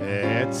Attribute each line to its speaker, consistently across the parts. Speaker 1: It's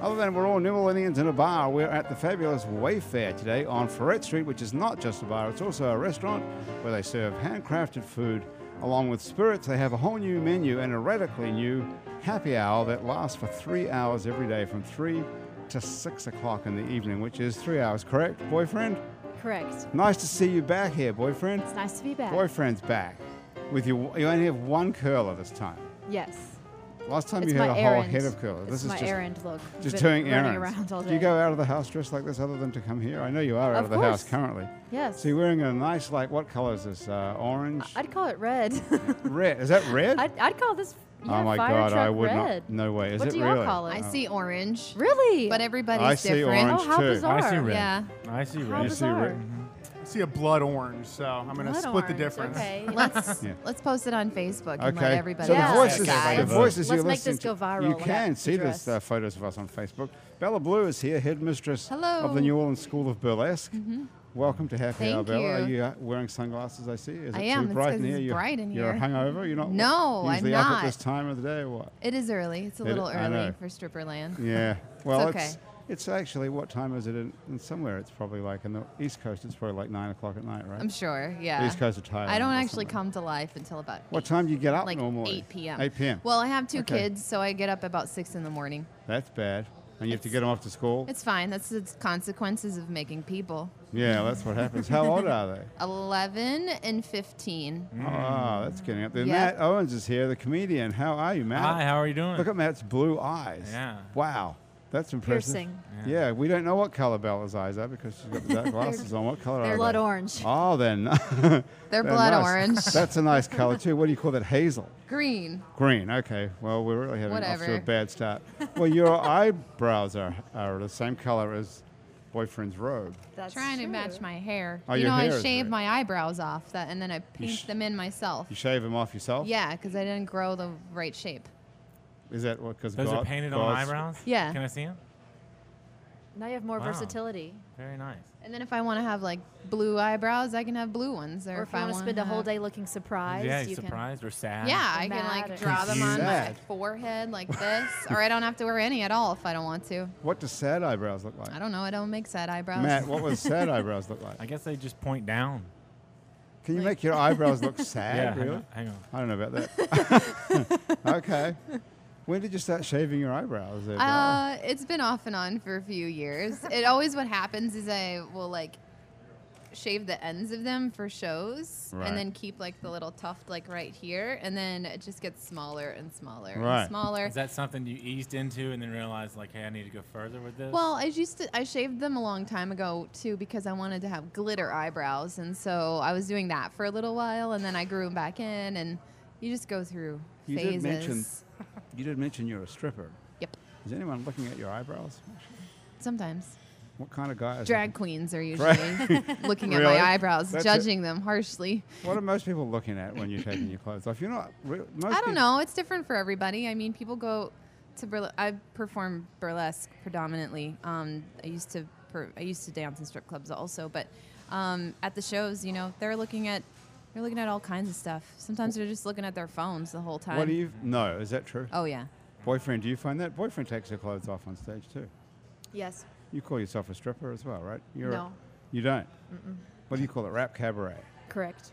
Speaker 1: Other than we're all New Orleanians in a bar, we're at the fabulous Wayfair today on Ferret Street, which is not just a bar, it's also a restaurant where they serve handcrafted food along with spirits. They have a whole new menu and a radically new happy hour that lasts for three hours every day from 3 to 6 o'clock in the evening, which is three hours, correct, boyfriend?
Speaker 2: Correct.
Speaker 1: Nice to see you back here, boyfriend.
Speaker 2: It's nice to be back.
Speaker 1: Boyfriend's back. With your, you only have one curler this time.
Speaker 2: Yes.
Speaker 1: Last time
Speaker 2: It's
Speaker 1: you
Speaker 2: my
Speaker 1: had a
Speaker 2: errand.
Speaker 1: whole head of curler.
Speaker 2: It's
Speaker 1: this is
Speaker 2: my
Speaker 1: just
Speaker 2: errand look.
Speaker 1: just
Speaker 2: Been
Speaker 1: doing
Speaker 2: running
Speaker 1: errands.
Speaker 2: around all day.
Speaker 1: Do you go out of the house dressed like this other than to come here? I know you are out of,
Speaker 2: Of
Speaker 1: the house
Speaker 2: course.
Speaker 1: currently.
Speaker 2: Yes.
Speaker 1: So you're wearing a nice, like, what color is this? Uh, orange?
Speaker 2: I'd call it red.
Speaker 1: red. Is that red?
Speaker 2: I'd, I'd call this yeah,
Speaker 1: oh my
Speaker 2: fire
Speaker 1: God,
Speaker 2: truck
Speaker 1: I would
Speaker 2: red.
Speaker 1: not. No way. Is
Speaker 2: What
Speaker 1: it
Speaker 2: do y'all
Speaker 1: really?
Speaker 2: call it?
Speaker 3: I see orange.
Speaker 2: Really?
Speaker 3: But everybody's
Speaker 1: Oh. I see
Speaker 3: different.
Speaker 1: orange.
Speaker 2: oh, how
Speaker 1: too. I see
Speaker 2: bizarre.
Speaker 4: I see red.
Speaker 3: Yeah.
Speaker 4: I see
Speaker 2: How
Speaker 4: red.
Speaker 1: You see
Speaker 2: bizarre.
Speaker 1: red.
Speaker 5: I see a blood orange, so I'm going to
Speaker 2: Blood
Speaker 5: split the
Speaker 2: orange,
Speaker 5: difference.
Speaker 2: Okay.
Speaker 3: Let's
Speaker 1: Yeah.
Speaker 3: let's post it on Facebook and let
Speaker 1: Okay.
Speaker 3: everybody
Speaker 1: So
Speaker 3: know.
Speaker 1: the
Speaker 2: Yeah.
Speaker 1: voices,
Speaker 3: guys.
Speaker 1: the
Speaker 4: Let's-
Speaker 1: voices you're
Speaker 2: let's make this
Speaker 1: listening
Speaker 2: go viral
Speaker 1: to. You
Speaker 2: without
Speaker 1: can
Speaker 2: the
Speaker 1: see this
Speaker 2: dress.
Speaker 1: uh, photos of us on Facebook. Bella Blue is here, headmistress of the
Speaker 3: Hello. Mm-hmm.
Speaker 1: New Orleans School of Burlesque. Welcome to Happy Hour,
Speaker 3: Thank
Speaker 1: Bella. Are
Speaker 3: you.
Speaker 1: you uh, wearing sunglasses? I see. Is
Speaker 3: I
Speaker 1: it
Speaker 3: am.
Speaker 1: too
Speaker 3: It's
Speaker 1: bright
Speaker 3: 'cause
Speaker 1: in here?
Speaker 3: it's
Speaker 1: you're,
Speaker 3: bright in
Speaker 1: You're
Speaker 3: here.
Speaker 1: hungover. You're not.
Speaker 3: No, I'm
Speaker 1: usually up at
Speaker 3: not.
Speaker 1: this time of the day or what?
Speaker 3: It is early. It's a
Speaker 1: It-
Speaker 3: little
Speaker 1: I know.
Speaker 3: early for stripper land.
Speaker 1: Yeah. Well, it's,
Speaker 3: okay.
Speaker 1: it's actually what time is it? In, in somewhere, it's probably like in the East Coast. It's probably like nine o'clock at night, right?
Speaker 3: I'm sure. Yeah.
Speaker 1: East Coast of Thailand
Speaker 3: I don't
Speaker 1: or
Speaker 3: actually
Speaker 1: something.
Speaker 3: come to life until about
Speaker 1: What time do you get up
Speaker 3: like
Speaker 1: normally?
Speaker 3: 8 p.m.
Speaker 1: 8 p.m.
Speaker 3: Well, I have two
Speaker 1: Okay.
Speaker 3: kids, so I get up about six in the morning.
Speaker 1: that's bad. And you have to get them off to school.
Speaker 3: It's fine. That's the consequences of making people.
Speaker 1: Yeah, that's what happens. How old are they?
Speaker 3: 11 and 15.
Speaker 4: Mm.
Speaker 1: Oh, that's getting up there.
Speaker 3: Yeah.
Speaker 1: Matt Owens is here, the comedian. How are you, Matt?
Speaker 4: Hi, how are you doing?
Speaker 1: Look at Matt's blue eyes.
Speaker 4: Yeah.
Speaker 1: Wow. That's impressive.
Speaker 2: Piercing.
Speaker 1: Yeah. we don't know what color Bella's eyes are because she's got the dark glasses on. What color are
Speaker 2: They're
Speaker 1: they?
Speaker 2: blood orange.
Speaker 1: Oh, then
Speaker 3: They're blood
Speaker 1: nice.
Speaker 3: orange.
Speaker 1: That's a nice color too. What do you call that? Hazel.
Speaker 3: Green.
Speaker 1: Green. Okay. Well, we're really having off to a
Speaker 3: Whatever.
Speaker 1: bad start. Well, your eyebrows are, are the same color as boyfriend's robe.
Speaker 2: That's
Speaker 3: Trying to
Speaker 2: true.
Speaker 3: match my hair.
Speaker 1: Oh,
Speaker 3: you
Speaker 1: your
Speaker 3: know,
Speaker 1: hair
Speaker 3: I
Speaker 1: is
Speaker 3: shave
Speaker 1: red.
Speaker 3: my eyebrows off, that, and then I paint
Speaker 1: sh-
Speaker 3: them in myself.
Speaker 1: You shave them off yourself.
Speaker 3: Yeah, because I didn't grow the right shape.
Speaker 1: Is that what? Because
Speaker 4: Those
Speaker 1: God,
Speaker 4: are painted on
Speaker 1: God's-
Speaker 4: eyebrows?
Speaker 3: Yeah.
Speaker 4: Can I see them?
Speaker 2: Now you have more
Speaker 4: Wow.
Speaker 2: versatility.
Speaker 4: Very nice.
Speaker 3: And then if I want to have like blue eyebrows, I can have blue ones. Or,
Speaker 2: Or if you want to
Speaker 3: wanna
Speaker 2: spend a whole
Speaker 3: have-
Speaker 2: day looking surprised,
Speaker 4: yeah,
Speaker 2: you
Speaker 4: you surprised or sad?
Speaker 3: Yeah,
Speaker 2: or
Speaker 3: I can
Speaker 2: mad or
Speaker 3: like draw them on my
Speaker 1: Sad.
Speaker 3: forehead like this, or I don't have to wear any at all if I don't want to.
Speaker 1: What do sad eyebrows look like?
Speaker 3: I don't know. I don't make sad eyebrows.
Speaker 1: Matt, what would sad eyebrows look like?
Speaker 4: I guess they just point down.
Speaker 1: Can you make your eyebrows look sad?
Speaker 4: yeah,
Speaker 1: really?
Speaker 4: hang on. Hang on.
Speaker 1: I don't know about that. okay. When did you start shaving your eyebrows? there, Val?
Speaker 3: Uh, it's been off and on for a few years. It always what happens is I will like shave the ends of them for shows,
Speaker 1: Right.
Speaker 3: and then keep like the little tuft like right here, and then it just gets smaller and smaller
Speaker 1: Right.
Speaker 3: and smaller.
Speaker 4: Is that something you eased into and then realized, like, hey, I need to go further with this?
Speaker 3: Well, I used to I shaved them a long time ago too because I wanted to have glitter eyebrows, and so I was doing that for a little while, and then I grew them back in, and you just go through
Speaker 1: you did
Speaker 3: phases.
Speaker 1: mention you did mention you're a stripper.
Speaker 3: Yep.
Speaker 1: Is anyone looking at your eyebrows?
Speaker 3: Sometimes
Speaker 1: What kind of guy is
Speaker 3: drag queens are usually looking at
Speaker 1: Really?
Speaker 3: my eyebrows,
Speaker 1: That's it.
Speaker 3: judging them harshly.
Speaker 1: What are most people looking at when you're taking your clothes off? You're not. Re- most
Speaker 3: I don't
Speaker 1: peop-
Speaker 3: know. It's different for everybody. I mean, people go to burlesque. I perform burlesque predominantly. Um, I used to per- I used to dance in strip clubs also, but um, at the shows, you know, they're looking at they're looking at all kinds of stuff. Sometimes they're just looking at their phones the whole time.
Speaker 1: What do you know? Is that true?
Speaker 3: Oh yeah.
Speaker 1: Boyfriend, do you find that boyfriend takes her clothes off on stage too?
Speaker 2: Yes.
Speaker 1: You call yourself a stripper as well, right? You're a-
Speaker 2: No.
Speaker 1: you don't. What do you call it? Rap cabaret.
Speaker 2: Correct.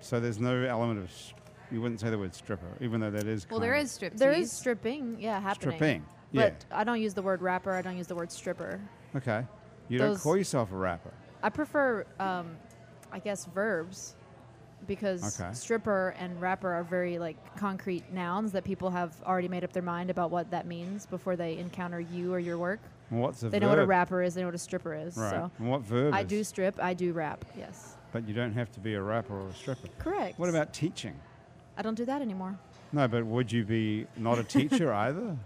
Speaker 1: So there's no element of. s you wouldn't say the word stripper, even though that is.
Speaker 3: Well,
Speaker 1: kind
Speaker 3: there
Speaker 1: of-
Speaker 3: is strip.
Speaker 2: There is stripping, yeah, happening.
Speaker 1: Stripping, yeah.
Speaker 2: But I don't use the word rapper. I don't use the word stripper.
Speaker 1: Okay. You don't
Speaker 2: Those-
Speaker 1: call yourself a rapper.
Speaker 2: I prefer, um, I guess, verbs because
Speaker 1: Okay.
Speaker 2: stripper and rapper are very like concrete nouns that people have already made up their mind about what that means before they encounter you or your work.
Speaker 1: And what's a
Speaker 2: they
Speaker 1: verb?
Speaker 2: know what a rapper is. They know what a stripper is.
Speaker 1: Right.
Speaker 2: So
Speaker 1: And what verb?
Speaker 2: I
Speaker 1: is-
Speaker 2: do strip. I do rap. Yes.
Speaker 1: But you don't have to be a rapper or a stripper.
Speaker 2: Correct.
Speaker 1: What about teaching?
Speaker 2: I don't do that anymore.
Speaker 1: No, but would you be not a teacher either?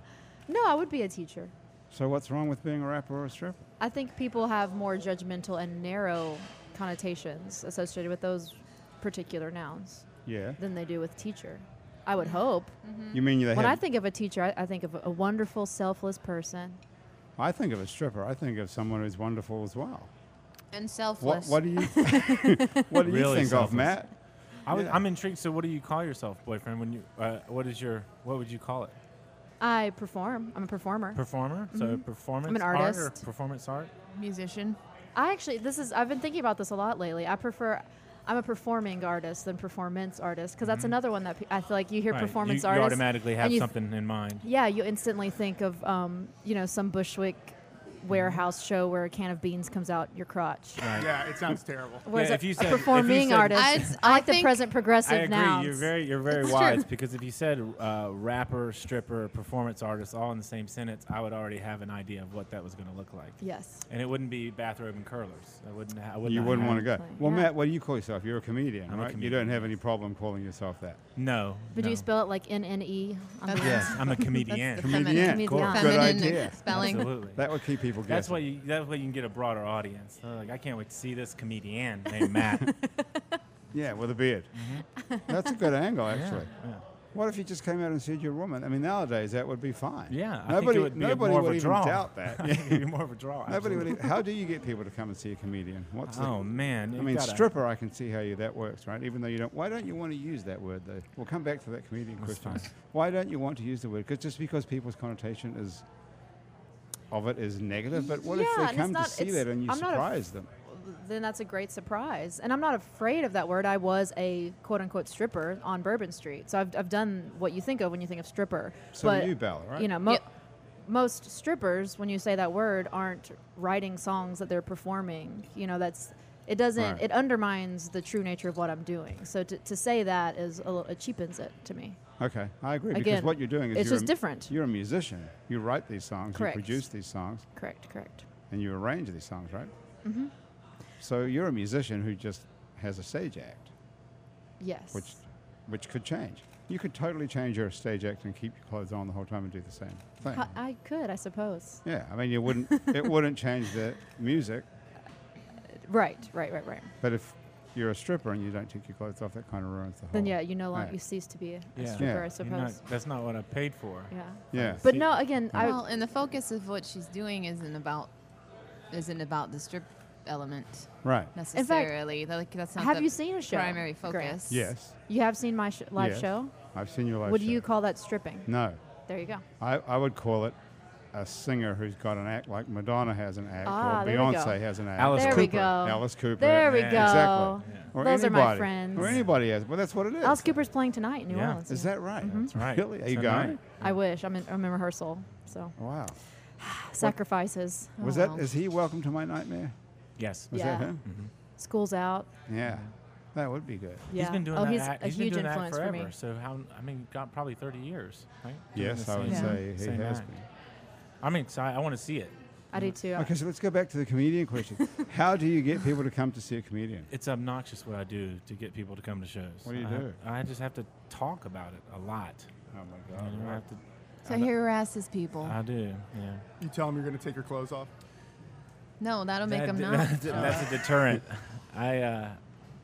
Speaker 2: No, I would be a teacher.
Speaker 1: So what's wrong with being a rapper or a stripper?
Speaker 2: I think people have more judgmental and narrow connotations associated with those particular nouns
Speaker 1: Yeah.
Speaker 2: than they do with teacher. I would hope.
Speaker 1: You mean they
Speaker 2: Mm-hmm. When I
Speaker 1: have?
Speaker 2: think of a teacher, I, I think of a wonderful, selfless person.
Speaker 1: I think of a stripper. I think of someone who's wonderful as well.
Speaker 3: and
Speaker 1: What,
Speaker 3: selfless.
Speaker 1: what do you What do you
Speaker 4: Really
Speaker 1: think of,
Speaker 4: selfless.
Speaker 1: Matt?
Speaker 4: I was,
Speaker 1: Yeah.
Speaker 4: I'm intrigued. So, what do you call yourself, boyfriend? When you, uh, what is your, what would you call it?
Speaker 2: I perform. I'm a performer.
Speaker 4: Performer. So, performance.
Speaker 2: Mm-hmm. I'm an
Speaker 4: Art
Speaker 2: artist.
Speaker 4: or performance art.
Speaker 3: musician?
Speaker 2: I actually, this is, I've been thinking about this a lot lately. I prefer, I'm a performing artist than performance artist because that's another one that pe- I feel like you hear
Speaker 4: Mm-hmm. Right.
Speaker 2: performance
Speaker 4: you,
Speaker 2: artist.
Speaker 4: You automatically have
Speaker 2: and you th-
Speaker 4: something in mind.
Speaker 2: Yeah, you instantly think of, um, you know, some Bushwick
Speaker 4: Mm-hmm.
Speaker 2: warehouse show where a can of beans comes out your crotch.
Speaker 4: Right.
Speaker 5: Yeah, it sounds terrible.
Speaker 2: Whereas a-
Speaker 4: Yeah, if you
Speaker 2: a
Speaker 4: said- if you
Speaker 2: performing
Speaker 4: said-
Speaker 2: artist,
Speaker 3: I'd-
Speaker 2: I
Speaker 3: I
Speaker 2: like the
Speaker 3: think-
Speaker 2: present progressive
Speaker 4: I agree.
Speaker 2: nouns.
Speaker 4: You're very, you're very
Speaker 3: It's
Speaker 4: wise
Speaker 3: true.
Speaker 4: because if you said uh, rapper, stripper, performance artist all in the same sentence, I would already have an idea of what that was going to look like.
Speaker 2: yes.
Speaker 4: And it wouldn't be bathrobe and curlers. I wouldn't. Ha- I would
Speaker 1: You
Speaker 4: not
Speaker 1: wouldn't
Speaker 4: have-
Speaker 1: want to go.
Speaker 2: Exactly.
Speaker 1: Well,
Speaker 2: Yeah.
Speaker 1: Matt, what do you call yourself? You're a comedian,
Speaker 4: I'm a
Speaker 1: right? You
Speaker 4: comedian,
Speaker 1: don't have any problem calling yourself that.
Speaker 4: No.
Speaker 2: But do
Speaker 4: no.
Speaker 2: you spell it like N N E?
Speaker 3: That's-
Speaker 4: Yes, I'm a
Speaker 3: That's the
Speaker 4: comedian.
Speaker 1: Comedian.
Speaker 3: feminine,
Speaker 2: Cool. Good
Speaker 3: feminine
Speaker 1: idea.
Speaker 3: spelling.
Speaker 4: Absolutely.
Speaker 1: That would keep people guessing.
Speaker 4: That's why you. That's why you can get a broader audience. They're like, I can't wait to see this comedian named Matt.
Speaker 1: Yeah, with a beard. That's a good angle, actually.
Speaker 4: Mm-hmm. yeah.
Speaker 1: What if you just came out and said you're a woman? I mean, nowadays that would be fine.
Speaker 4: Yeah, I think it
Speaker 1: nobody
Speaker 4: would be a
Speaker 1: nobody
Speaker 4: more of
Speaker 1: would
Speaker 4: a
Speaker 1: even
Speaker 4: draw.
Speaker 1: doubt that. Yeah.
Speaker 4: It'd be more of a draw.
Speaker 1: nobody would.
Speaker 4: absolutely.
Speaker 1: e- How do you get people to come and see a comedian? What's the?
Speaker 4: Oh man.
Speaker 1: I
Speaker 4: you
Speaker 1: mean,
Speaker 4: gotta-
Speaker 1: stripper. I can see how you that works, right? Even though you don't. Why don't you want to use that word though? We'll come back to that comedian
Speaker 4: That's
Speaker 1: question.
Speaker 4: fine.
Speaker 1: Why don't you want to use the word? Because just because people's connotation is of it is negative, but what
Speaker 2: Yeah,
Speaker 1: if
Speaker 2: and
Speaker 1: they
Speaker 2: it's
Speaker 1: come
Speaker 2: not-
Speaker 1: to see
Speaker 2: it's-
Speaker 1: that and you
Speaker 2: I'm not a-
Speaker 1: surprise them?
Speaker 2: Then that's a great surprise. And I'm not afraid of that word. I was a quote unquote stripper on Bourbon Street. So I've, I've done what you think of when you think of stripper.
Speaker 1: So
Speaker 2: but,
Speaker 1: you, Bella, right?
Speaker 2: you know, mo-
Speaker 3: Yeah.
Speaker 2: most strippers, when you say that word, aren't writing songs that they're performing. You know, that's. It doesn't.
Speaker 1: Right.
Speaker 2: It undermines the true nature of what I'm doing. So to, to say that is a little, it cheapens it to me.
Speaker 1: Okay, I agree. because
Speaker 2: Again,
Speaker 1: what you're doing is
Speaker 2: it's
Speaker 1: you're
Speaker 2: just
Speaker 1: a-
Speaker 2: different.
Speaker 1: You're a musician. You write these songs.
Speaker 2: Correct.
Speaker 1: You produce these songs,
Speaker 2: Correct. Correct.
Speaker 1: and you arrange these songs, right? Mm-hmm. So you're a musician who just has a stage act,
Speaker 2: Yes.
Speaker 1: which, which could change. You could totally change your stage act and keep your clothes on the whole time and do the same thing.
Speaker 2: I, I could, I suppose.
Speaker 1: yeah, I mean, you wouldn't. it wouldn't change the music,
Speaker 2: Right, right, right, right.
Speaker 1: but if you're a stripper and you don't take your clothes off, that kind of ruins the whole.
Speaker 2: Then yeah, you no longer
Speaker 1: Oh. Right.
Speaker 2: you cease to be a
Speaker 4: Yeah.
Speaker 2: stripper,
Speaker 1: Yeah.
Speaker 2: I
Speaker 4: You're
Speaker 2: suppose.
Speaker 4: not- that's not what I paid for.
Speaker 2: Yeah.
Speaker 1: Yeah.
Speaker 2: But
Speaker 4: See-
Speaker 2: no, again, I
Speaker 3: Well, and the focus of what she's doing isn't about isn't about the strip element
Speaker 1: Right.
Speaker 3: necessarily. That- like, that's not
Speaker 2: have
Speaker 3: the
Speaker 2: you seen a show?
Speaker 3: primary
Speaker 2: Grant?
Speaker 3: focus.
Speaker 1: Yes.
Speaker 2: You have seen my sh- live
Speaker 1: Yes.
Speaker 2: show.
Speaker 1: I've seen your live
Speaker 2: Would
Speaker 1: show.
Speaker 2: you call that stripping?
Speaker 1: No.
Speaker 2: There you go.
Speaker 1: I, I would call it a singer who's got an act like Madonna has an act
Speaker 2: Ah,
Speaker 1: or
Speaker 2: there we go.
Speaker 1: Beyonce has an act.
Speaker 4: Alice
Speaker 2: there
Speaker 1: or
Speaker 2: we
Speaker 4: Cooper.
Speaker 2: go.
Speaker 1: Alice Cooper.
Speaker 2: There we
Speaker 4: Yeah.
Speaker 2: go.
Speaker 1: Exactly.
Speaker 4: Yeah.
Speaker 1: Or
Speaker 2: Those are
Speaker 1: anybody.
Speaker 2: my friends.
Speaker 1: Or anybody has. Well, that's what it is.
Speaker 2: Alice Mm-hmm. Cooper's playing tonight in New
Speaker 4: Yeah.
Speaker 2: Orleans.
Speaker 1: Is
Speaker 2: yeah.
Speaker 1: that right?
Speaker 4: That's right.
Speaker 1: Really? Are you
Speaker 4: Tonight.
Speaker 1: going?
Speaker 2: I wish. I'm in, I'm in rehearsal. So
Speaker 1: Wow.
Speaker 2: Oh, sacrifices.
Speaker 1: Was
Speaker 3: Oh,
Speaker 1: that? Is
Speaker 3: wow.
Speaker 1: he welcome to my nightmare?
Speaker 4: Yes.
Speaker 1: Was
Speaker 2: Yeah.
Speaker 1: that him?
Speaker 2: School's out.
Speaker 1: Yeah. That would be good.
Speaker 2: Yeah.
Speaker 4: He's been doing
Speaker 2: oh,
Speaker 4: that.
Speaker 2: he's
Speaker 4: act,
Speaker 2: a
Speaker 4: he's
Speaker 2: huge
Speaker 4: been doing that
Speaker 2: influence for
Speaker 4: forever.
Speaker 2: me.
Speaker 4: So how? I mean, got probably 30 years, right? Doing
Speaker 1: Yes,
Speaker 4: the
Speaker 1: I would
Speaker 4: same-
Speaker 1: say he
Speaker 4: same
Speaker 1: has
Speaker 4: act.
Speaker 1: been.
Speaker 4: I'm excited. I want to see it.
Speaker 2: I do too.
Speaker 1: Okay, so let's go back to the comedian question. How do you get people to come to see a comedian?
Speaker 4: It's obnoxious what I do to get people to come to shows.
Speaker 1: What do you
Speaker 4: I,
Speaker 1: do?
Speaker 4: I just have to talk about it a lot.
Speaker 1: Oh my
Speaker 4: You know, I have to.
Speaker 3: So he harasses people.
Speaker 4: I do. Yeah.
Speaker 5: You tell them you're going to take your clothes off.
Speaker 3: no, that'll make them
Speaker 4: That-
Speaker 3: not.
Speaker 4: That's a deterrent. I uh,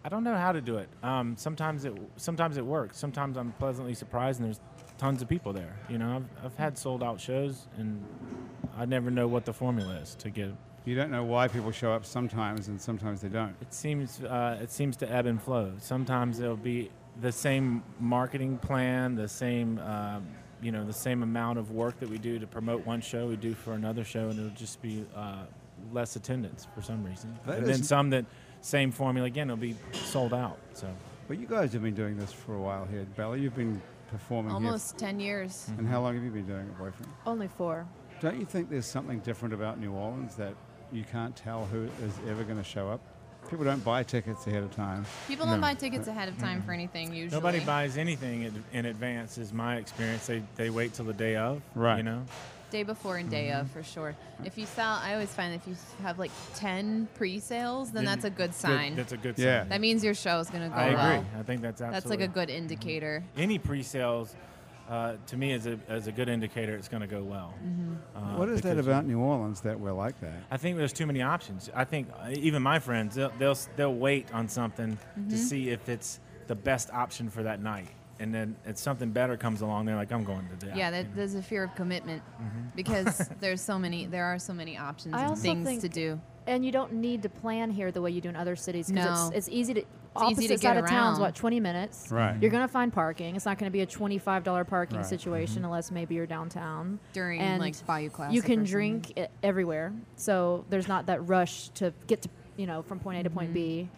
Speaker 4: I don't know how to do it. Um, sometimes it sometimes it works. Sometimes I'm pleasantly surprised, and there's tons of people there. You know, I've, I've had sold out shows, and I never know what the formula is to get.
Speaker 1: You don't know why people show up sometimes and sometimes they don't.
Speaker 4: It seems uh, it seems to ebb and flow. Sometimes there'll be the same marketing plan, the same. Um, you know the same amount of work that we do to promote one show we do for another show and it'll just be uh, less attendance for some reason
Speaker 1: That
Speaker 4: and then
Speaker 1: is-
Speaker 4: some that same formula again will be sold out so
Speaker 1: But you guys have been doing this for a while here, Bella. You've been performing here
Speaker 3: Almost 10 years.
Speaker 4: Mm.
Speaker 1: And how long have you been doing it, boyfriend?
Speaker 2: Only four.
Speaker 1: Don't you think there's something different about New Orleans that you can't tell who is ever going to show up? People don't buy tickets ahead of time.
Speaker 3: People don't buy tickets ahead of time for anything usually.
Speaker 4: Nobody buys anything in- in advance, is my experience. They they wait till the day of,
Speaker 1: Right.
Speaker 4: You know,
Speaker 3: Day before and day of, for sure. If you sell, I always find if you have like 10 pre sales, then that's a good sign.
Speaker 4: that's a good
Speaker 1: Yeah.
Speaker 4: sign.
Speaker 3: that means your show is going to go
Speaker 4: I
Speaker 3: well.
Speaker 4: agree. I think that's absolutely. Mm-hmm.
Speaker 3: That's like a good indicator.
Speaker 4: Any pre-sales, uh, to me is a, is a good indicator it's going to go well.
Speaker 3: Mm-hmm.
Speaker 4: Uh,
Speaker 1: what is that
Speaker 4: because-
Speaker 1: about New Orleans that we're like that?
Speaker 4: I think there's too many options. I think uh, even my friends they'll they'll, they'll wait on something
Speaker 3: Mm-hmm.
Speaker 4: to see if it's the best option for that night, and then if something better comes along, they're like, I'm going to that.
Speaker 3: Yeah,
Speaker 4: you
Speaker 3: that, there's a fear of commitment
Speaker 4: Mm-hmm.
Speaker 3: because there's so many. There are so many options
Speaker 2: I
Speaker 3: and
Speaker 2: also
Speaker 3: things
Speaker 2: think
Speaker 3: to do.
Speaker 2: And you don't need to plan here the way you do in other cities because
Speaker 3: No.
Speaker 2: it's, it's easy to.
Speaker 3: easy
Speaker 2: opposite
Speaker 3: to get
Speaker 2: side of town's
Speaker 3: around.
Speaker 2: what 20 minutes.
Speaker 1: Right.
Speaker 2: You're gonna find parking. It's not gonna be a twenty-five dollar parking
Speaker 1: Right.
Speaker 2: situation unless maybe you're downtown
Speaker 3: During,
Speaker 2: And
Speaker 3: like, Bayou Classic
Speaker 2: You
Speaker 3: or
Speaker 2: can
Speaker 3: something.
Speaker 2: drink e- everywhere, so there's not that rush to get to you know from point A to point B.
Speaker 3: Mm-hmm.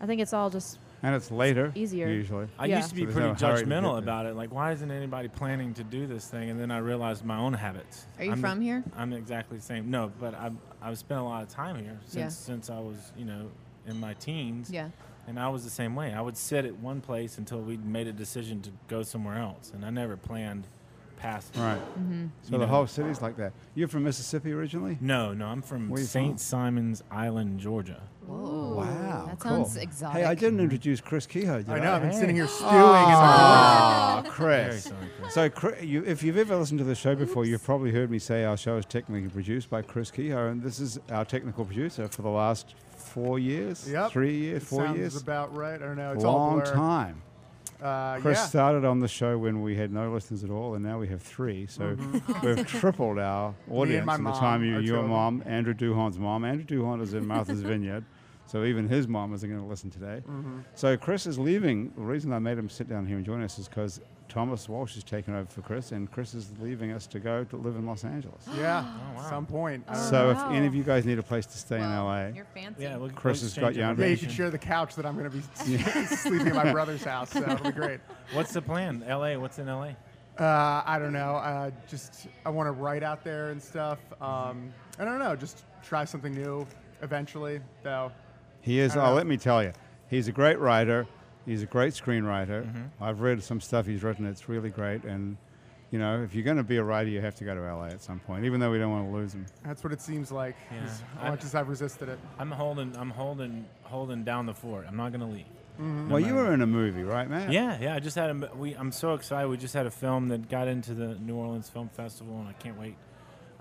Speaker 2: I think it's all just
Speaker 1: And it's later.
Speaker 2: Easier.
Speaker 1: Usually.
Speaker 4: I
Speaker 2: Yeah.
Speaker 4: used to be
Speaker 1: So there's
Speaker 4: pretty
Speaker 1: no hurry to get
Speaker 4: judgmental
Speaker 1: there.
Speaker 4: about it. Like, why isn't anybody planning to do this thing? And then I realized my own habits.
Speaker 3: Are you
Speaker 4: I'm
Speaker 3: from here?
Speaker 4: I'm exactly the same. No, but I've, I've spent a lot of time here since,
Speaker 3: Yeah.
Speaker 4: since I was, you know, in my teens.
Speaker 3: Yeah.
Speaker 4: And I was the same way. I would sit at one place until we made a decision to go somewhere else. And I never planned past.
Speaker 1: Right.
Speaker 3: Mm-hmm.
Speaker 1: So the
Speaker 4: You know.
Speaker 1: whole city's like that. You're from Mississippi originally?
Speaker 4: No, no, I'm from
Speaker 1: Where you
Speaker 4: St.
Speaker 1: from?
Speaker 4: Simon's Island, Georgia.
Speaker 3: Whoa.
Speaker 1: Wow.
Speaker 3: That
Speaker 1: cool.
Speaker 3: sounds
Speaker 1: Hey, I
Speaker 3: exotic.
Speaker 1: didn't introduce Chris Kehoe, did I?
Speaker 5: I know. I've been
Speaker 4: Hey.
Speaker 5: sitting here stewing.
Speaker 1: Oh,
Speaker 4: Very
Speaker 1: Chris.
Speaker 4: sorry, Chris.
Speaker 1: So, Chris, you, if you've ever listened to the show before, you've probably heard me say our show is technically produced by Chris Kehoe, and this is our technical producer for the last four years,
Speaker 5: In, yep.
Speaker 1: three years,
Speaker 5: It
Speaker 1: four
Speaker 5: sounds
Speaker 1: years,
Speaker 5: about right. I don't know. It's all
Speaker 1: long
Speaker 5: blur.
Speaker 1: time.
Speaker 5: Uh,
Speaker 1: Chris
Speaker 5: yeah.
Speaker 1: started on the show when we had no listeners at all, and now we have three. So
Speaker 3: Oh,
Speaker 1: we've tripled our audience
Speaker 5: Mm-hmm. my
Speaker 1: in the
Speaker 5: mom
Speaker 1: time you,
Speaker 5: are
Speaker 1: your
Speaker 5: children.
Speaker 1: mom, Andrew Duhon's mom. Andrew Duhon is in Martha's Vineyard, so even his mom isn't going to listen today.
Speaker 5: Mm-hmm.
Speaker 1: So Chris is leaving. The reason I made him sit down here and join us is because Thomas Walsh has taken over for Chris, and Chris is leaving us to go to live in Los Angeles.
Speaker 5: Yeah.
Speaker 4: Oh, wow.
Speaker 5: Some point. Um, I don't know.
Speaker 1: so if any
Speaker 2: wow.
Speaker 1: of you guys need a place to stay
Speaker 3: Well,
Speaker 1: in LA,
Speaker 3: You're fancy.
Speaker 4: Yeah, we'll,
Speaker 1: Chris
Speaker 4: we'll
Speaker 1: has got
Speaker 4: exchange
Speaker 1: you on
Speaker 5: yeah, you
Speaker 1: vacation.
Speaker 5: could share the couch that I'm going to be sleeping at my brother's house. So it'll be great.
Speaker 4: What's the plan? LA, what's in LA?
Speaker 5: Uh, I don't know. Uh, just I want to write out there and stuff. Um, I don't know. Just try something new eventually, though.
Speaker 1: He is.
Speaker 5: I don't
Speaker 1: Oh,
Speaker 5: know.
Speaker 1: let me tell you, he's a great writer. He's a great screenwriter. I've read some stuff he's written. It's really great. And you know, if you're going to be a writer, you have to go to LA at some point. Even though we don't want to lose him.
Speaker 5: That's what it seems like. As
Speaker 4: Yeah. I-
Speaker 5: much as I've resisted it.
Speaker 4: I'm holding, I'm holding, holding down the fort. I'm not gonna leave.
Speaker 1: well, you were in a movie, right, Matt?
Speaker 4: Yeah, yeah. I just had a. m- We, I'm so excited. We just had a film that got into the New Orleans Film Festival, and I can't wait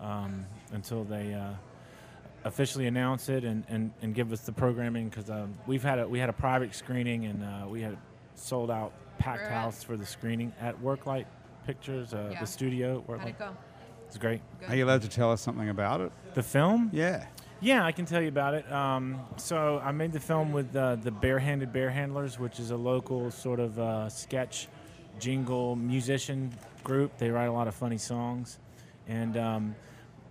Speaker 4: um, until they uh, officially announce it and, and, and give us the programming because um, we've had a we had a private screening and uh, we had a sold out packed
Speaker 3: Where at?
Speaker 4: house for the screening at Worklight Pictures, uh,
Speaker 3: Yeah.
Speaker 4: the studio.
Speaker 3: How'd it
Speaker 4: Worklight.
Speaker 3: go?
Speaker 4: It's great.
Speaker 1: Are you allowed to tell us something about it?
Speaker 4: The film.
Speaker 1: Yeah.
Speaker 4: Yeah, I can tell you about it. Um, so I made the film with uh, the Barehanded Bear Handlers, which is a local sort of uh, sketch, jingle, musician group. They write a lot of funny songs, and um,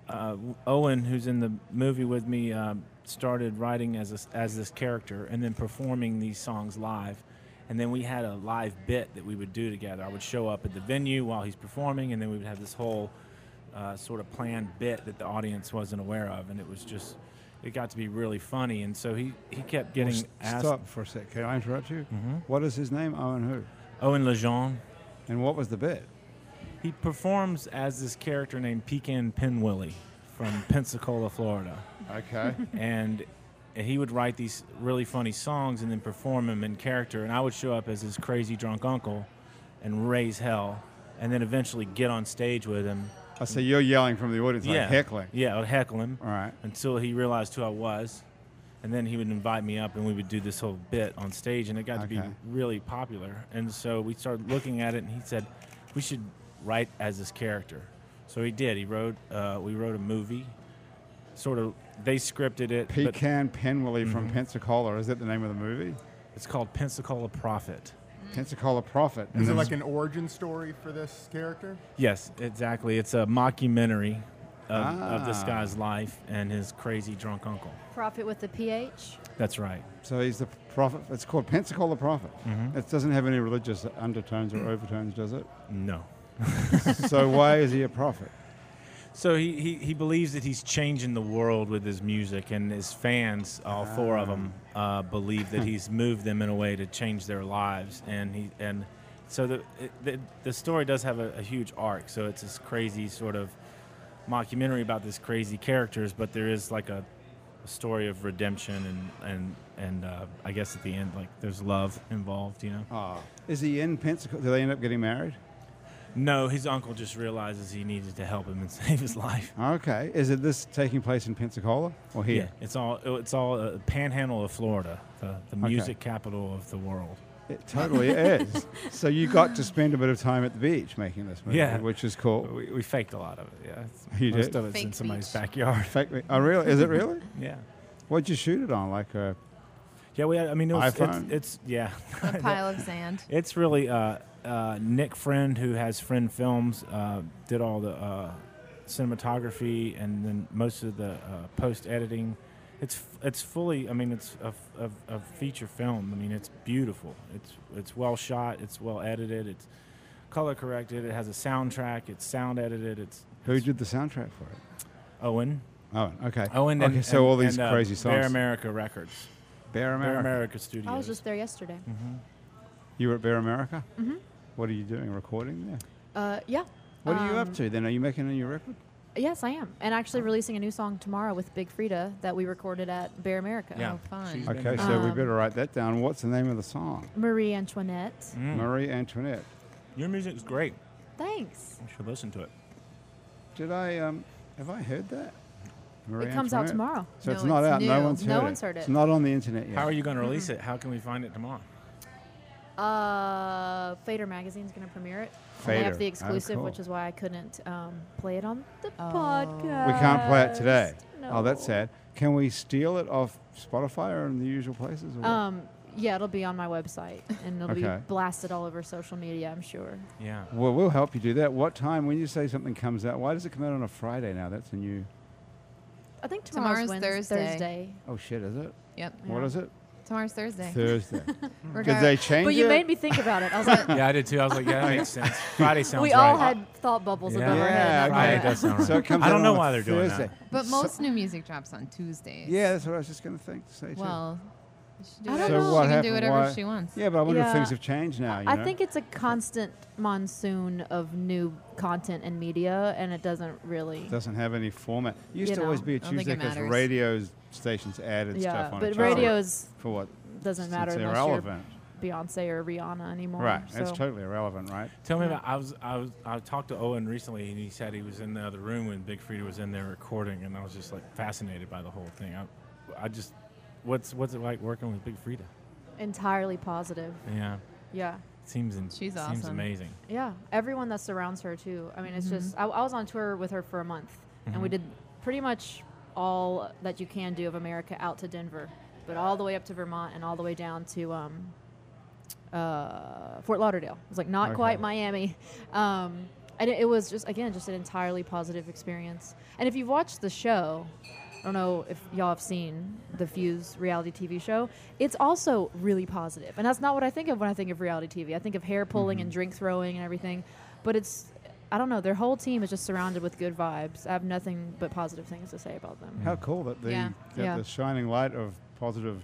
Speaker 4: uh, Owen, who's in the movie with me, um started writing as a, as this character, and then performing these songs live. And then we had a live bit that we would do together. I would show up at the venue while he's performing, and then we would have this whole uh, sort of planned bit that the audience wasn't aware of, and it was just it got to be really funny. And so he he kept getting
Speaker 1: S-
Speaker 4: asked.
Speaker 1: Stop for a sec. Can I interrupt you? What is his name? Owen who?
Speaker 4: Owen Lejean.
Speaker 1: And what was the bit?
Speaker 4: He performs as this character named Pecan Pinwillie from Pensacola, Florida,
Speaker 1: Okay.
Speaker 4: and he would write these really funny songs and then perform them in character. And I would show up as his crazy drunk uncle and raise hell, and then eventually get on stage with him.
Speaker 1: I say you're yelling from the audience, like heckling.
Speaker 4: Yeah, I would heckle him.
Speaker 1: All right.
Speaker 4: until he realized who I was. And then he would invite me up, and we would do this whole bit on stage, and it got to be
Speaker 1: Okay.
Speaker 4: really popular. And so we started looking at it, and he said, "We should write as this character." So he did. He wrote. Uh, we wrote a movie. Sort of. They scripted it. but
Speaker 1: Pecan Penwilly from Pensacola. Is that the name of the movie?
Speaker 4: It's called Pensacola Prophet.
Speaker 1: Pensacola Prophet.
Speaker 5: Is it
Speaker 1: And
Speaker 5: like
Speaker 1: it's-
Speaker 5: an origin story for this character?
Speaker 4: Yes, exactly. It's a mockumentary of, of this
Speaker 1: Ah.
Speaker 4: guy's life and his crazy drunk uncle.
Speaker 2: profit with the ph.
Speaker 4: That's right.
Speaker 1: So he's the prophet. It's called Pensacola prophet.
Speaker 4: Mm-hmm.
Speaker 1: It doesn't have any religious undertones or overtones, does it?
Speaker 4: No.
Speaker 1: so why is he a prophet?
Speaker 4: So he, he, he believes that he's changing the world with his music, and his fans, all four of them, uh, believe that he's moved them in a way to change their lives. And he and so the it, the, the story does have a, a huge arc. So it's this crazy sort of mockumentary about this crazy characters, but there is like a, a story of redemption and and and uh, I guess at the
Speaker 1: Uh.
Speaker 4: end like there's love involved. You know,
Speaker 1: Ah, is he in Pensacola? Do they end up getting married?
Speaker 4: No, his uncle just realizes he needed to help him and save his life.
Speaker 1: Okay. Is it this taking place in Pensacola or here?
Speaker 4: it's all it's all a panhandle of Florida, the, the music capital of the world.
Speaker 1: It totally is. So you got to spend a bit of time at the beach making this movie,
Speaker 4: Yeah.
Speaker 1: which is cool.
Speaker 4: We, we faked a lot of it. Yeah, It's-
Speaker 1: You
Speaker 4: most
Speaker 1: did?
Speaker 4: of it's in
Speaker 3: Fake
Speaker 4: somebody's
Speaker 3: beach.
Speaker 4: backyard.
Speaker 1: Fake me- Oh, really? Is it really?
Speaker 4: Yeah,
Speaker 1: What'd you shoot it on? Like uh, a
Speaker 4: yeah. We had, I mean, it was, it's,
Speaker 1: iPhone?
Speaker 4: it's yeah.
Speaker 3: A pile of sand.
Speaker 4: It's really uh, uh, Nick Friend, who has Friend Films, uh, did all the uh, cinematography and then most of the uh, post editing. It's it's fully. I mean, it's a, a, a feature film. I mean, it's beautiful. It's it's well shot. It's well edited. It's color corrected. It has a soundtrack. It's sound edited. It's
Speaker 1: who
Speaker 4: it's
Speaker 1: did the soundtrack for it?
Speaker 4: Owen.
Speaker 1: Owen. Okay.
Speaker 4: Owen.
Speaker 1: Okay.
Speaker 4: Oh, and,
Speaker 1: so
Speaker 4: and-
Speaker 1: all these
Speaker 4: and, uh,
Speaker 1: crazy songs.
Speaker 4: Bear America Records.
Speaker 1: Bear
Speaker 4: Bear
Speaker 1: America.
Speaker 4: America Studios. Mm-hmm.
Speaker 2: I was just there yesterday.
Speaker 1: You were at Bear America. Mm-hmm. What are you doing? Recording there?
Speaker 2: Uh, yeah.
Speaker 1: What are you up
Speaker 2: Um,
Speaker 1: to then? Are you making a new record?
Speaker 2: Yes, I am, and actually releasing a new song tomorrow with Big Frida that we recorded at Bear America.
Speaker 4: Yeah.
Speaker 3: Oh, fun.
Speaker 4: She's been
Speaker 1: Okay,
Speaker 4: in-
Speaker 1: so we
Speaker 2: Um,
Speaker 1: better write that down. What's the name of the song?
Speaker 2: Marie Antoinette.
Speaker 4: Mm.
Speaker 1: Marie Antoinette.
Speaker 4: Your music's great.
Speaker 2: Thanks.
Speaker 4: You should listen to it.
Speaker 1: Did I um have I heard that? Marie
Speaker 2: it comes out
Speaker 1: Antoinette?
Speaker 2: tomorrow.
Speaker 1: So it's
Speaker 3: No,
Speaker 1: not
Speaker 3: it's
Speaker 1: out. No
Speaker 3: new.
Speaker 1: one's heard
Speaker 2: No
Speaker 1: it.
Speaker 2: one's heard
Speaker 1: It's
Speaker 2: it.
Speaker 1: not on the internet yet.
Speaker 4: How are you going to
Speaker 2: Mm-hmm.
Speaker 4: release it? How can we find it tomorrow?
Speaker 2: Uh, Fader magazine's going to premiere it. And They
Speaker 1: Fader.
Speaker 2: have the
Speaker 1: Oh,
Speaker 2: exclusive,
Speaker 1: cool.
Speaker 2: which is why I couldn't um, play it on the
Speaker 3: Oh.
Speaker 2: podcast.
Speaker 1: we can't play it today. Oh, that's
Speaker 2: No.
Speaker 1: sad. Can we steal it off Spotify or in the usual places? Or what?
Speaker 2: Um, yeah, it'll be on my website, and it'll
Speaker 1: Okay.
Speaker 2: be blasted all over social media. I'm sure.
Speaker 4: Yeah.
Speaker 1: well, we'll help you do that. What time? When you say something comes out, why does it come out on a Friday now? That's a new.
Speaker 2: I think tomorrow's,
Speaker 3: Tomorrow's
Speaker 2: Wednesday-
Speaker 3: Thursday.
Speaker 2: Thursday.
Speaker 1: Oh shit! Is it?
Speaker 3: Yep.
Speaker 1: What
Speaker 2: Yeah.
Speaker 1: is it?
Speaker 3: Tomorrow's Thursday.
Speaker 1: Thursday.
Speaker 3: We're
Speaker 1: Did
Speaker 3: going-
Speaker 1: they change
Speaker 2: But you
Speaker 1: it?
Speaker 2: made me think about it. I was like,
Speaker 4: Yeah, I did too. I was like, yeah, that makes sense. Friday sounds
Speaker 2: we
Speaker 4: right.
Speaker 2: all had thought bubbles
Speaker 4: Yeah.
Speaker 2: above our head.
Speaker 4: okay. Right,
Speaker 2: That's
Speaker 4: it does sound right.
Speaker 1: So it comes
Speaker 4: I don't
Speaker 1: out
Speaker 4: know
Speaker 1: on a
Speaker 4: why they're doing
Speaker 1: Thursday.
Speaker 4: that.
Speaker 3: But most new music drops on Tuesdays.
Speaker 1: Yeah, that's what I was just going to think. Say too.
Speaker 3: Well, she, do
Speaker 2: I
Speaker 3: whatever-
Speaker 2: don't
Speaker 3: she
Speaker 2: know.
Speaker 1: what
Speaker 3: can do
Speaker 1: happened?
Speaker 3: whatever
Speaker 1: Why-
Speaker 3: she wants.
Speaker 1: Yeah, but I wonder if
Speaker 2: Yeah.
Speaker 1: things have changed now. You
Speaker 2: I
Speaker 1: know?
Speaker 2: think it's a constant monsoon of new content and media, and it doesn't really.
Speaker 1: doesn't have any format. It used
Speaker 2: You
Speaker 1: to always
Speaker 2: know,
Speaker 1: be a
Speaker 3: I don't think
Speaker 1: Tuesday
Speaker 3: it
Speaker 1: because
Speaker 3: matters.
Speaker 1: radio stations added
Speaker 2: yeah,
Speaker 1: stuff on it.
Speaker 2: but
Speaker 1: so
Speaker 2: radio is
Speaker 1: for what
Speaker 2: doesn't matter
Speaker 1: It's
Speaker 2: unless
Speaker 1: irrelevant,
Speaker 2: you're Beyonce or Rihanna anymore.
Speaker 1: right?
Speaker 2: So.
Speaker 1: It's totally irrelevant, right?
Speaker 4: Tell me about. I was. I was. I talked to Owen recently, and he said he was in the other room when Big Frida was in there recording, and I was just like fascinated by the whole thing. I, I just, what's what's it like working with Big Frida?
Speaker 2: entirely positive.
Speaker 4: Yeah,
Speaker 2: Yeah.
Speaker 4: seems in,
Speaker 3: She's
Speaker 4: seems
Speaker 3: awesome.
Speaker 4: amazing.
Speaker 2: Yeah. Everyone that surrounds her, too. I mean, it's just, I, I was on tour with her for a month, and we did pretty much all that you can do of America out to Denver, but all the way up to Vermont and all the way down to um, uh, Fort Lauderdale. It was like not
Speaker 1: Okay.
Speaker 2: quite Miami. Um, and it, it was just, again, just an entirely positive experience. And if you've watched the show, I don't know if y'all have seen the Fuse reality TV show. It's also really positive, and that's not what I think of when I think of reality TV. I think of hair pulling and drink throwing and everything, but it's I don't know. Their whole team is just surrounded with good vibes. I have nothing but positive things to say about
Speaker 4: Hmm.
Speaker 2: them.
Speaker 1: How cool that the
Speaker 3: Yeah.
Speaker 1: that
Speaker 2: Yeah.
Speaker 1: the shining light of positive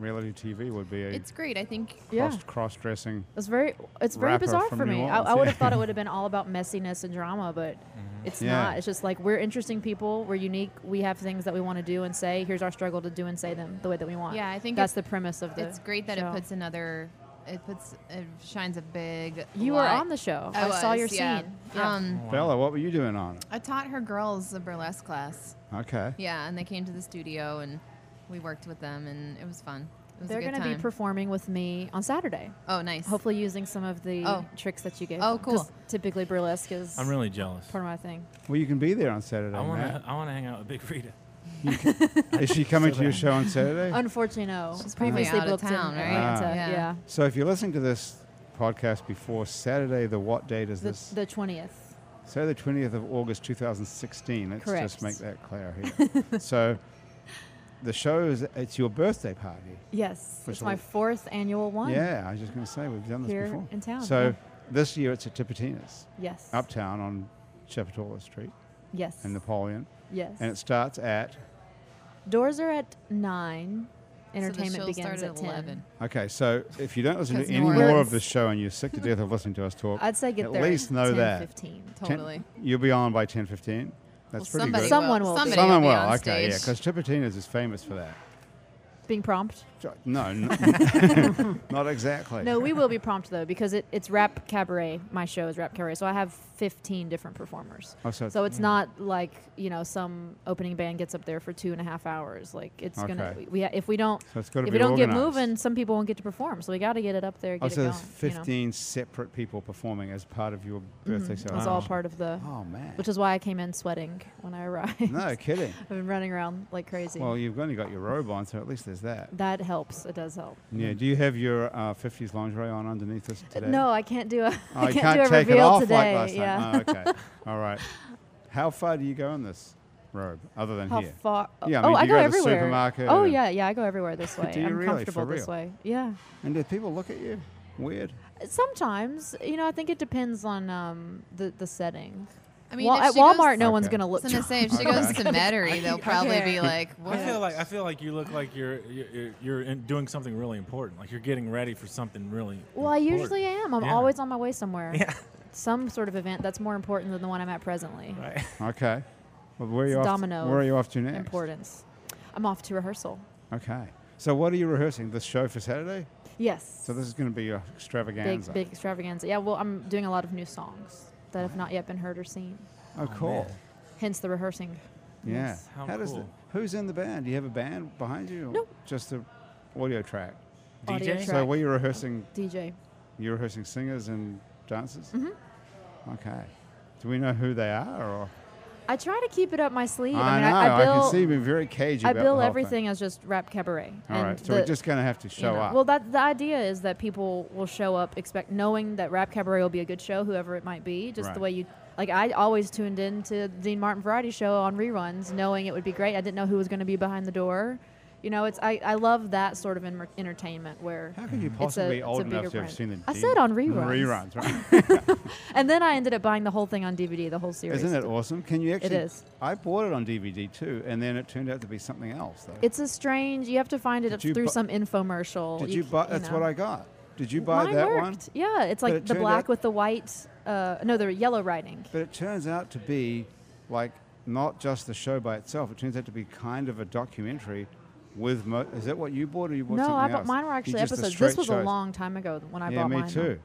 Speaker 1: reality TV would be a
Speaker 3: It's great. I think
Speaker 2: Yeah,
Speaker 1: cross cross dressing.
Speaker 2: it's very it's very
Speaker 1: Rapper
Speaker 2: bizarre
Speaker 1: from
Speaker 2: for
Speaker 1: New
Speaker 2: me. I,
Speaker 1: Orleans,
Speaker 2: I would
Speaker 1: yeah.
Speaker 2: have thought it would have been all about messiness and drama, but it's
Speaker 1: Yeah.
Speaker 2: not. It's just like we're interesting people. We're unique. We have things that we want to do and say. Here's our struggle to do and say them the way that we want.
Speaker 3: Yeah, I think
Speaker 2: that's the
Speaker 3: it's-
Speaker 2: premise of the.
Speaker 3: it's great that
Speaker 2: show.
Speaker 3: it puts another. It puts. It shines a big.
Speaker 2: You were
Speaker 3: light.
Speaker 2: on the show. I, saw
Speaker 3: was,
Speaker 2: your
Speaker 3: yeah.
Speaker 2: scene. Yeah.
Speaker 3: Um,
Speaker 1: Bella, what were you doing on it?
Speaker 3: I taught her girls a burlesque class.
Speaker 1: Okay.
Speaker 3: Yeah, and they came to the studio and we worked with them and it was fun. It was
Speaker 2: They're
Speaker 3: a good
Speaker 2: going to be
Speaker 3: time.
Speaker 2: performing with me on Saturday.
Speaker 3: oh, nice.
Speaker 2: Hopefully, using some of the
Speaker 3: Oh.
Speaker 2: tricks that you gave.
Speaker 3: Oh,
Speaker 2: them, 'cause
Speaker 3: cool.
Speaker 2: Typically, burlesque is
Speaker 4: I'm really jealous.
Speaker 2: part of my thing.
Speaker 1: Well, you can be there on Saturday.
Speaker 4: I want
Speaker 1: Matt.
Speaker 4: to. I want to hang out with Big Frida.
Speaker 1: Is she coming to your
Speaker 4: bad.
Speaker 1: show on Saturday?
Speaker 2: Unfortunately, no.
Speaker 3: She's probably
Speaker 2: previously
Speaker 3: out of
Speaker 2: booked
Speaker 3: town,
Speaker 2: in
Speaker 3: right?
Speaker 2: Atlanta.
Speaker 3: Ah.
Speaker 2: Yeah.
Speaker 3: Yeah.
Speaker 1: so if you're listening to this podcast before Saturday, the what date is this?
Speaker 2: The, the 20th.
Speaker 1: So the 20th of August 2016. Let's just
Speaker 2: Correct.
Speaker 1: make that clear here. so the show is, it's your birthday party.
Speaker 2: Yes.
Speaker 1: Which
Speaker 2: it's my
Speaker 1: will-
Speaker 2: fourth annual one.
Speaker 1: Yeah, I was just going to say, we've done this
Speaker 2: Here
Speaker 1: before.
Speaker 2: in town,
Speaker 1: So
Speaker 2: yeah.
Speaker 1: this year it's at Tipitina's,
Speaker 2: Yes.
Speaker 1: uptown on Chapatola Street
Speaker 2: Yes.
Speaker 1: in Napoleon.
Speaker 2: yes.
Speaker 1: And it starts at,
Speaker 2: Doors are at 9.
Speaker 3: So the
Speaker 2: Entertainment
Speaker 3: show
Speaker 2: begins
Speaker 3: started
Speaker 2: at 10.
Speaker 3: 11.
Speaker 1: okay, so if you don't listen to
Speaker 3: Because
Speaker 1: any
Speaker 3: New
Speaker 1: more of
Speaker 2: Orleans.
Speaker 1: this show and you're sick to death of listening to us talk,
Speaker 2: I'd say get
Speaker 1: At
Speaker 2: there
Speaker 1: least know that.
Speaker 2: 15.
Speaker 1: ten-
Speaker 3: Totally.
Speaker 1: you'll be on by 10.15. That's
Speaker 3: well,
Speaker 1: pretty
Speaker 3: somebody
Speaker 1: good.
Speaker 2: Someone
Speaker 3: will.
Speaker 2: will be.
Speaker 3: Somebody
Speaker 1: Someone
Speaker 3: will.
Speaker 1: will,
Speaker 3: Be on
Speaker 1: okay, yeah,
Speaker 3: stage.
Speaker 1: because Tipitina's is famous for that.
Speaker 2: Being prompt?
Speaker 1: Jo- No, n- not exactly.
Speaker 2: No, we will be prompt though because it, it's rap cabaret. My show is rap cabaret, so I have 15 different performers.
Speaker 1: Oh, so it's-
Speaker 2: So it's not like you know some opening band gets up there for two and a half hours. Like it's gonna
Speaker 1: Okay.
Speaker 2: we if we don't
Speaker 1: So it's gotta
Speaker 2: if
Speaker 1: be
Speaker 2: we don't get
Speaker 1: organized.
Speaker 2: moving, some people won't get to perform. So we got to get it up there. Get
Speaker 1: Oh, so
Speaker 2: it
Speaker 1: there's 15
Speaker 2: going.
Speaker 1: separate people performing as part of your
Speaker 2: You know?
Speaker 1: birthday
Speaker 2: Mhm.
Speaker 1: celebration.
Speaker 2: It's all part of the,
Speaker 1: Oh man.
Speaker 2: which is why I came in sweating when I arrived.
Speaker 1: no kidding.
Speaker 2: I've been running around like crazy.
Speaker 1: Well, you've only got your robe on, so at least there's that.
Speaker 2: that helps. It does help.
Speaker 1: Yeah. Do you have your uh, 50s lingerie on underneath this today?
Speaker 2: No, I can't do a
Speaker 1: Oh,
Speaker 2: I
Speaker 1: you
Speaker 2: can't,
Speaker 1: can't,
Speaker 2: do a
Speaker 1: take it
Speaker 2: reveal
Speaker 1: off
Speaker 2: today.
Speaker 1: like last
Speaker 2: yeah.
Speaker 1: time. Oh, okay. all right. How far do you go in this robe, other than
Speaker 2: How
Speaker 1: here?
Speaker 2: far?
Speaker 1: Yeah, I
Speaker 2: oh,
Speaker 1: mean, do
Speaker 2: I
Speaker 1: you go
Speaker 2: go,
Speaker 1: to the
Speaker 2: everywhere.
Speaker 1: supermarket
Speaker 2: oh
Speaker 1: and-
Speaker 2: yeah, yeah, I go everywhere this way.
Speaker 1: Do you
Speaker 2: I'm
Speaker 1: really?
Speaker 2: comfortable
Speaker 1: For
Speaker 2: this
Speaker 1: real?
Speaker 2: way. Yeah.
Speaker 1: And do people look at you? Weird.
Speaker 2: Sometimes, you know, I think it depends on um, the the setting.
Speaker 3: I mean,
Speaker 2: Well,
Speaker 3: if
Speaker 2: at
Speaker 3: she goes-
Speaker 2: Walmart, no
Speaker 1: Okay.
Speaker 2: one's gonna
Speaker 3: I was
Speaker 2: look.
Speaker 3: gonna say if she
Speaker 1: Okay.
Speaker 3: goes to Metairie, they'll probably be like, "What?"
Speaker 4: I feel like I feel like you look like you're you're, you're in doing something really important. Like you're getting ready for something really.
Speaker 2: well, I
Speaker 4: important.
Speaker 2: usually am. I'm
Speaker 4: Yeah.
Speaker 2: always on my way somewhere.
Speaker 4: Yeah.
Speaker 2: Some sort of event that's more important than the one I'm at presently.
Speaker 4: Right.
Speaker 1: Okay. Well, where are you
Speaker 2: It's
Speaker 1: off?
Speaker 2: domino
Speaker 1: Where are you off to next?
Speaker 2: Importance. I'm off to rehearsal.
Speaker 1: Okay. So what are you rehearsing? The show for Saturday?
Speaker 2: Yes.
Speaker 1: So this is going to be your
Speaker 2: big
Speaker 1: extravaganza.
Speaker 2: big extravaganza. Yeah. Well, I'm doing a lot of new songs that have not yet been heard or seen.
Speaker 1: Oh, cool.
Speaker 4: man.
Speaker 2: Hence the rehearsing.
Speaker 1: yeah.
Speaker 4: Yes. How
Speaker 1: does the-
Speaker 4: cool.
Speaker 1: who's in the band? Do you have a band behind you? or
Speaker 2: No.
Speaker 1: Just the audio track.
Speaker 2: Audio
Speaker 4: DJ.
Speaker 2: track.
Speaker 1: So were you rehearsing?
Speaker 2: DJ.
Speaker 1: You're rehearsing singers and dancers. Mm-hmm. Okay. Do we know who they are? Or
Speaker 2: I try to keep it up my sleeve. I,
Speaker 1: I
Speaker 2: mean,
Speaker 1: know.
Speaker 2: I, I bill,
Speaker 1: can see you being very cagey.
Speaker 2: I
Speaker 1: about
Speaker 2: bill
Speaker 1: the whole
Speaker 2: everything as just rap cabaret.
Speaker 1: Thing. All
Speaker 2: and
Speaker 1: right. So
Speaker 2: the-
Speaker 1: we're just going to have to
Speaker 2: you
Speaker 1: show
Speaker 2: know-
Speaker 1: up.
Speaker 2: Well, that the idea is that people will show up expect knowing that rap cabaret will be a good show, whoever it might be. Just the
Speaker 1: Right.
Speaker 2: way you like. I always tuned in to the Dean Martin variety show on reruns, knowing it would be great. I didn't know who was going to be behind the door. You know, it's I, I love that sort of en- entertainment where.
Speaker 1: How could you
Speaker 2: a-
Speaker 1: possibly be
Speaker 2: it's a
Speaker 1: old enough
Speaker 2: bigger
Speaker 1: to have
Speaker 2: brand.
Speaker 1: seen the?
Speaker 2: I
Speaker 1: D-
Speaker 2: said on
Speaker 1: Reruns,
Speaker 2: reruns.
Speaker 1: right?
Speaker 2: And then I ended up buying the whole thing on DVD, the whole series.
Speaker 1: Isn't it awesome? Can you actually?
Speaker 2: is.
Speaker 1: I bought it on DVD too, and then it turned out to be something else. Though.
Speaker 2: It's a strange. You have to find it
Speaker 1: Did you
Speaker 2: through
Speaker 1: bu-
Speaker 2: some infomercial.
Speaker 1: Did you,
Speaker 2: c-
Speaker 1: buy? That's
Speaker 2: know.
Speaker 1: what I got. Did you buy
Speaker 2: Mine
Speaker 1: that
Speaker 2: worked.
Speaker 1: one?
Speaker 2: Yeah, it's
Speaker 1: it
Speaker 2: like the
Speaker 1: turned
Speaker 2: black
Speaker 1: out-
Speaker 2: with the white. Uh, no, the yellow writing.
Speaker 1: But it turns out to be like not just the show by itself. It turns out to be kind of a documentary. With mo- is that what you bought or you bought
Speaker 2: No,
Speaker 1: something
Speaker 2: I bought
Speaker 1: else?
Speaker 2: mine were
Speaker 1: You
Speaker 2: actually
Speaker 1: just the
Speaker 2: episodes. This
Speaker 1: straight
Speaker 2: was a
Speaker 1: shows.
Speaker 2: long time ago th- when I
Speaker 1: Yeah,
Speaker 2: bought
Speaker 1: me
Speaker 2: mine. Hmm.
Speaker 1: too.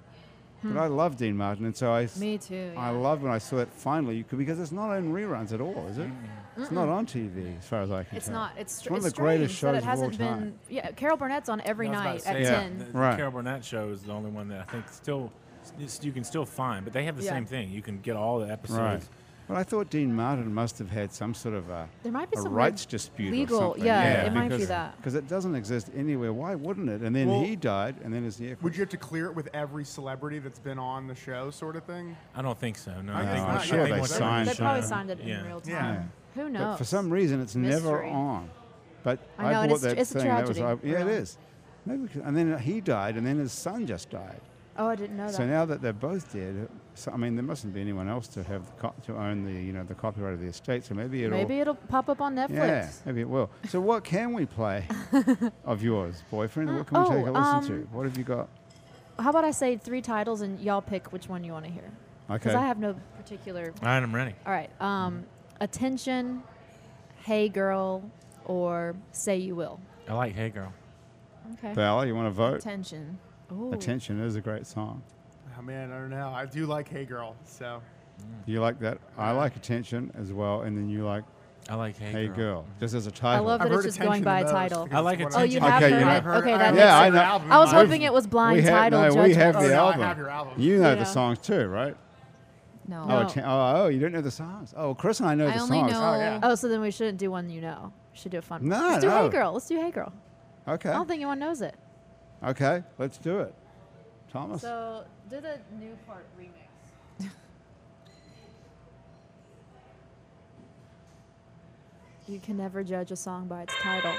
Speaker 1: But I love Dean Martin, and so I. s-
Speaker 2: Me too.
Speaker 1: I love when I saw it finally you could- because it's not on reruns at all, is it? It's not on TV as far as I can
Speaker 2: It's
Speaker 1: tell.
Speaker 2: not. It's, str-
Speaker 1: one of
Speaker 2: it's
Speaker 1: the greatest
Speaker 2: strange that
Speaker 1: shows
Speaker 2: it
Speaker 1: of all
Speaker 2: hasn't been.
Speaker 1: time.
Speaker 2: Yeah, Carol Burnett's on every
Speaker 4: I was about
Speaker 2: night
Speaker 4: to
Speaker 2: at
Speaker 4: say,
Speaker 1: yeah.
Speaker 4: The,
Speaker 2: 10.
Speaker 4: the
Speaker 1: Right.
Speaker 4: Carol Burnett show is the only one that I think still it's- you can still find, but they have the
Speaker 2: Yeah.
Speaker 4: same thing. You can get all the episodes.
Speaker 1: Right. But I thought Dean Martin must have had some sort of a,
Speaker 2: There might be
Speaker 1: a
Speaker 2: some
Speaker 1: rights
Speaker 2: weird
Speaker 1: dispute.
Speaker 2: legal-
Speaker 1: or something.
Speaker 2: yeah,
Speaker 4: it
Speaker 2: might be that.
Speaker 1: Because it doesn't exist anywhere. Why wouldn't it? And then
Speaker 5: Well,
Speaker 1: he died, and then his yeah.
Speaker 5: Would you have to clear it with every celebrity that's been on the show, sort of thing?
Speaker 4: I don't think so. No,
Speaker 5: I think
Speaker 1: I'm
Speaker 4: not.
Speaker 1: sure
Speaker 4: I
Speaker 1: they
Speaker 4: think once
Speaker 1: signed
Speaker 2: They
Speaker 1: Fine,
Speaker 2: probably
Speaker 1: so-
Speaker 2: signed it
Speaker 4: Yeah.
Speaker 2: in real
Speaker 5: Yeah.
Speaker 2: time. Who knows?
Speaker 1: But for some reason, it's never
Speaker 2: Mystery.
Speaker 1: on. But
Speaker 2: I
Speaker 1: I,
Speaker 2: know,
Speaker 1: bought
Speaker 2: and it's-
Speaker 1: that
Speaker 2: it's a
Speaker 1: thing. That was,
Speaker 2: tragedy,
Speaker 1: yeah,
Speaker 2: really.
Speaker 1: it is. Maybe, we could- and then he died, and then his son just died.
Speaker 2: oh, I didn't know that.
Speaker 1: So now that they're both dead, so, I mean, there mustn't be anyone else to have the co- to own the you know the copyright of the estate. So maybe it'll
Speaker 2: Maybe it'll pop up on Netflix.
Speaker 1: yeah, maybe it will. So what can we play of yours, boyfriend? What can we
Speaker 2: oh,
Speaker 1: take a listen
Speaker 2: um,
Speaker 1: to? What have you got?
Speaker 2: How about I say three titles and y'all pick which one you want to hear?
Speaker 1: Okay.
Speaker 2: Because I have no particular.
Speaker 4: All right, I'm ready.
Speaker 2: All right. Um, attention, hey girl, or say you will.
Speaker 4: I like Hey Girl.
Speaker 2: Okay.
Speaker 1: Val, you want to vote?
Speaker 3: Attention.
Speaker 2: Ooh.
Speaker 1: Attention is a great song.
Speaker 5: Oh man, I don't know. I do like Hey Girl, so
Speaker 1: You like that? I
Speaker 2: Uh-huh.
Speaker 1: like Attention as well, and then you like
Speaker 4: I like Hey,
Speaker 1: Hey Girl, just as a title.
Speaker 2: love- But
Speaker 5: I've
Speaker 2: it's
Speaker 5: heard
Speaker 2: just
Speaker 5: Attention
Speaker 2: going by
Speaker 5: the most
Speaker 2: title.
Speaker 5: because
Speaker 4: I like
Speaker 5: it's
Speaker 4: Attention.
Speaker 5: one
Speaker 2: Oh,
Speaker 5: of-
Speaker 2: you
Speaker 1: Okay,
Speaker 2: have
Speaker 1: you
Speaker 2: heard
Speaker 1: know-
Speaker 2: it.
Speaker 5: I've heard-
Speaker 2: okay,
Speaker 5: I
Speaker 2: that
Speaker 5: have
Speaker 2: makes
Speaker 1: Yeah, I
Speaker 5: your
Speaker 2: sense.
Speaker 1: know.
Speaker 5: album.
Speaker 2: I was
Speaker 1: We've-
Speaker 2: hoping it was blind
Speaker 1: we have,
Speaker 2: title
Speaker 1: no, we
Speaker 2: judgment.
Speaker 1: have
Speaker 5: Oh,
Speaker 1: the
Speaker 5: no, I
Speaker 1: album.
Speaker 5: have your album.
Speaker 1: You know the
Speaker 2: Yeah.
Speaker 1: songs too, right?
Speaker 3: No.
Speaker 2: No.
Speaker 1: Oh, atten- oh, oh, you don't know the songs. Oh, Chris and I know
Speaker 3: I
Speaker 1: the
Speaker 3: only
Speaker 1: songs.
Speaker 3: know.
Speaker 5: Oh, yeah.
Speaker 2: Oh, so then we shouldn't do one you know. We should do a fun.
Speaker 1: No,
Speaker 2: one. Let's do
Speaker 1: no.
Speaker 2: hey girl. Let's do hey girl.
Speaker 1: Okay.
Speaker 2: I don't think anyone knows it.
Speaker 1: Okay, let's do it. Thomas.
Speaker 2: So do the new part remix. you can never judge a song by its title.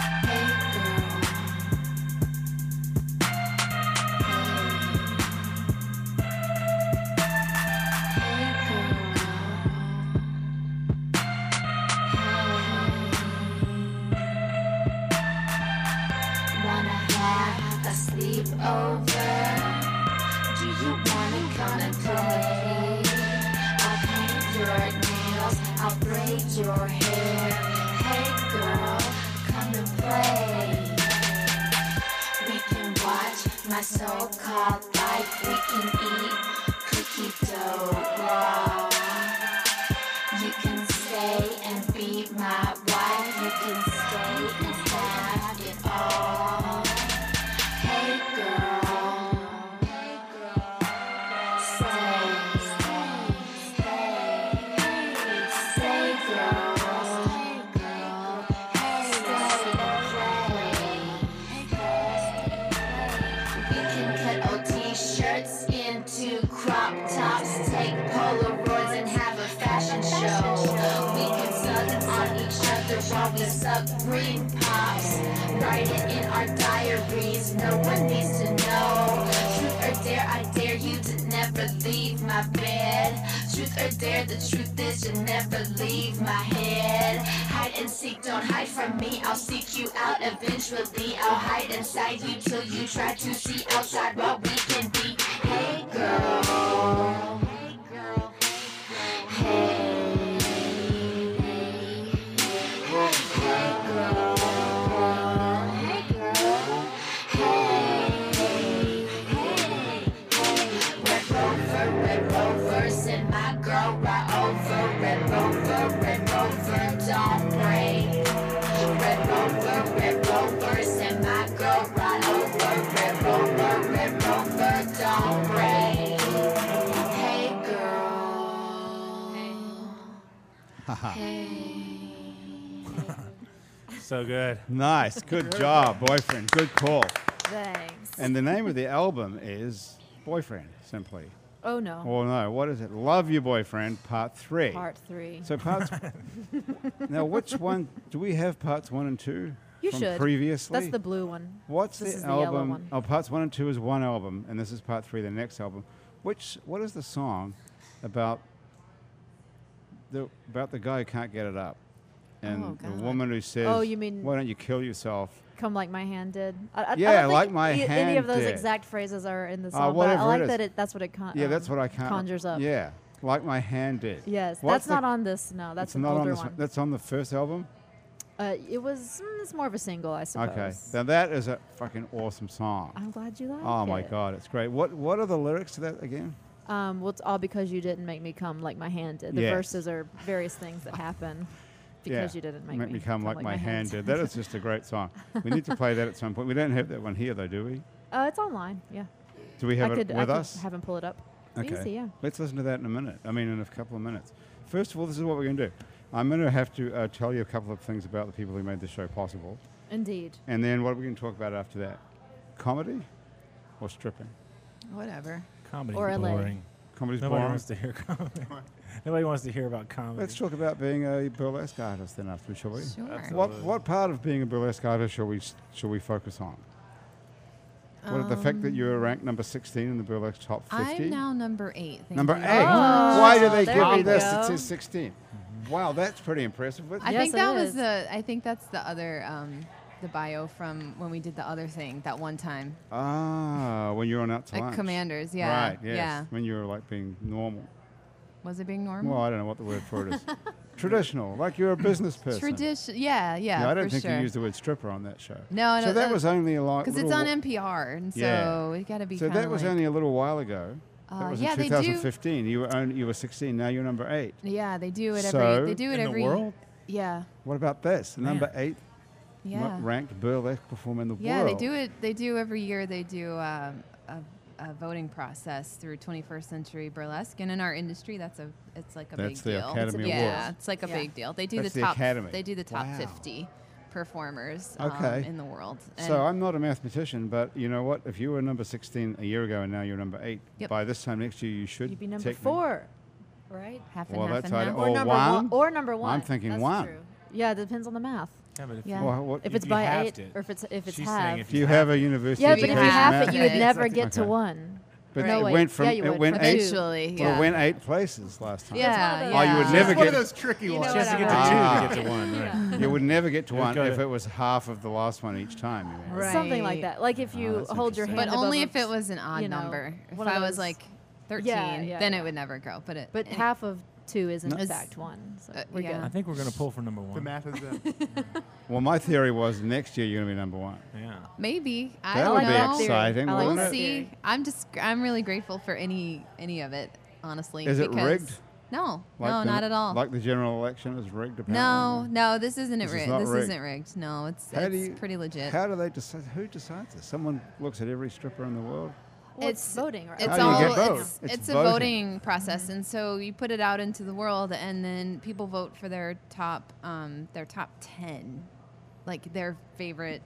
Speaker 6: Hey over. Do you wanna come and play? I'll paint your nails, I'll braid your hair. Hey girl, come and play. We can watch my so-called life. We can eat cookie dough raw. You can stay and be my wife. You can stay and have it all. Hey girl. Hey girl. Stay. Stay. Stay girl. Stay girl. Hey girl. We can cut old t-shirts into crop tops. Take Polaroids and have a fashion show. We can suck on each other while we suck green pops. Write it in our diaries. No one needs to know. Truth or dare, I dare you to never leave my bed. Truth or dare, the truth is you never leave my head. Hide and seek, don't hide from me. I'll seek you out eventually. I'll hide inside you till you try to see outside what we can be. Hey girl. Hey girl. Hey. Hey girl. Hey girl. Hey. Hey. Hey. Red Rover, Red Rover, send my girl right over. Red Rover, Red Rover, don't break. Red Rover, Red Rover, send my girl right over. Red Rover, Red Rover, don't break. Hey girl. Hey.
Speaker 4: So good.
Speaker 1: Nice. Good job, boyfriend. Good call.
Speaker 2: Thanks.
Speaker 1: And the name of the album is Boyfriend, simply.
Speaker 2: Oh no.
Speaker 1: Or no, what is it? Love You Boyfriend, Part Three.
Speaker 2: Part three.
Speaker 1: So parts. now, which one do we have? Parts one and two.
Speaker 2: You
Speaker 1: from
Speaker 2: should.
Speaker 1: Previously.
Speaker 2: That's the blue one.
Speaker 1: What's
Speaker 2: this is
Speaker 1: the
Speaker 2: the yellow
Speaker 1: album?
Speaker 2: one.
Speaker 1: Oh, parts one and two is one album, and this is part three, the next album. Which what is the song about? The about the guy who can't get it up, and
Speaker 3: Oh,
Speaker 1: the
Speaker 3: God.
Speaker 1: woman who says,
Speaker 2: Oh, you mean-
Speaker 1: why don't you kill yourself?"
Speaker 2: Come like my hand did. I, I- I,
Speaker 1: Yeah,
Speaker 2: don't think
Speaker 1: like my
Speaker 2: e- Any
Speaker 1: hand
Speaker 2: of those
Speaker 1: did.
Speaker 2: exact phrases are in the
Speaker 1: Uh,
Speaker 2: song, but I-
Speaker 1: whatever
Speaker 2: I
Speaker 1: it
Speaker 2: like
Speaker 1: is.
Speaker 2: that it. That's what it. Con-
Speaker 1: Yeah,
Speaker 2: um,
Speaker 1: that's what I can't.
Speaker 2: conjures up.
Speaker 1: Yeah, like my hand did.
Speaker 2: Yes,
Speaker 1: What's
Speaker 2: that's
Speaker 1: the-
Speaker 2: not on this. No, that's
Speaker 1: It's
Speaker 2: an
Speaker 1: not on
Speaker 2: older
Speaker 1: this
Speaker 2: one.
Speaker 1: That's on the first album.
Speaker 2: Uh, it was. mm, It's more of a single, I suppose.
Speaker 1: Okay, now that is a fucking awesome song.
Speaker 2: I'm glad you like it.
Speaker 1: oh my god, it's great. What What are the lyrics to that again?
Speaker 2: Um, well, it's all because you didn't make me come like my hand did. The
Speaker 1: Yes.
Speaker 2: verses are various things that happen because
Speaker 1: Yeah,
Speaker 2: you didn't make,
Speaker 1: me come, like, my hand did. That is just a great song. We need to play that at some point. We don't have that one here though, do we?
Speaker 2: Uh, it's online. Yeah,
Speaker 1: Do we have
Speaker 2: I
Speaker 1: it
Speaker 2: could.
Speaker 1: with
Speaker 2: I could
Speaker 1: us?
Speaker 2: have him pull it up.
Speaker 1: okay.
Speaker 2: Easy, yeah.
Speaker 1: Let's listen to that in a minute. I mean, in a couple of minutes. First of all, this is what we're going to do. I'm going to have to uh, tell you a couple of things about the people who made this show possible,
Speaker 2: Indeed.
Speaker 1: and then what are we going to talk about after that? Comedy or stripping?
Speaker 3: Whatever.
Speaker 4: Comedy's
Speaker 2: Or LA.
Speaker 4: boring.
Speaker 1: Comedy's
Speaker 4: Nobody
Speaker 1: boring.
Speaker 4: wants to hear comedy. Nobody wants to hear about comedy.
Speaker 1: Let's talk about being a burlesque artist then, after shall we?
Speaker 3: Sure.
Speaker 1: What what part of being a burlesque artist shall we s- shall we focus on? what the fact that you
Speaker 3: Um,
Speaker 1: were ranked number sixteen in the burlesque top fifty?
Speaker 3: I'm now number eight. Thank
Speaker 1: number
Speaker 3: you. Oh,
Speaker 1: eight. Why do they
Speaker 2: there
Speaker 1: give me
Speaker 2: we
Speaker 1: this? It
Speaker 2: go.
Speaker 1: says sixteen.
Speaker 4: Mm-hmm.
Speaker 1: Wow, that's pretty impressive. But
Speaker 3: I
Speaker 2: Oh, Yes,
Speaker 3: think
Speaker 2: it
Speaker 3: that
Speaker 2: is.
Speaker 3: was the. I think that's the other. Um, the bio from when we did the other thing that one time
Speaker 1: ah, when you were on out to
Speaker 3: at
Speaker 1: lunch.
Speaker 3: Commanders. Yeah.
Speaker 1: Right. Yes.
Speaker 3: Yeah.
Speaker 1: When you were like being normal.
Speaker 3: Was it being normal?
Speaker 1: Well, I don't know what the word for it is. Traditional, like you're a business person.
Speaker 3: Tradition. Yeah. Yeah.
Speaker 1: Yeah, I don't
Speaker 3: for
Speaker 1: think
Speaker 3: sure.
Speaker 1: you used the word stripper on that show.
Speaker 3: No,
Speaker 1: So
Speaker 3: no,
Speaker 1: that
Speaker 3: no.
Speaker 1: was only a like
Speaker 3: because it's
Speaker 1: little
Speaker 3: on
Speaker 1: wa-
Speaker 3: NPR, and so
Speaker 1: Yeah.
Speaker 3: it got to be.
Speaker 1: So
Speaker 3: kinda
Speaker 1: that was
Speaker 3: like-
Speaker 1: only a little while ago. that
Speaker 3: Uh,
Speaker 1: was
Speaker 3: yeah,
Speaker 1: in
Speaker 3: they do-
Speaker 1: 2015. You were only, you were 16. Now you're number eight.
Speaker 3: Yeah, they do it every.
Speaker 1: So,
Speaker 3: they do it
Speaker 4: in the
Speaker 3: every.
Speaker 4: world?
Speaker 3: Yeah.
Speaker 1: What about this? Number eight m-
Speaker 3: Yeah.
Speaker 1: ranked burlesque performer in the
Speaker 3: Yeah,
Speaker 1: world.
Speaker 3: they do it. They do every year. They do um, a, a voting process through 21st century burlesque, and in our industry, that's a it's like a
Speaker 1: That's the
Speaker 3: big deal.
Speaker 1: Academy
Speaker 3: yeah,
Speaker 1: Awards.
Speaker 3: it's like a
Speaker 2: Yeah.
Speaker 3: big deal. They do
Speaker 1: That's the
Speaker 3: the top.
Speaker 1: Academy.
Speaker 3: They do the top
Speaker 1: Wow.
Speaker 3: 50 performers um,
Speaker 1: Okay.
Speaker 3: in the world. And-
Speaker 1: So I'm not a mathematician, but you know what? If you were number 16 a year ago and now you're number eight,
Speaker 3: Yep.
Speaker 1: by this time next year you should
Speaker 2: You'd be number
Speaker 1: technically-
Speaker 2: four, right?
Speaker 3: half and
Speaker 1: Well,
Speaker 3: half
Speaker 1: that's
Speaker 3: and
Speaker 1: how I-
Speaker 3: half.
Speaker 1: Or
Speaker 2: number
Speaker 1: one?
Speaker 2: or number one.
Speaker 1: thinking
Speaker 2: That's
Speaker 1: one.
Speaker 2: True. Yeah, it depends on the math.
Speaker 4: Yeah, but if
Speaker 3: Yeah.
Speaker 4: you,
Speaker 1: Well, what,
Speaker 2: If
Speaker 4: If
Speaker 2: it's
Speaker 4: you
Speaker 2: by
Speaker 4: halved
Speaker 2: eight
Speaker 4: it.
Speaker 2: or if it's if it's
Speaker 4: she's
Speaker 2: half.
Speaker 4: saying if
Speaker 1: do you have a university?
Speaker 2: yeah, but if
Speaker 1: degree
Speaker 2: you
Speaker 1: in
Speaker 2: half
Speaker 1: math?
Speaker 2: it, you would
Speaker 3: math.
Speaker 2: never get to
Speaker 1: Okay.
Speaker 2: one.
Speaker 1: But
Speaker 2: No,
Speaker 1: it
Speaker 2: wait.
Speaker 1: went from
Speaker 2: Yeah, you
Speaker 1: it
Speaker 2: would.
Speaker 1: went
Speaker 2: From
Speaker 1: eight.
Speaker 2: two.
Speaker 3: Eventually,
Speaker 1: Well,
Speaker 3: yeah.
Speaker 1: it went eight places last time.
Speaker 3: yeah,
Speaker 2: one of
Speaker 3: yeah.
Speaker 1: Oh, you would never
Speaker 5: It's one
Speaker 1: get
Speaker 5: of those tricky
Speaker 2: You know
Speaker 5: ones.
Speaker 4: She has to
Speaker 2: what
Speaker 4: get
Speaker 2: I-
Speaker 1: Ah.
Speaker 4: to two to get to one. Right.
Speaker 1: you would never get to
Speaker 4: You'd
Speaker 1: one
Speaker 4: go
Speaker 1: if
Speaker 4: to-
Speaker 1: it was half of the last one each time. You mean.
Speaker 2: Something like
Speaker 3: Right.
Speaker 2: that. Like
Speaker 1: Oh,
Speaker 2: if you
Speaker 4: that's
Speaker 2: hold your hand
Speaker 4: interesting.
Speaker 3: But
Speaker 2: above
Speaker 3: only
Speaker 2: a-
Speaker 3: if it was an odd
Speaker 2: you know,
Speaker 3: number. If
Speaker 2: one of
Speaker 3: I was
Speaker 2: those-
Speaker 3: like 13,
Speaker 2: yeah,
Speaker 3: then
Speaker 2: yeah.
Speaker 3: it would never go. But it,
Speaker 2: But
Speaker 3: it-
Speaker 2: half of two is in
Speaker 3: It's-
Speaker 2: fact one. So
Speaker 3: uh,
Speaker 2: we're
Speaker 3: yeah.
Speaker 4: I
Speaker 2: good.
Speaker 4: think we're gonna pull for number one.
Speaker 5: The math is in.
Speaker 1: Well, my theory was next year you're going to be number one.
Speaker 4: Yeah.
Speaker 3: maybe I
Speaker 1: That
Speaker 3: don't
Speaker 1: would be
Speaker 3: know.
Speaker 1: exciting,
Speaker 2: Oh, I like
Speaker 1: wouldn't
Speaker 2: that
Speaker 1: it?
Speaker 3: We'll see.
Speaker 2: theory.
Speaker 3: I'm just I'm really grateful for any any of it, honestly.
Speaker 1: Is it
Speaker 3: because-
Speaker 1: rigged?
Speaker 3: No,
Speaker 1: Like
Speaker 3: no,
Speaker 1: the-
Speaker 3: not at all.
Speaker 1: Like the general election is rigged,
Speaker 3: no,
Speaker 1: apparently.
Speaker 3: no, this isn't
Speaker 1: This
Speaker 3: it
Speaker 1: is
Speaker 3: rigged.
Speaker 1: not
Speaker 3: this
Speaker 1: rigged.
Speaker 3: isn't rigged. No, it's
Speaker 1: How
Speaker 3: it's
Speaker 1: do you-
Speaker 3: pretty legit.
Speaker 1: How do they decide? Who decides this? Someone looks at every stripper in the world.
Speaker 2: Well,
Speaker 3: It's-
Speaker 2: voting, right?
Speaker 3: It's
Speaker 1: do you
Speaker 3: all
Speaker 1: get vote?
Speaker 3: it's,
Speaker 1: It's
Speaker 3: it's a
Speaker 1: voting.
Speaker 3: voting process, and so you put it out into the world, and then people vote for their top um, their top ten, like their favorite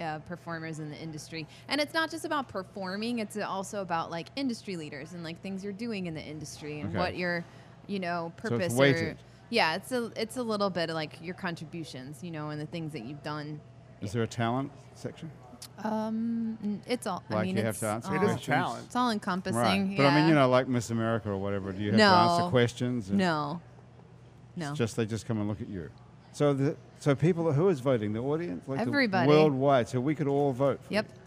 Speaker 3: uh, performers in the industry. And it's not just about performing; it's also about like industry leaders and like things you're doing in the industry and
Speaker 1: Okay.
Speaker 3: what your you know
Speaker 1: it's
Speaker 3: purpose or
Speaker 1: weighted.
Speaker 3: yeah, it's a it's a little bit of like your contributions, you know, and the things that you've done.
Speaker 1: Is there a talent section?
Speaker 3: Um, it's all. I
Speaker 1: Like
Speaker 3: mean,
Speaker 1: you have
Speaker 3: it's
Speaker 1: to answer
Speaker 3: all,
Speaker 5: it is a
Speaker 1: questions.
Speaker 5: challenge.
Speaker 3: It's all encompassing.
Speaker 1: Right. But I mean,
Speaker 3: yeah.
Speaker 1: you know, like Miss America or whatever, do you have to answer
Speaker 3: No.
Speaker 1: questions? and
Speaker 3: No. No.
Speaker 1: It's just they just come and look at you. So the so people who is voting? The audience? Like the
Speaker 3: Everybody.
Speaker 1: worldwide. So we could all vote. for
Speaker 3: Yep.
Speaker 1: you.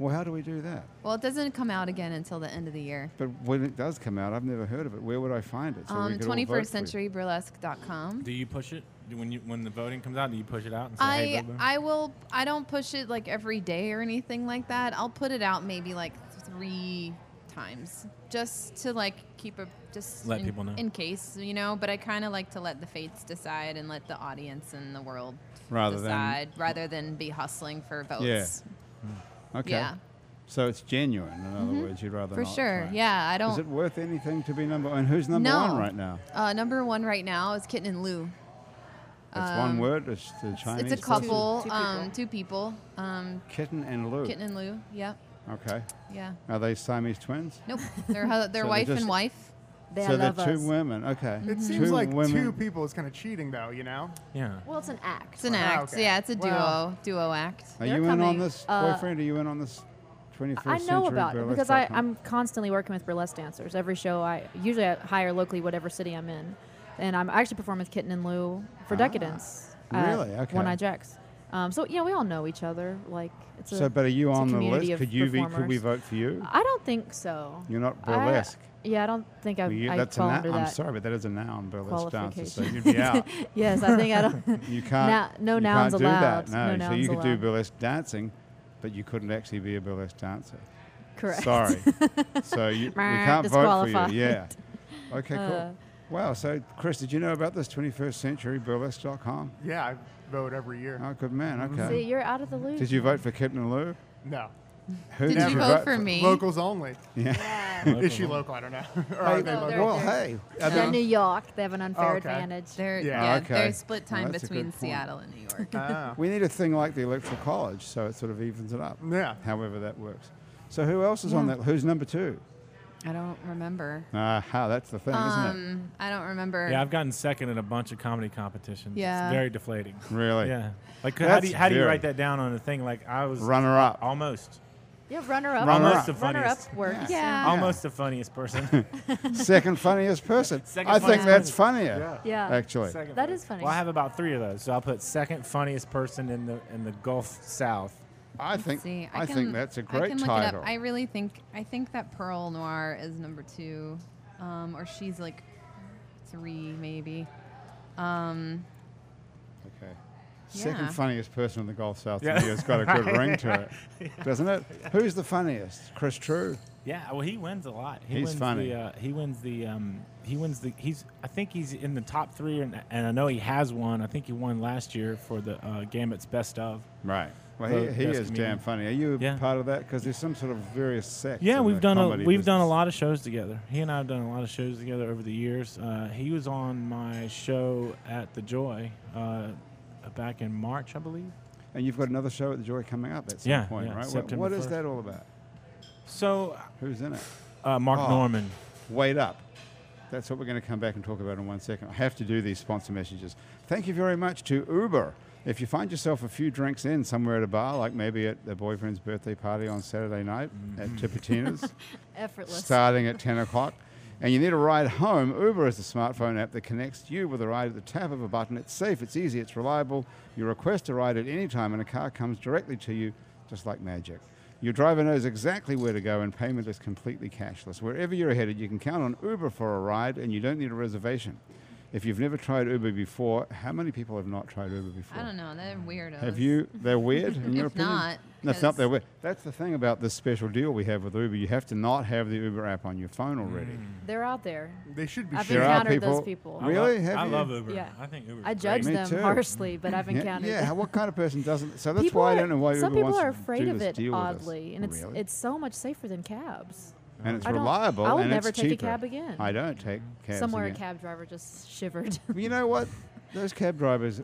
Speaker 1: Well, how do we do that?
Speaker 3: Well, it doesn't come out again until the end of the year.
Speaker 1: But when it does come out, I've never heard of it. Where would I find it? So we
Speaker 3: Um,
Speaker 1: could all vote for you.
Speaker 3: 21st Century Burlesque.com.
Speaker 4: Do you push it Do- when you when the voting comes out? Do you push it out and say, "Hey,
Speaker 3: I
Speaker 4: boo boo"?
Speaker 3: I will I don't push it like every day or anything like that. I'll put it out maybe like three times just to like keep a just
Speaker 4: Let
Speaker 3: in,
Speaker 4: people know.
Speaker 3: in case you know. But I kind of like to let the fates decide and let the audience and the world
Speaker 1: Rather than-
Speaker 3: decide rather than be hustling for votes.
Speaker 1: Okay.
Speaker 3: Yeah. Mm-hmm.
Speaker 1: So it's genuine. In other words, you'd rather
Speaker 3: For
Speaker 1: not
Speaker 3: sure.
Speaker 1: try.
Speaker 3: Yeah. I
Speaker 1: Is
Speaker 3: don't.
Speaker 1: it worth anything to be number? And who's number
Speaker 3: No.
Speaker 1: one right now?
Speaker 3: uh, number one right now is Kitten and Lou.
Speaker 1: It's
Speaker 3: Um,
Speaker 1: one word. It's the Chinese.
Speaker 3: It's a
Speaker 1: person?
Speaker 3: couple,
Speaker 2: Two- two
Speaker 3: um,
Speaker 2: people.
Speaker 3: two people, um,
Speaker 1: Kitten and Lou.
Speaker 3: Kitten and Lou. Yep,
Speaker 1: Okay.
Speaker 3: yeah.
Speaker 1: Are they Siamese twins?
Speaker 3: Nope, they're
Speaker 1: So
Speaker 3: hu- they're
Speaker 1: they
Speaker 3: wife
Speaker 1: just-
Speaker 3: and wife.
Speaker 2: They
Speaker 1: so
Speaker 2: love
Speaker 1: they're two
Speaker 2: us.
Speaker 1: women. Okay.
Speaker 5: It seems like
Speaker 1: women.
Speaker 5: two people is kind of cheating, though. You know.
Speaker 4: yeah.
Speaker 2: Well, it's an act.
Speaker 3: It's an
Speaker 5: Wow,
Speaker 3: act.
Speaker 5: okay.
Speaker 3: Yeah, it's a duo,
Speaker 5: Wow.
Speaker 3: duo act.
Speaker 1: Are
Speaker 2: They're
Speaker 1: you in on
Speaker 2: coming,
Speaker 1: this,
Speaker 2: uh,
Speaker 1: boyfriend? Are you in on this 21st
Speaker 2: I know
Speaker 1: century
Speaker 2: about it
Speaker 1: burlesque
Speaker 2: because I,
Speaker 1: dot com?
Speaker 2: I'm constantly working with burlesque dancers. Every show, I usually I hire locally, whatever city I'm in, and I'm I actually perform with Kitten and Lou for
Speaker 1: Ah,
Speaker 2: Decadence.
Speaker 1: really? Okay.
Speaker 2: One Eye Jacks. Um, so yeah, we all know each other. Like it's a.
Speaker 1: So, but are you
Speaker 2: it's a
Speaker 1: on the
Speaker 2: community
Speaker 1: list?
Speaker 2: of
Speaker 1: Could you be? Could we
Speaker 2: performers.
Speaker 1: vote for you?
Speaker 2: I don't think so.
Speaker 1: You're not
Speaker 2: I-
Speaker 1: burlesque.
Speaker 2: yeah, I don't think I've,
Speaker 1: Well, you-
Speaker 2: I
Speaker 1: that's a
Speaker 2: fall
Speaker 1: na-
Speaker 2: under
Speaker 1: I'm
Speaker 2: that.
Speaker 1: sorry, but that is a noun, burlesque dancer. So
Speaker 2: qualification.
Speaker 1: you'd be out.
Speaker 2: Yes, I think I don't.
Speaker 1: You can't.
Speaker 2: no
Speaker 1: Uh, you
Speaker 2: nouns
Speaker 1: can't do
Speaker 2: allowed.
Speaker 1: That. No.
Speaker 2: No
Speaker 1: so you
Speaker 2: nouns
Speaker 1: could do
Speaker 2: allowed.
Speaker 1: burlesque dancing, but you couldn't actually be a burlesque dancer.
Speaker 2: Correct.
Speaker 1: Sorry. so you, we
Speaker 2: Meh,
Speaker 1: can't vote for
Speaker 2: disqualified.
Speaker 1: you. Yeah. Okay. Cool.
Speaker 2: Uh,
Speaker 1: wow. So, Chris, did you know about this 21st Century Burlesque.com?
Speaker 5: Yeah, I vote every year.
Speaker 1: Oh, good man. Okay.
Speaker 2: Mm-hmm. See, you're out of the loop.
Speaker 1: Did you vote for Kitten and Lou?
Speaker 5: No.
Speaker 1: Who
Speaker 3: Did
Speaker 5: Never.
Speaker 3: you
Speaker 5: Right,
Speaker 3: vote for me?
Speaker 5: Locals only.
Speaker 4: Local
Speaker 5: Is she
Speaker 4: vote.
Speaker 5: local? I don't know. or are
Speaker 1: Hey,
Speaker 5: they
Speaker 2: Oh, No,
Speaker 5: local?
Speaker 2: they're-
Speaker 1: Well,
Speaker 2: they're-
Speaker 1: hey.
Speaker 3: No.
Speaker 2: They're New York. They have an unfair
Speaker 5: okay.
Speaker 2: advantage.
Speaker 3: They're
Speaker 5: Yeah.
Speaker 3: yeah,
Speaker 1: Okay.
Speaker 3: they're split
Speaker 1: Well,
Speaker 3: time
Speaker 1: that's a good
Speaker 3: between
Speaker 1: point.
Speaker 3: Seattle and New York.
Speaker 5: Ah.
Speaker 1: We need a thing like the Electoral College, so it sort of evens it up.
Speaker 5: Yeah.
Speaker 1: However that works. So who else is on
Speaker 3: Yeah.
Speaker 1: that? Who's number two?
Speaker 3: I don't remember.
Speaker 1: Aha, that's the thing, isn't
Speaker 3: Um, I don't remember.
Speaker 4: Yeah, I've gotten second in a bunch of comedy competitions.
Speaker 3: Yeah.
Speaker 4: It's very deflating.
Speaker 1: it? Really?
Speaker 4: Yeah. Like, how do,
Speaker 1: That's
Speaker 4: you, how do you
Speaker 1: very-
Speaker 4: write that down on a thing? Like, I was
Speaker 1: Runner up.
Speaker 4: Um, almost,
Speaker 2: Yeah, runner up.
Speaker 1: Runner
Speaker 4: Almost
Speaker 1: up.
Speaker 4: the
Speaker 2: Runner up
Speaker 4: funniest.
Speaker 2: works.
Speaker 3: Yeah.
Speaker 4: almost the funniest person.
Speaker 1: Second funniest person.
Speaker 4: Second
Speaker 1: I think
Speaker 4: funniest
Speaker 1: that's
Speaker 4: person.
Speaker 1: funnier.
Speaker 2: Yeah.
Speaker 1: Actually.
Speaker 4: Second
Speaker 2: That
Speaker 4: funniest.
Speaker 2: is funny.
Speaker 4: Well, I have about three of those, so I'll put second funniest person in the in the Gulf South.
Speaker 1: I think
Speaker 3: See,
Speaker 1: I,
Speaker 3: can-
Speaker 1: think that's a
Speaker 3: I
Speaker 1: great
Speaker 3: can look
Speaker 1: title.
Speaker 3: It up. I really think I think that Pearl Noir is number two, um, or she's like three maybe. Um,
Speaker 1: okay. Second
Speaker 3: Yeah.
Speaker 1: funniest person in the Gulf South
Speaker 4: Yeah.
Speaker 1: yeah. has got a good ring to it, doesn't it? Who's the funniest? Chris True.
Speaker 4: Yeah, well, he wins a lot. He
Speaker 1: He's
Speaker 4: wins
Speaker 1: funny.
Speaker 4: The, uh, he wins the. Um, he wins the. He's. I think he's in the top three, and, and I know he has one. I think he won last year for the uh, Gambit's Best of.
Speaker 1: Right. Well,
Speaker 4: Vote
Speaker 1: he, he
Speaker 4: best
Speaker 1: is
Speaker 4: comedian.
Speaker 1: damn funny. Are you
Speaker 4: Yeah.
Speaker 1: part of that? Because there's some sort of various sect.
Speaker 4: Yeah,
Speaker 1: in
Speaker 4: we've
Speaker 1: the
Speaker 4: done a
Speaker 1: comedy
Speaker 4: we've done a
Speaker 1: business.
Speaker 4: lot of shows together. He and I have done a lot of shows together over the years. Uh, he was on my show at the Joy uh, back in March, I believe.
Speaker 1: And you've got another show at the Joy coming up at some
Speaker 4: Yeah,
Speaker 1: point,
Speaker 4: yeah,
Speaker 1: right? What-
Speaker 4: September
Speaker 1: what is
Speaker 4: 1st.
Speaker 1: that all about?
Speaker 4: So,
Speaker 1: Who's in it?
Speaker 4: uh, Mark
Speaker 1: Oh.
Speaker 4: Norman.
Speaker 1: Wait up. That's what we're going to come back and talk about in one second. I have to do these sponsor messages. Thank you very much to Uber. If you find yourself a few drinks in somewhere at a bar, like maybe at the boyfriend's
Speaker 4: Mm.
Speaker 1: birthday party on Saturday night at Tipitina's,
Speaker 2: Effortless.
Speaker 1: starting at 10 o'clock. and you need a ride home, Uber is the smartphone app that connects you with a ride at the tap of a button. It's safe, it's easy, it's reliable. You request a ride at any time, and a car comes directly to you, just like magic. Your driver knows exactly where to go, and payment is completely cashless. Wherever you're headed, you can count on Uber for a ride, and you don't need a reservation. If you've never tried Uber before, how many people have not tried Uber before?
Speaker 3: I don't know. They're weirdos.
Speaker 1: Have you? They're weird, in your
Speaker 3: If
Speaker 1: opinion?
Speaker 3: not,
Speaker 1: no, it's not.
Speaker 3: 'cause-
Speaker 1: They're weird. That's the thing about this special deal we have with Uber. You have to not have the Uber app on your phone already.
Speaker 2: They're out there.
Speaker 5: They should be
Speaker 2: I've
Speaker 1: There
Speaker 5: sharing.
Speaker 1: are
Speaker 2: encountered those
Speaker 1: people-
Speaker 2: people.
Speaker 1: Really?
Speaker 4: Mm. I love,
Speaker 1: Have
Speaker 4: I
Speaker 1: you?
Speaker 4: love Uber.
Speaker 2: Yeah.
Speaker 4: I think Uber.
Speaker 2: I judge
Speaker 1: Me
Speaker 2: them
Speaker 1: too.
Speaker 2: harshly, but I've
Speaker 1: Yeah,
Speaker 2: encountered.
Speaker 1: yeah, how- what kind of person doesn't? So that's
Speaker 2: people
Speaker 1: why I
Speaker 2: are-
Speaker 1: don't know why
Speaker 2: some
Speaker 1: Uber
Speaker 2: people
Speaker 1: wants
Speaker 2: are
Speaker 1: to
Speaker 2: afraid
Speaker 1: do
Speaker 2: of
Speaker 1: this
Speaker 2: it
Speaker 1: deal with us.
Speaker 2: oddly, and it's
Speaker 1: Really?
Speaker 2: it's so much safer than cabs.
Speaker 1: and it's
Speaker 2: I don't-
Speaker 1: reliable.
Speaker 2: I will
Speaker 1: and
Speaker 2: never
Speaker 1: it's
Speaker 2: take a
Speaker 1: cheaper.
Speaker 2: cab again.
Speaker 1: I don't take cabs
Speaker 2: Somewhere
Speaker 1: again.
Speaker 2: a cab driver just shivered.
Speaker 1: You know what? Those cab drivers,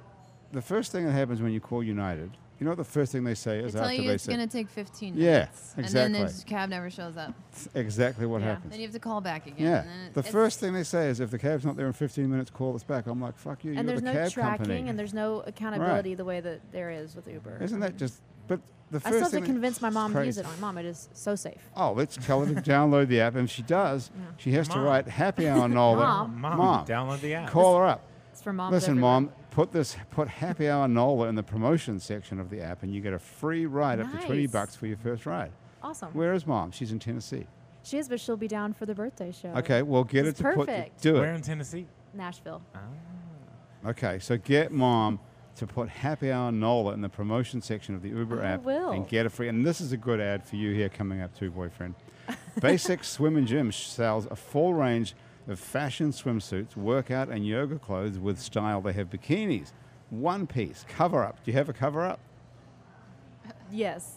Speaker 1: the first thing that happens when you call United, you know what the first thing they say
Speaker 3: They
Speaker 1: is
Speaker 3: tell
Speaker 1: after
Speaker 3: you
Speaker 1: they
Speaker 3: it's
Speaker 1: say
Speaker 3: going to take 15
Speaker 1: Yeah,
Speaker 3: minutes. And then
Speaker 1: exactly.
Speaker 3: the cab never shows up.
Speaker 1: That's exactly what
Speaker 2: Yeah.
Speaker 1: happens.
Speaker 3: Then you have to call back again.
Speaker 1: Yeah.
Speaker 3: and then it-
Speaker 1: The
Speaker 3: it's-
Speaker 1: first thing they say is if the cab's not there in 15 minutes, call us back. I'm like, fuck you.
Speaker 2: and
Speaker 1: you're
Speaker 2: there's
Speaker 1: the
Speaker 2: no
Speaker 1: cab
Speaker 2: tracking,
Speaker 1: company.
Speaker 2: and there's no accountability the way that there is with Uber.
Speaker 1: Isn't that just? But the first
Speaker 2: I still have
Speaker 1: thing
Speaker 2: to
Speaker 1: that-
Speaker 2: convince my
Speaker 1: it's
Speaker 2: mom to use
Speaker 1: crazy.
Speaker 2: it. My mom, it is so safe.
Speaker 1: Oh, let's tell her to download the app. And if she does, she has to
Speaker 4: Mom.
Speaker 1: write happy hour Nola.
Speaker 2: Mom.
Speaker 4: Mom, download the app.
Speaker 1: Call her up.
Speaker 2: It's for moms.
Speaker 1: Listen,
Speaker 2: everywhere.
Speaker 1: Mom, put this put Happy Hour Nola in the promotion section of the app, and you get a free ride up to twenty
Speaker 2: Nice.
Speaker 1: bucks for your first ride.
Speaker 2: Awesome.
Speaker 1: Where is Mom? She's in Tennessee.
Speaker 2: she is, but she'll be down for the birthday show.
Speaker 1: Okay, well get
Speaker 2: That's
Speaker 1: her to put
Speaker 2: perfect.
Speaker 1: do
Speaker 4: Where
Speaker 1: it.
Speaker 4: in Tennessee?
Speaker 2: Nashville.
Speaker 1: Okay, so get Mom to put Happy Hour Nola in the promotion section of the Uber
Speaker 2: I
Speaker 1: app
Speaker 2: will.
Speaker 1: and get a free. And this is a good ad for you here coming up too, boyfriend. Basic Swim and Gym sells a full range of fashion swimsuits, workout, and yoga clothes with style. They have bikinis, one piece, cover up. Do you have a cover up?
Speaker 2: Yes.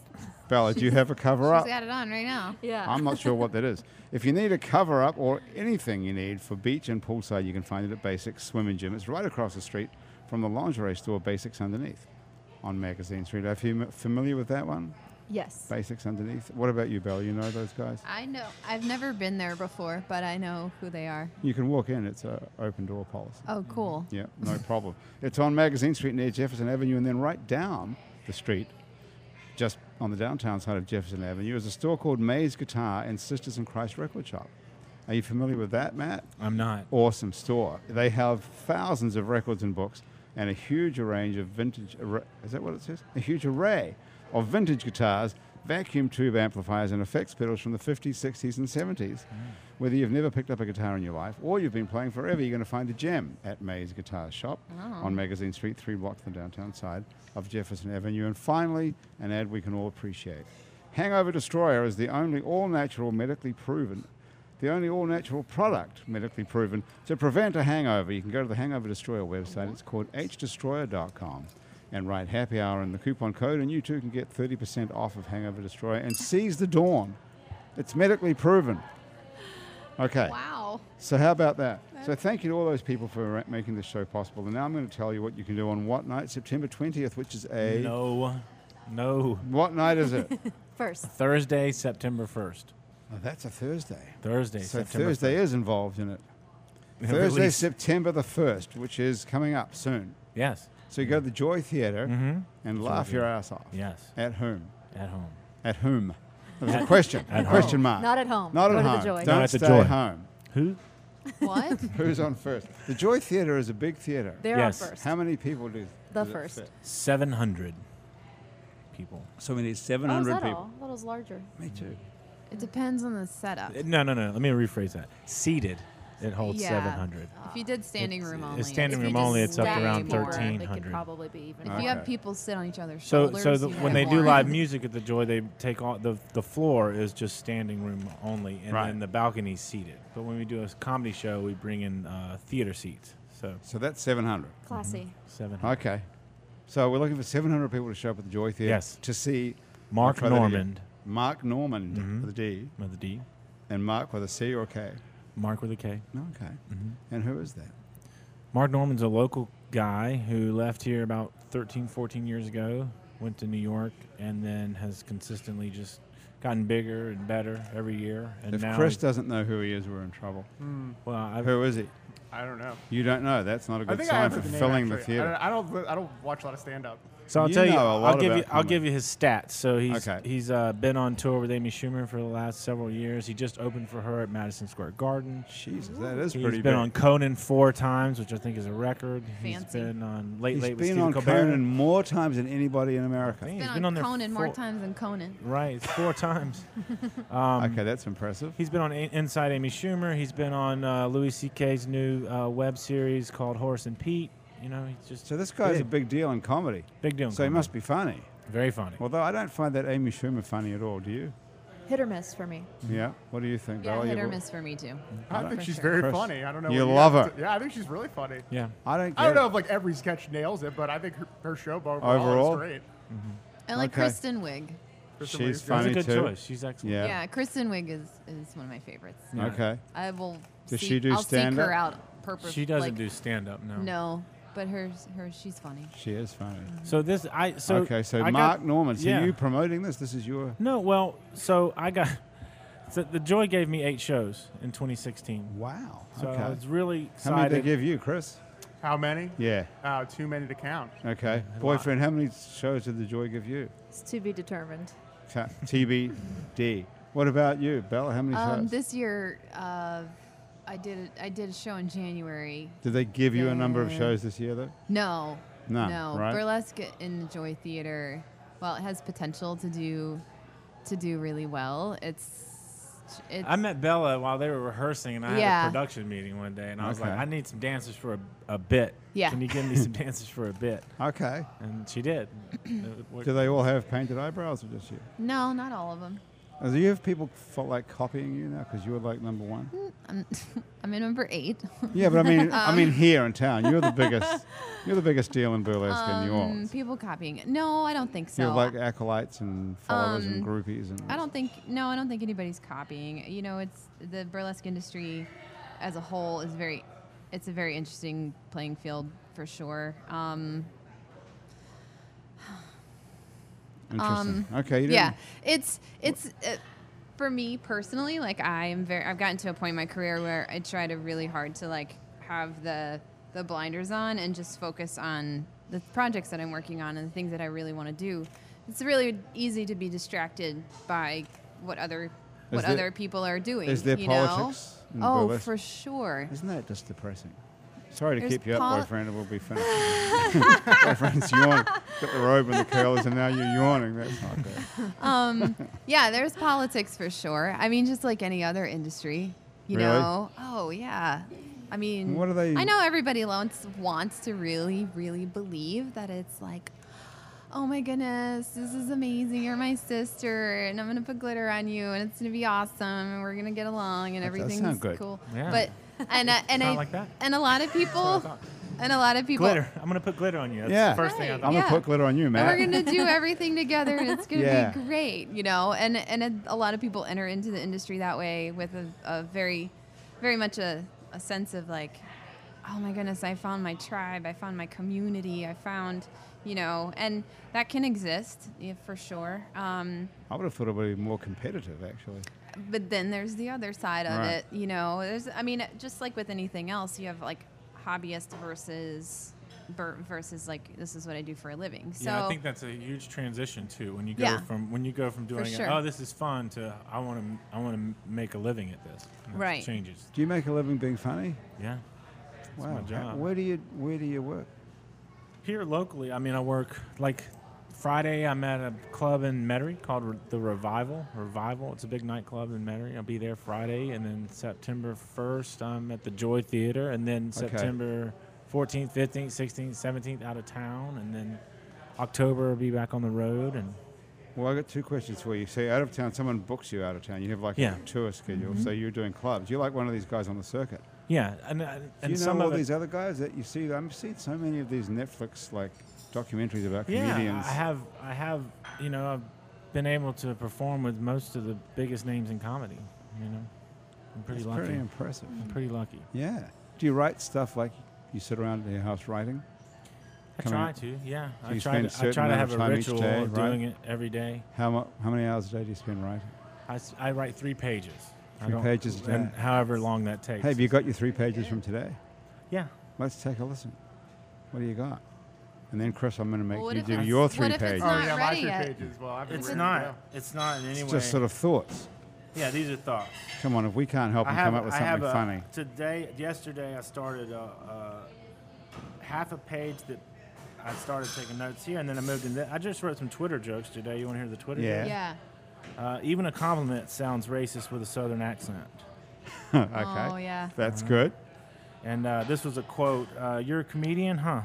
Speaker 1: Bella, do you have a cover
Speaker 3: She's
Speaker 1: up?
Speaker 3: got it on right now.
Speaker 2: Yeah.
Speaker 1: I'm not sure what that is. If you need a cover up or anything you need for beach and poolside, you can find it at Basics Swim and Gym. It's right across the street from the lingerie store Basics Underneath on Magazine Street. Are you m- familiar with that one?
Speaker 2: yes.
Speaker 1: Basics Underneath. What about you, Bella? You know those guys?
Speaker 3: I know. I've never been there before, but I know who they are.
Speaker 1: You can walk in, it's a open door policy.
Speaker 3: Oh, cool.
Speaker 1: Yeah, no problem. It's on Magazine Street near Jefferson Avenue, and then right down the street, just on the downtown side of Jefferson Avenue, is a store called Mays Guitar and Sisters in Christ Record Shop. Are you familiar with that, Matt?
Speaker 4: I'm not.
Speaker 1: awesome store. They have thousands of records and books and a huge range of vintage. arra- Is that what it says? A huge array of vintage guitars, vacuum tube amplifiers, and effects pedals from the 50s, 60s, and 70s. Whether you've never picked up a guitar in your life or you've been playing forever, you're going to find a gem at May's Guitar Shop on Magazine Street, three blocks from the downtown side of Jefferson Avenue. And finally, an ad we can all appreciate. Hangover Destroyer is the only all natural, medically proven the only all natural product medically proven to prevent a hangover. You can go to the Hangover Destroyer website. It's called hdestroyer.com and write happy hour in the coupon code, and you too can get 30% off of Hangover Destroyer and seize the dawn. It's medically proven. Okay.
Speaker 3: Wow.
Speaker 1: So, how about that? So, thank you to all those people for ra- making this show possible. And now I'm going to tell you what you can do on what night? September 20th, which is a.
Speaker 4: No, no.
Speaker 1: What night is it? oh,
Speaker 2: First.
Speaker 4: Thursday, September 1st.
Speaker 1: that's a Thursday.
Speaker 4: Thursday,
Speaker 1: So
Speaker 4: September
Speaker 1: Thursday
Speaker 4: 1st.
Speaker 1: is involved in it.
Speaker 4: At
Speaker 1: Thursday,
Speaker 4: least.
Speaker 1: September the 1st, which is coming up soon.
Speaker 4: Yes,
Speaker 1: So you go to the Joy Theatre and laugh your ass off.
Speaker 4: Mm-hmm. yes.
Speaker 1: At whom?
Speaker 4: At home.
Speaker 1: At whom? That was a question.
Speaker 4: at
Speaker 1: a question
Speaker 4: home.
Speaker 1: mark.
Speaker 2: Not at home.
Speaker 1: Not
Speaker 2: Go
Speaker 1: at
Speaker 2: to the
Speaker 1: home.
Speaker 2: Joy.
Speaker 1: Don't
Speaker 4: Not at the
Speaker 1: stay
Speaker 4: Joy.
Speaker 1: home.
Speaker 4: Who?
Speaker 3: What?
Speaker 1: Who's on first? The Joy Theatre is a big theatre.
Speaker 2: They're
Speaker 4: Yes.
Speaker 2: on first.
Speaker 1: How many people do
Speaker 2: the
Speaker 1: does it
Speaker 2: first.
Speaker 1: fit?
Speaker 4: 700 people.
Speaker 1: So we need
Speaker 2: Oh, is
Speaker 1: 700
Speaker 2: that
Speaker 1: people.
Speaker 2: all? I thought it was larger.
Speaker 1: Me too.
Speaker 3: it depends on the setup.
Speaker 4: Uh, No, no, no. Let me rephrase that. Seated, it holds
Speaker 3: Yeah.
Speaker 4: 700.
Speaker 3: If you did standing
Speaker 4: It's-
Speaker 3: room
Speaker 4: it's
Speaker 3: only.
Speaker 4: standing
Speaker 3: if you
Speaker 4: room
Speaker 3: just
Speaker 4: only, it's up
Speaker 3: stack
Speaker 4: around
Speaker 3: more.
Speaker 2: It
Speaker 4: 1300.
Speaker 2: could probably be even.
Speaker 3: If
Speaker 2: more.
Speaker 3: you have
Speaker 1: Okay.
Speaker 3: people sit on each other's
Speaker 4: So,
Speaker 3: shoulders,
Speaker 4: so the,
Speaker 3: you
Speaker 4: when
Speaker 3: have
Speaker 4: they do
Speaker 3: more.
Speaker 4: live music at the Joy, they take all the the floor is just standing room only, and
Speaker 1: Right.
Speaker 4: then the balcony's seated. But when we do a comedy show, we bring in uh, theater seats. So
Speaker 1: So that's 700.
Speaker 2: Classy.
Speaker 4: seven.
Speaker 1: Okay. So we're looking for 700 people to show up at the Joy Theatre
Speaker 4: Yes.
Speaker 1: to see
Speaker 4: Mark
Speaker 1: I'll try that again.
Speaker 4: Normand.
Speaker 1: Mark Normand
Speaker 4: Mm-hmm.
Speaker 1: with a D
Speaker 4: With a D,
Speaker 1: and Mark with a C or a K.
Speaker 4: Mark with a K.
Speaker 1: Okay.
Speaker 4: Mm-hmm.
Speaker 1: And who is that?
Speaker 4: Mark Norman's a local guy who left here about 13, 14 years ago, went to New York, and then has consistently just gotten bigger and better every year. And
Speaker 1: If
Speaker 4: now,
Speaker 1: Chris doesn't know who he is, we're in trouble.
Speaker 4: well, I've,
Speaker 1: Who is he?
Speaker 5: I don't know.
Speaker 1: You don't know. That's not a
Speaker 5: I
Speaker 1: good
Speaker 5: think I
Speaker 1: sign
Speaker 5: have
Speaker 1: for
Speaker 5: heard the name,
Speaker 1: filling the
Speaker 5: actually. I
Speaker 1: theater.
Speaker 5: don't, I don't. I don't watch a lot of stand up.
Speaker 4: So I'll
Speaker 1: You
Speaker 4: tell you,
Speaker 1: know a
Speaker 4: I'll
Speaker 1: lot
Speaker 4: give
Speaker 1: about
Speaker 4: you, I'll
Speaker 1: Common.
Speaker 4: give you his stats. So he's
Speaker 1: Okay.
Speaker 4: he's uh, been on tour with Amy Schumer for the last several years. He just opened for her at Madison Square Garden.
Speaker 1: Jesus, that is
Speaker 4: He's
Speaker 1: pretty
Speaker 4: been
Speaker 1: big.
Speaker 4: on Conan four times, which I think is a record. He's
Speaker 3: Fancy.
Speaker 4: been on Late
Speaker 1: He's
Speaker 4: Late with
Speaker 1: been
Speaker 4: Stephen
Speaker 1: on
Speaker 4: Colbert.
Speaker 1: Conan more times than anybody in America.
Speaker 4: He's
Speaker 3: Been on Conan more times than Conan.
Speaker 4: Right, it's four times. Um,
Speaker 1: okay, that's impressive.
Speaker 4: He's been on A- Inside Amy Schumer. He's been on uh, Louis C.K.'s new uh, web series called Horace and Pete. You know, he's just
Speaker 1: So this guy's a
Speaker 4: big,
Speaker 1: big deal in comedy.
Speaker 4: big deal. in
Speaker 1: So he
Speaker 4: comedy.
Speaker 1: must be funny.
Speaker 4: very funny.
Speaker 1: Although I don't find that Amy Schumer funny at all. Do you?
Speaker 2: Hit or miss for me.
Speaker 4: Mm-hmm.
Speaker 1: Yeah. What do you think?
Speaker 3: Yeah,
Speaker 1: Bella?
Speaker 3: hit
Speaker 1: You-
Speaker 3: or miss for me too.
Speaker 5: I think she's
Speaker 3: sure.
Speaker 5: very
Speaker 1: Chris,
Speaker 5: funny. I don't know.
Speaker 1: you
Speaker 5: what
Speaker 1: love
Speaker 5: have
Speaker 1: her.
Speaker 5: to- yeah, I think she's really funny.
Speaker 4: yeah,
Speaker 1: I don't. Get
Speaker 5: I don't know
Speaker 1: It.
Speaker 5: if like every sketch nails it, but I think her, her show overall,
Speaker 1: Overall?
Speaker 5: is great.
Speaker 3: I like
Speaker 1: Okay.
Speaker 3: Kristen Wiig.
Speaker 5: Kristen
Speaker 1: She's
Speaker 5: Wiig's
Speaker 4: that's
Speaker 5: great.
Speaker 4: a
Speaker 1: funny
Speaker 4: good
Speaker 1: too.
Speaker 4: choice. She's excellent.
Speaker 1: Yeah.
Speaker 3: Yeah. Kristen Wiig is, is one of my favorites.
Speaker 4: Yeah.
Speaker 1: Okay.
Speaker 3: I will.
Speaker 1: Does
Speaker 3: seek-
Speaker 1: she do
Speaker 3: I'll seek
Speaker 1: stand-up?
Speaker 3: her out purposely.
Speaker 4: She doesn't
Speaker 3: like,
Speaker 4: do stand up, no.
Speaker 3: No, but her her she's funny.
Speaker 1: She is funny.
Speaker 4: So this I so
Speaker 1: okay. So
Speaker 4: I
Speaker 1: Mark
Speaker 4: got,
Speaker 1: Norman. So
Speaker 4: yeah.
Speaker 1: you promoting this? This is your.
Speaker 4: No, well, so I got so the Joy gave me eight shows in 2016.
Speaker 1: Wow.
Speaker 4: So
Speaker 1: okay.
Speaker 4: I was really
Speaker 1: How many
Speaker 4: excited.
Speaker 1: did they give you, Chris?
Speaker 5: How many?
Speaker 1: Yeah.
Speaker 5: Uh, too many to count.
Speaker 1: Okay. Boyfriend, how many shows did the Joy give you?
Speaker 2: It's to be determined.
Speaker 1: Ca- TBD. What about you, Bella? How many
Speaker 3: Um,
Speaker 1: shows?
Speaker 3: this year, uh, I did I did a show in January.
Speaker 1: did they give you a number of
Speaker 3: Yeah.
Speaker 1: shows this year, though?
Speaker 3: No,
Speaker 1: No, right?
Speaker 3: Burlesque in the Joy Theater. Well, it has potential to do to do really well. It's it's
Speaker 4: I met Bella while they were rehearsing, and I
Speaker 3: Yeah.
Speaker 4: had a production meeting one day, and I was like,
Speaker 1: Okay.
Speaker 4: "I need some dancers for a, a bit.
Speaker 3: Yeah.
Speaker 4: Can you give me some dancers for a bit?"
Speaker 1: Okay.
Speaker 4: And she did. It worked.
Speaker 1: Do they all have painted eyebrows or just you?
Speaker 3: no, not all of them.
Speaker 1: Uh, Do you have people felt like copying you now because you were like number one?
Speaker 3: I'm, I'm in number eight.
Speaker 1: Yeah, but I mean,
Speaker 3: Um.
Speaker 1: I mean here in town, you're the biggest. You're the biggest deal in burlesque in New
Speaker 3: um,
Speaker 1: Orleans.
Speaker 3: people copying it. No, I don't think so. Um,
Speaker 1: you have like acolytes and followers and groupies and.
Speaker 3: I don't think no, I don't think anybody's copying. You know, it's the burlesque industry as a whole is very it's a very interesting playing field for sure. Um,
Speaker 1: Interesting. okay. You
Speaker 3: um, yeah,
Speaker 1: didn't-
Speaker 3: it's it's uh, for me personally like I am very I've gotten to a point in my career where I try to really hard to like have the the blinders on and just focus on the projects that I'm working on and the things that I really want to do. It's really easy to be distracted by what other
Speaker 1: Is
Speaker 3: what
Speaker 1: there-
Speaker 3: other people are doing.
Speaker 1: is there
Speaker 3: you
Speaker 1: politics in
Speaker 3: Know? Oh,
Speaker 1: burlesque?
Speaker 3: for sure.
Speaker 1: Isn't that just depressing? Sorry to
Speaker 3: There's
Speaker 1: keep you up,
Speaker 3: poli-
Speaker 1: boyfriend, and we'll be finished. Boyfriend's yawn. Got the robe and the curlers, and now you're yawning. That's not good.
Speaker 3: Yeah, there's politics for sure. I mean, just like any other industry, you
Speaker 1: Really?
Speaker 3: know. Oh yeah. I mean,
Speaker 1: What are they-
Speaker 3: I know everybody wants wants to really, really believe that it's like, oh my goodness, this is amazing. You're my sister, and I'm gonna put glitter on you, and it's gonna be awesome, and we're gonna get along, and
Speaker 1: That does
Speaker 3: everything's
Speaker 1: sound good.
Speaker 3: cool.
Speaker 4: Yeah.
Speaker 3: But and I and
Speaker 4: Sound
Speaker 3: I
Speaker 4: like that.
Speaker 3: and a lot of people
Speaker 4: thought.
Speaker 3: and a lot of people
Speaker 4: glitter. I'm gonna put glitter on you. That's
Speaker 1: Yeah.
Speaker 4: The first thing I
Speaker 3: Right.
Speaker 4: thought.
Speaker 1: I'm gonna
Speaker 3: Yeah.
Speaker 1: put glitter on you,
Speaker 3: And
Speaker 1: Matt.
Speaker 3: we're gonna do everything together, and it's gonna
Speaker 1: Yeah.
Speaker 3: be great, you know. And and a, a lot of people enter into the industry that way with a, a very, very much a, a sense of like, oh my goodness, I found my tribe, I found my community, I found, you know, and that can exist yeah, for sure. Um,
Speaker 1: I would have thought it would be more competitive, actually.
Speaker 3: but then there's the other side of
Speaker 1: Right.
Speaker 3: it, you know. There's, I mean, just like with anything else, you have like hobbyist versus ver- versus like this is what I do for a living. So
Speaker 4: yeah, I think that's a huge transition too. When you go
Speaker 3: Yeah.
Speaker 4: from when you go from doing
Speaker 3: sure.
Speaker 4: it, oh, this is fun, to I want to I want to make a living at this. And it
Speaker 3: Right.
Speaker 4: Changes.
Speaker 1: Do you make a living being funny?
Speaker 4: Yeah.
Speaker 1: wow.
Speaker 4: my
Speaker 1: How-
Speaker 4: job.
Speaker 1: Where do you Where do you work?
Speaker 4: Here locally, I mean, I work like Friday. I'm at a club in Metairie called Re- the Revival. Revival. It's a big nightclub in Metairie. I'll be there Friday, and then September 1st, I'm at the Joy Theater, and then
Speaker 1: Okay.
Speaker 4: September 14th, 15th, 16th, 17th out of town, and then October I'll be back on the road. And
Speaker 1: Well, I got two questions for you. So, out of town, someone books you out of town. You have like
Speaker 4: Yeah. Mm-hmm.
Speaker 1: a tour schedule. So you're doing clubs. You're like one of these guys on the circuit.
Speaker 4: yeah, and uh,
Speaker 1: Do
Speaker 4: and
Speaker 1: you know
Speaker 4: some
Speaker 1: all
Speaker 4: of it-
Speaker 1: these other guys that you see? I've seen so many of these Netflix like documentaries about
Speaker 4: yeah,
Speaker 1: comedians.
Speaker 4: I have I have you know I've been able to perform with most of the biggest names in comedy. You know, I'm pretty
Speaker 1: It's
Speaker 4: lucky.
Speaker 1: pretty impressive.
Speaker 4: I'm pretty lucky.
Speaker 1: Yeah. Do you write stuff like you sit around at your house writing?
Speaker 4: I
Speaker 1: Come
Speaker 4: try
Speaker 1: out.
Speaker 4: to, yeah.
Speaker 1: So
Speaker 4: I
Speaker 1: you
Speaker 4: try
Speaker 1: spend
Speaker 4: to,
Speaker 1: certain
Speaker 4: I try to
Speaker 1: amount
Speaker 4: have
Speaker 1: of
Speaker 4: a
Speaker 1: time each
Speaker 4: ritual
Speaker 1: day,
Speaker 4: of
Speaker 1: right?
Speaker 4: doing it every day.
Speaker 1: How, mu- how many hours a day do you spend writing?
Speaker 4: I, s- I write three pages. I
Speaker 1: Three
Speaker 4: don't-
Speaker 1: pages a
Speaker 4: and
Speaker 1: day.
Speaker 4: however long that takes.
Speaker 1: Hey, have you got your three pages from today?
Speaker 4: yeah.
Speaker 1: Let's take a listen. What do you got? And then, Chris, I'm going to make
Speaker 3: what
Speaker 1: you
Speaker 3: if
Speaker 1: do
Speaker 3: it's-
Speaker 1: your
Speaker 3: what
Speaker 1: three
Speaker 3: if it's
Speaker 1: pages.
Speaker 5: Oh
Speaker 3: Not
Speaker 5: yeah, my
Speaker 3: ready
Speaker 5: three
Speaker 3: yet.
Speaker 5: pages. Well, I've been
Speaker 4: It's
Speaker 5: ready to go.
Speaker 4: not. It's not in any
Speaker 1: It's
Speaker 4: way.
Speaker 1: just sort of thoughts.
Speaker 4: yeah, these are thoughts.
Speaker 1: Come on, if we can't help
Speaker 4: I
Speaker 1: him
Speaker 4: have.
Speaker 1: come up with
Speaker 4: I have
Speaker 1: something
Speaker 4: a,
Speaker 1: funny.
Speaker 4: Today, yesterday, I started a, a half a page that I started taking notes here, and then I moved in. There. I just wrote some Twitter jokes today. You want to hear the Twitter?
Speaker 1: Yeah.
Speaker 4: jokes?
Speaker 3: Yeah.
Speaker 4: Uh, even a compliment sounds racist with a southern accent.
Speaker 1: okay.
Speaker 3: Oh, yeah.
Speaker 1: That's
Speaker 4: Uh-huh.
Speaker 1: good.
Speaker 4: And uh, this was a quote. Uh, You're a comedian, huh?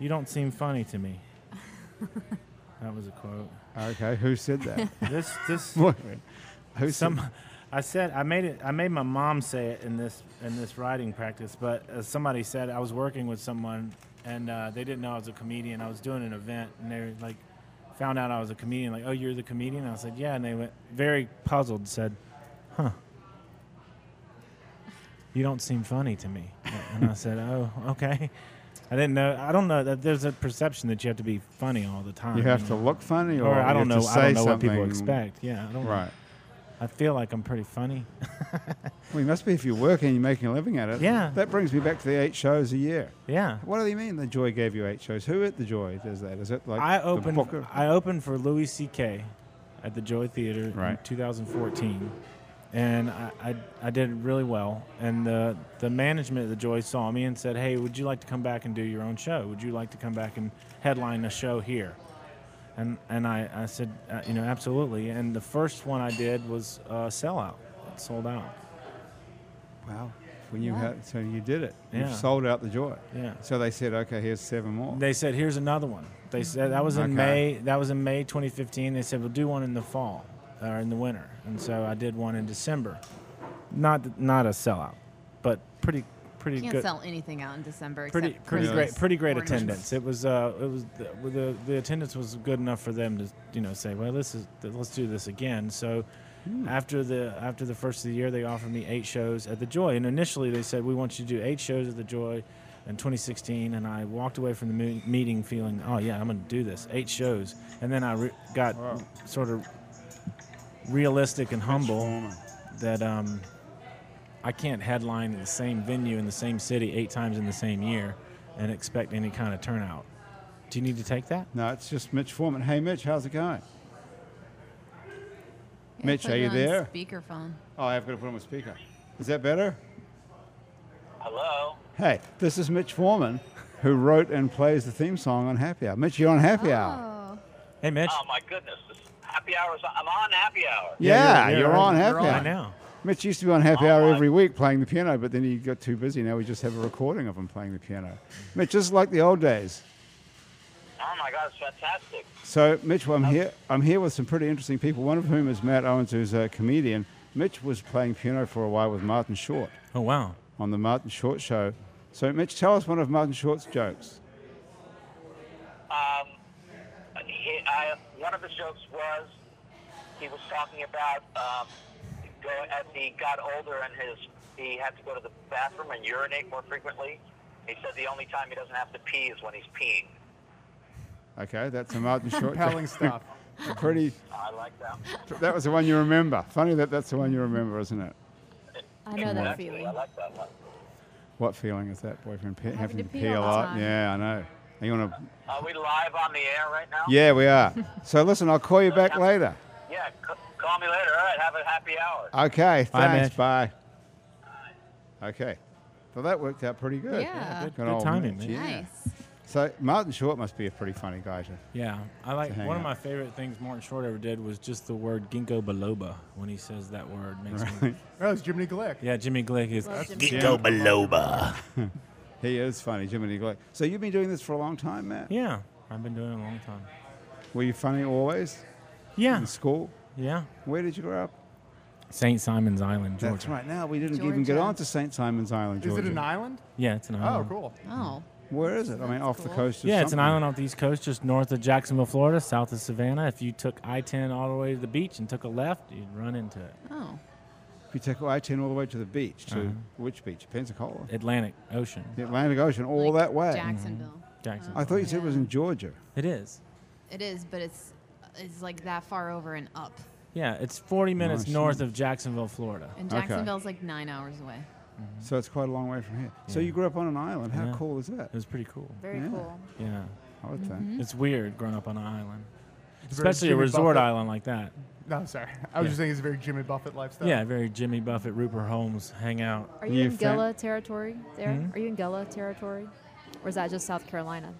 Speaker 4: You don't seem funny to me. that was a quote.
Speaker 1: Okay. Who said that?
Speaker 4: This this
Speaker 1: What? Who said-
Speaker 4: some I said I made it I made my mom say it in this in this writing practice, but uh, somebody said I was working with someone and uh, they didn't know I was a comedian. I was doing an event and they were like found out I was a comedian. Like, oh, you're the comedian? I said, yeah. And they went very puzzled. Said, huh. You don't seem funny to me. And I said, oh, okay. I didn't know. I don't know that there's a perception that you have to be funny all the time.
Speaker 1: You have to
Speaker 4: know?
Speaker 1: look funny, or,
Speaker 4: Or
Speaker 1: you
Speaker 4: I don't
Speaker 1: have
Speaker 4: know.
Speaker 1: to
Speaker 4: I don't
Speaker 1: say
Speaker 4: know what people
Speaker 1: something-
Speaker 4: expect. Yeah, I don't.
Speaker 1: Right.
Speaker 4: I feel like I'm pretty funny.
Speaker 1: Well, you must be if you're working, you're making a living at it.
Speaker 4: Yeah.
Speaker 1: That brings me back to the eight shows a year.
Speaker 4: Yeah.
Speaker 1: What do you mean the Joy gave you eight shows? Who at the Joy does that? Is it like
Speaker 4: I
Speaker 1: the
Speaker 4: opened.
Speaker 1: Booker?
Speaker 4: I opened for Louis C.K. at the Joy Theater in
Speaker 1: Right.
Speaker 4: 2014, and I, I I did really well. And the the management at the Joy saw me and said, "Hey, would you like to come back and do your own show? Would you like to come back and headline a show here?" And and I I said, uh, you know, absolutely. And the first one I did was uh, sellout, it sold out.
Speaker 1: Wow. When you
Speaker 3: Yeah.
Speaker 1: had, so you did it.
Speaker 4: Yeah.
Speaker 1: You sold out the Joy.
Speaker 4: Yeah.
Speaker 1: So they said, okay, here's seven more.
Speaker 4: They said, "Here's another one." They said that was in
Speaker 1: Okay.
Speaker 4: May. That was in May 2015. They said, "We'll do one in the fall or in the winter." And so I did one in December. Not not a sellout, but pretty pretty
Speaker 3: Can't
Speaker 4: good.
Speaker 3: sell anything out in December.
Speaker 4: Pretty
Speaker 3: except
Speaker 4: pretty
Speaker 3: Christmas
Speaker 4: great pretty great
Speaker 3: ornaments.
Speaker 4: attendance. It was uh it was the, with the the attendance was good enough for them to you know say well this is let's do this again. So. After the after the first of the year, they offered me eight shows at the Joy, and initially they said we want you to do eight shows at the Joy in 2016. And I walked away from the me- meeting feeling, oh yeah, I'm going to do this, eight shows. And then I re- got sort of realistic and humble that um, I can't headline in the same venue in the same city eight times in the same year and expect any kind of turnout. Do you need to take that?
Speaker 1: No, it's just Mitch Foreman. Hey, Mitch, how's it going?
Speaker 3: Yeah,
Speaker 1: Mitch,
Speaker 3: put
Speaker 1: are
Speaker 3: it
Speaker 1: you
Speaker 3: on
Speaker 1: there?
Speaker 3: Speakerphone.
Speaker 1: Oh, I've got to put on my speaker. Is that better?
Speaker 7: Hello.
Speaker 1: Hey, this is Mitch Foreman, who wrote and plays the theme song on Happy Hour. Mitch, you're on Happy Hour.
Speaker 3: Oh.
Speaker 4: Hey, Mitch.
Speaker 1: Um,
Speaker 7: Oh my goodness, this happy hour. is- I'm on happy hour.
Speaker 1: Yeah, you're, on
Speaker 4: right-
Speaker 1: Happy
Speaker 4: you're on
Speaker 1: Hour.
Speaker 4: right now. Oh
Speaker 1: Mitch used to be on Happy Hour
Speaker 7: my-
Speaker 1: every week playing the piano, but then he got too busy. Now we just have a recording of him playing the piano. Mitch, just like the old days.
Speaker 7: Oh my God, it's fantastic.
Speaker 1: So, Mitch, well, I'm here. I'm here with some pretty interesting people. One of whom is Matt Owens, who's a comedian. Mitch was playing piano for a while with Martin Short
Speaker 4: Oh wow.
Speaker 1: on the Martin Short Show. So, Mitch, tell us one of Martin Short's jokes.
Speaker 7: He, I, one of the jokes was he was talking about um, go, as he got older and his he had to go to the bathroom and urinate more frequently. He said the only time he doesn't have to pee is when he's peeing.
Speaker 1: Okay, that's a Martin Short.
Speaker 5: Compelling
Speaker 1: joke.
Speaker 5: stuff.
Speaker 1: pretty.
Speaker 7: Oh, I like that.
Speaker 1: That was the one you remember. Funny that that's the one you remember, isn't it?
Speaker 2: I know that
Speaker 7: Exactly,
Speaker 2: feeling.
Speaker 7: I like that one.
Speaker 1: What feeling is that, boyfriend? Pe- having,
Speaker 2: to pee
Speaker 1: a
Speaker 2: all the
Speaker 1: lot.
Speaker 2: time.
Speaker 1: Yeah, I know. Are you want to?
Speaker 7: Are we live on the air right now?
Speaker 1: Yeah, we are. So listen, I'll call you back later.
Speaker 7: Yeah. C- call me later. All right. Have a happy hour.
Speaker 1: Okay,
Speaker 4: Bye,
Speaker 1: thanks.
Speaker 4: Mitch.
Speaker 1: Bye. Okay. Well, that worked out pretty good.
Speaker 3: Yeah.
Speaker 4: Good- good timing, man.
Speaker 1: yeah.
Speaker 3: Nice.
Speaker 1: So Martin Short must be a pretty funny guy. To,
Speaker 4: Yeah, I like
Speaker 1: hang
Speaker 4: one of
Speaker 1: out.
Speaker 4: my favorite things Martin Short ever did was just the word ginkgo biloba when he says that word makes me.
Speaker 5: That was Oh, Jiminy Glick.
Speaker 4: Yeah, Jimmy Glick is.
Speaker 2: Love Jimmy.
Speaker 1: Ginkgo
Speaker 7: biloba.
Speaker 1: he is funny, Jiminy Glick. So you've been doing this for a long time, Matt.
Speaker 4: Yeah, I've been doing it a long time.
Speaker 1: Were you funny always
Speaker 4: Yeah,
Speaker 1: in school?
Speaker 4: yeah.
Speaker 1: Where did you grow up?
Speaker 4: St. Simon's Island, Georgia.
Speaker 1: That's right. Now we didn't even get
Speaker 3: Georgia.
Speaker 1: on to St. Simon's Island,
Speaker 5: Is
Speaker 1: Georgia. Uh-huh.
Speaker 5: it an island?
Speaker 4: Yeah, it's an
Speaker 5: Oh,
Speaker 4: island.
Speaker 5: cool.
Speaker 3: Oh.
Speaker 1: Where is it? I mean,
Speaker 3: That's
Speaker 1: off the
Speaker 3: cool.
Speaker 1: coast. Of
Speaker 4: Yeah, it's an
Speaker 1: something.
Speaker 4: island off the east coast, just north of Jacksonville, Florida, south of Savannah. If you took I-10 all the way to the beach and took a left, you'd run into it.
Speaker 3: Oh.
Speaker 1: If you take I-10 all the way to the beach, to
Speaker 4: Uh-huh.
Speaker 1: which beach? Pensacola,
Speaker 4: Atlantic Ocean,
Speaker 1: the Atlantic Ocean, all
Speaker 3: Like
Speaker 1: that way.
Speaker 3: Jacksonville.
Speaker 4: Jacksonville.
Speaker 1: I thought you said it was
Speaker 3: Yeah.
Speaker 1: in Georgia.
Speaker 4: It is.
Speaker 3: It is, but it's it's like that far over and up.
Speaker 4: Yeah, it's
Speaker 5: Oh,
Speaker 4: 40 minutes
Speaker 1: Nice.
Speaker 4: north of Jacksonville, Florida.
Speaker 3: And
Speaker 1: Okay.
Speaker 3: Jacksonville's like nine hours away.
Speaker 1: So it's quite a long way from here. So you grew up on an island. How
Speaker 4: Yeah.
Speaker 1: cool is that?
Speaker 4: It was pretty cool.
Speaker 2: Very
Speaker 1: Yeah.
Speaker 2: cool.
Speaker 4: Yeah.
Speaker 1: I would
Speaker 2: Mm-hmm.
Speaker 1: think.
Speaker 4: It's weird growing up on an island,
Speaker 5: very
Speaker 4: especially a
Speaker 5: Jimmy
Speaker 4: resort
Speaker 5: Buffett.
Speaker 4: island like that.
Speaker 5: No, sorry. I was just thinking it's a very Jimmy Buffett lifestyle.
Speaker 4: Yeah, very Jimmy Buffett, Rupert Holmes hangout.
Speaker 2: Are you,
Speaker 1: You
Speaker 2: in
Speaker 1: think-
Speaker 2: Gila territory there?
Speaker 4: Hmm?
Speaker 2: Are you in Gila territory? Or is that just South Carolina?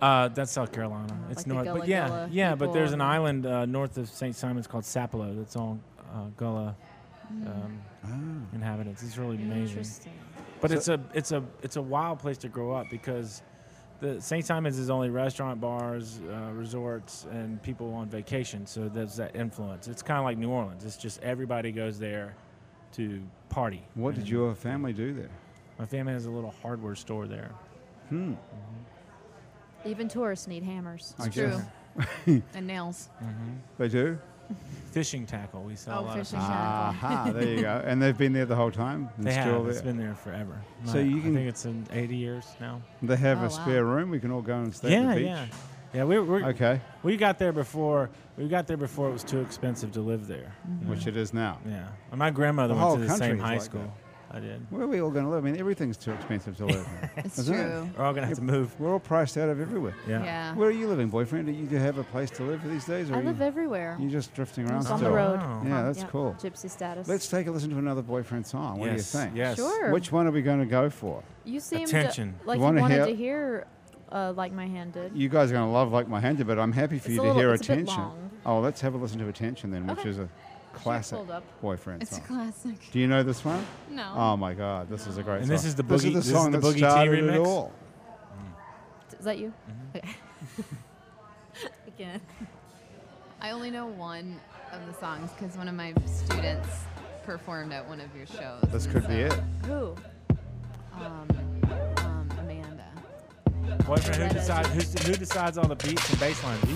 Speaker 4: Uh, that's South Carolina. It's
Speaker 2: Like the
Speaker 4: north,
Speaker 2: Gullah
Speaker 4: but yeah,
Speaker 2: Gullah
Speaker 4: yeah. But
Speaker 2: people
Speaker 4: there's an
Speaker 2: and-
Speaker 4: island uh, north of St. Simon's called Sapelo. That's all uh, Gullah um,
Speaker 5: Ah.
Speaker 4: inhabitants. It's really amazing.
Speaker 2: Mm. Interesting.
Speaker 4: But it's a it's a it's a wild place to grow up because the St. Simon's is only restaurant, bars, uh, resorts, and people on vacation. So there's that influence. It's kind of like New Orleans. It's just everybody goes there to party.
Speaker 1: What did
Speaker 4: And
Speaker 1: your family do there?
Speaker 4: My family has a little hardware store there.
Speaker 2: Even tourists need hammers.
Speaker 1: I
Speaker 3: True.
Speaker 1: guess
Speaker 3: and nails.
Speaker 1: they do.
Speaker 4: Fishing tackle. We saw a
Speaker 3: Oh,
Speaker 4: lot
Speaker 3: fishing
Speaker 4: of.
Speaker 3: tackle.
Speaker 1: Aha, there you go. And they've been there the whole time. and
Speaker 4: They
Speaker 1: still
Speaker 4: have. It's
Speaker 1: there.
Speaker 4: been there forever.
Speaker 1: So
Speaker 4: My-
Speaker 1: you can-
Speaker 4: I think it's in 80 years now.
Speaker 1: They have
Speaker 2: Oh,
Speaker 1: a
Speaker 2: wow.
Speaker 1: spare room. We can all go and stay at
Speaker 4: Yeah,
Speaker 1: the beach.
Speaker 4: yeah, yeah. We we
Speaker 1: Okay,
Speaker 4: we got there before we got there before it was too expensive to live there.
Speaker 3: Mm-hmm.
Speaker 1: which it is now.
Speaker 4: Yeah, And my grandmother
Speaker 1: The whole
Speaker 4: went to the
Speaker 1: country
Speaker 4: same
Speaker 1: is
Speaker 4: high
Speaker 1: like
Speaker 4: school. I did.
Speaker 1: Where are we all going to live? I mean, everything's too expensive to live. in.
Speaker 3: It's
Speaker 1: Isn't Ah. it?
Speaker 3: true.
Speaker 4: We're all gonna have to move.
Speaker 1: We're all priced out of everywhere.
Speaker 4: Yeah.
Speaker 3: Yeah.
Speaker 1: Where are you living, boyfriend? Do you have a place to live these days? Or
Speaker 2: I
Speaker 1: are
Speaker 2: live
Speaker 1: you,
Speaker 2: everywhere.
Speaker 1: You're just drifting around
Speaker 2: Just on the
Speaker 1: still?
Speaker 2: road.
Speaker 4: Wow.
Speaker 1: Yeah,
Speaker 2: Um,
Speaker 1: that's cool.
Speaker 2: Gypsy status.
Speaker 1: Let's take a listen to another boyfriend song. What
Speaker 4: yes.
Speaker 1: do you think?
Speaker 4: Yes.
Speaker 2: Sure.
Speaker 1: Which one are we going to go for?
Speaker 2: you seemed
Speaker 4: Attention.
Speaker 2: like
Speaker 1: You
Speaker 2: you
Speaker 1: wanna
Speaker 2: wanted
Speaker 1: hear-
Speaker 2: to hear uh, like my hand did.
Speaker 1: You guys are going to love Like My Hand, but I'm happy for
Speaker 2: It's
Speaker 1: you
Speaker 2: a
Speaker 1: to
Speaker 2: little-
Speaker 1: hear
Speaker 2: it's a bit
Speaker 1: Attention.
Speaker 2: long.
Speaker 1: Oh, let's have a listen to Attention then, which
Speaker 2: Okay.
Speaker 1: is a classic
Speaker 2: pulled up.
Speaker 1: boyfriend
Speaker 3: It's a
Speaker 1: song.
Speaker 3: classic.
Speaker 1: do you know this one?
Speaker 3: No.
Speaker 1: Oh my God, this is a great
Speaker 4: And
Speaker 1: song.
Speaker 4: this is the
Speaker 1: this
Speaker 4: Boogie-
Speaker 1: is the
Speaker 4: this is
Speaker 1: song
Speaker 4: the
Speaker 1: that
Speaker 4: Boogie T
Speaker 1: started it
Speaker 4: remix?
Speaker 1: all.
Speaker 2: Is that you? Okay. Again.
Speaker 3: I only know one of the songs because one of my students performed at one of your shows.
Speaker 1: This could be it.
Speaker 2: Who?
Speaker 3: Um, um, Amanda.
Speaker 4: Boyfriend, who decides who, who decides all the beats and bass lines? You?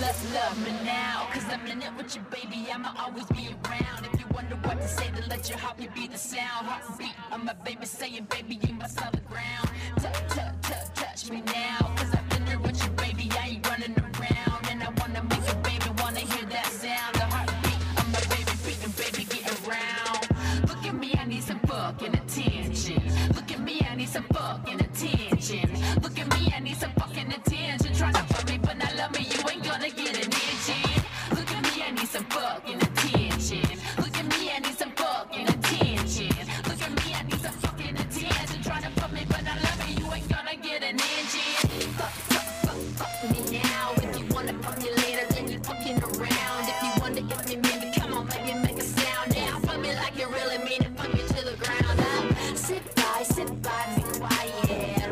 Speaker 6: Love, love me now, cause I'm in it with your baby, I'ma always be around. If you wonder what to say, then let your heartbeat be the sound. Heartbeat on my baby saying, baby, you my solid ground. Touch, touch, touch, touch me now, cause I'm in it with your baby, I ain't running around. And I wanna make your baby wanna hear that sound. The heartbeat on my baby beating, baby, get around. Look at me, I need some fucking attention. Look at me, I need some fucking attention. Look at me, I need some fucking attention. Trying to fuck me, but not love me, you ain't gonna get an inch in. Look at me, I need some fucking attention. Look at me, I need some fucking attention. Look at me, I need some fucking attention. Trying to fuck me, but not love me, you ain't gonna get an inch in. Fuck, fuck, fuck, fuck me now. If you wanna fuck me later, then you fucking around. If you wanna get me, maybe come on, make it make a sound. Now fuck me like you really mean it, fuck me to the ground. Now, sit by, sit by, be quiet.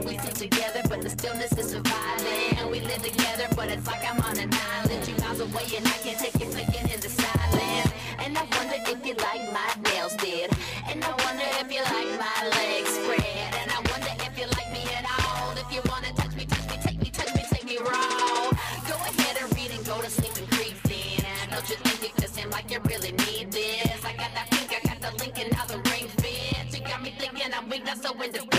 Speaker 6: We sit together, but the stillness is surviving. We live together, but it's like I'm on an island. You miles away, and I can't take it flicking in the silence. And I wonder if you like my nails did. And I wonder if you like my legs spread. And I wonder if you like me at all. If you wanna touch me, touch me, take me, touch me, take me raw. Go ahead and read and go to sleep and creep then. Don't you think it could seem like you really need this? I got that pink, I got the link, and now the ring fits. You got me thinking I'm weak, not so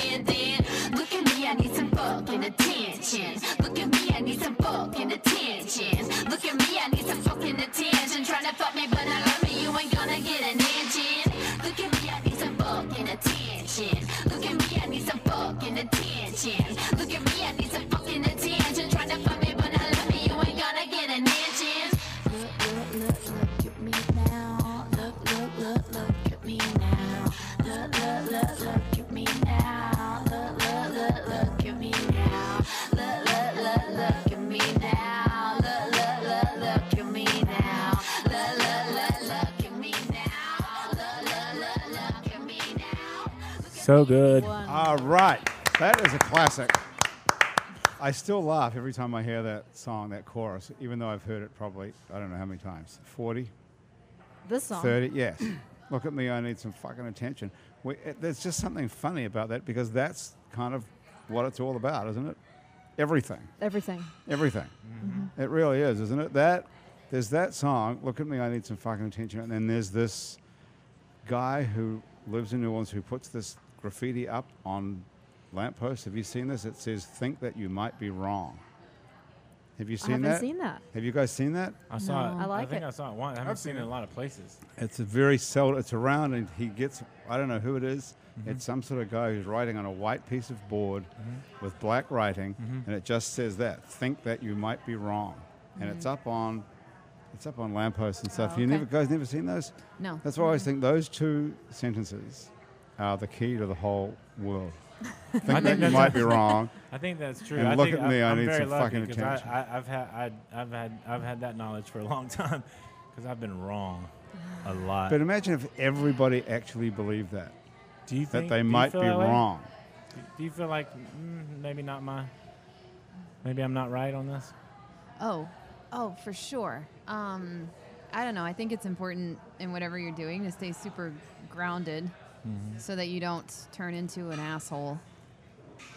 Speaker 6: independent. Look at me, I need some fucking attention. Look at me, I need some fucking attention. Look at me, I need some fucking attention. Tryna fuck me, but I love me, you ain't gonna get an inch in. Look at me, I need some fucking attention. Look at me, I need some fucking attention. Look at me, I need some fucking attention. Tryna fuck me, but I love me, you ain't gonna get an inch in. Look, look, look, look at me now. Look, look, look, look at me now. Look, look, look, look at me now. Look, look, look, look at me now. Look, look, look, look at me now. Look, look, look, look at me now. Look, look, look, look at me now. Look, look, look, look at me now.
Speaker 4: So good.
Speaker 2: One.
Speaker 1: All right, that is a classic. I still laugh every time I hear that song, that chorus, even though I've heard it probably, I don't know how many times 40,
Speaker 2: this song.
Speaker 1: 30, yes. Look at me, I need some fucking attention. We, it, there's just something funny about that because that's kind of what it's all about, isn't it? Everything.
Speaker 2: Everything.
Speaker 1: Everything.
Speaker 2: Mm-hmm.
Speaker 1: It really is, isn't it? That there's that song, Look at Me, I Need Some Fucking Attention, and then there's this guy who lives in New Orleans who puts this graffiti up on lampposts. Have you seen this? It says, Think that you might be wrong. Have you
Speaker 2: I
Speaker 1: seen
Speaker 2: haven't
Speaker 1: that?
Speaker 2: seen that.
Speaker 1: Have you guys seen that?
Speaker 4: I saw
Speaker 2: No.
Speaker 4: it.
Speaker 2: I like
Speaker 4: think
Speaker 2: it.
Speaker 4: I saw it once. I haven't
Speaker 5: I've
Speaker 4: seen
Speaker 5: seen
Speaker 4: it in a
Speaker 5: it.
Speaker 4: lot of places.
Speaker 1: It's a very seldom. It's around, and he gets. I don't know who it is.
Speaker 4: Mm-hmm.
Speaker 1: It's some sort of guy who's writing on a white piece of board
Speaker 4: Mm-hmm.
Speaker 1: with black writing, and it just says that. Think that you might be wrong, and it's
Speaker 4: Mm-hmm.
Speaker 1: up on. It's up on lampposts and stuff.
Speaker 3: Oh,
Speaker 1: You
Speaker 3: okay.
Speaker 1: never guys never seen those?
Speaker 3: No.
Speaker 1: That's why I always think those two sentences are the key to the whole world. Think that
Speaker 4: think
Speaker 1: you
Speaker 4: that's-
Speaker 1: might be wrong.
Speaker 4: I think that's true.
Speaker 1: And
Speaker 4: I
Speaker 1: look
Speaker 4: think
Speaker 1: at me, I
Speaker 4: I'm
Speaker 1: need
Speaker 4: very
Speaker 1: some
Speaker 4: lucky
Speaker 1: fucking
Speaker 4: 'cause
Speaker 1: attention.
Speaker 4: I, I, I've had I, I've had I've had that knowledge for a long time because I've been wrong a lot.
Speaker 1: But imagine if everybody actually believed that
Speaker 4: do you
Speaker 1: that
Speaker 4: think
Speaker 1: they
Speaker 4: do you
Speaker 1: might be
Speaker 4: feel that way?
Speaker 1: wrong.
Speaker 4: Do- Do you feel like mm, maybe not my maybe I'm not right on this?
Speaker 3: Oh, oh, for sure. Um, I don't know. I think it's important in whatever you're doing to stay super grounded
Speaker 1: Mm-hmm.
Speaker 3: so that you don't turn into an asshole.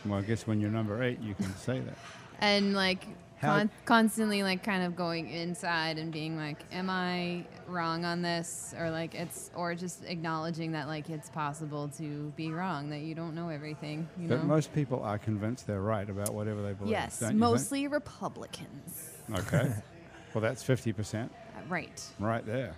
Speaker 1: Well, I guess when you're number eight, you can say that.
Speaker 3: And like
Speaker 1: How-
Speaker 3: con- constantly like kind of going inside and being like, am I wrong on this? Or like it's, or just acknowledging that like it's possible to be wrong, that you don't know everything, you
Speaker 1: But
Speaker 3: know?
Speaker 1: most people are convinced they're right about whatever they believe.
Speaker 3: yes,
Speaker 1: don't you think?
Speaker 3: mostly Republicans.
Speaker 1: Okay. well, that's 50%
Speaker 3: Uh, Right.
Speaker 1: right there.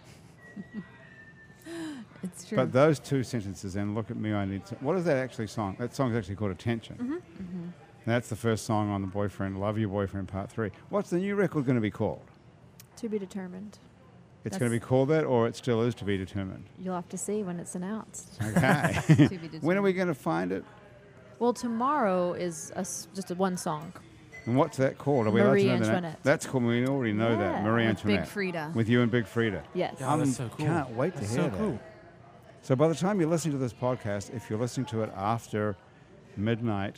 Speaker 3: It's true.
Speaker 1: But those two sentences, and look at me, I need. To, what is that actually song? That song's actually called Attention.
Speaker 3: Mm-hmm.
Speaker 1: That's the first song on the Boyfriend, Love Your Boyfriend Part 3. What's the new record going to be called?
Speaker 2: To be determined.
Speaker 1: It's going to be called that, or it still is to be determined.
Speaker 2: You'll have to see when it's announced.
Speaker 1: Okay.
Speaker 3: To be
Speaker 1: when are
Speaker 3: determined.
Speaker 1: we going to find it?
Speaker 2: Well, tomorrow is a s just a one song.
Speaker 1: And what's that called? Are we
Speaker 2: Marie
Speaker 1: allowed to know the name?
Speaker 2: Antoinette.
Speaker 1: That's cool. We already know that.
Speaker 2: Yeah.
Speaker 1: Marie
Speaker 3: With Big
Speaker 1: Antoinette.
Speaker 3: Frida.
Speaker 1: With you and Big Frida.
Speaker 2: Yes.
Speaker 4: Yeah. Oh, that's
Speaker 1: I'm-
Speaker 4: so cool.
Speaker 1: Um, Can't wait to
Speaker 4: That's
Speaker 1: hear
Speaker 4: so
Speaker 1: that.
Speaker 4: cool.
Speaker 1: So by the time you're listening to this podcast, if you're listening to it after midnight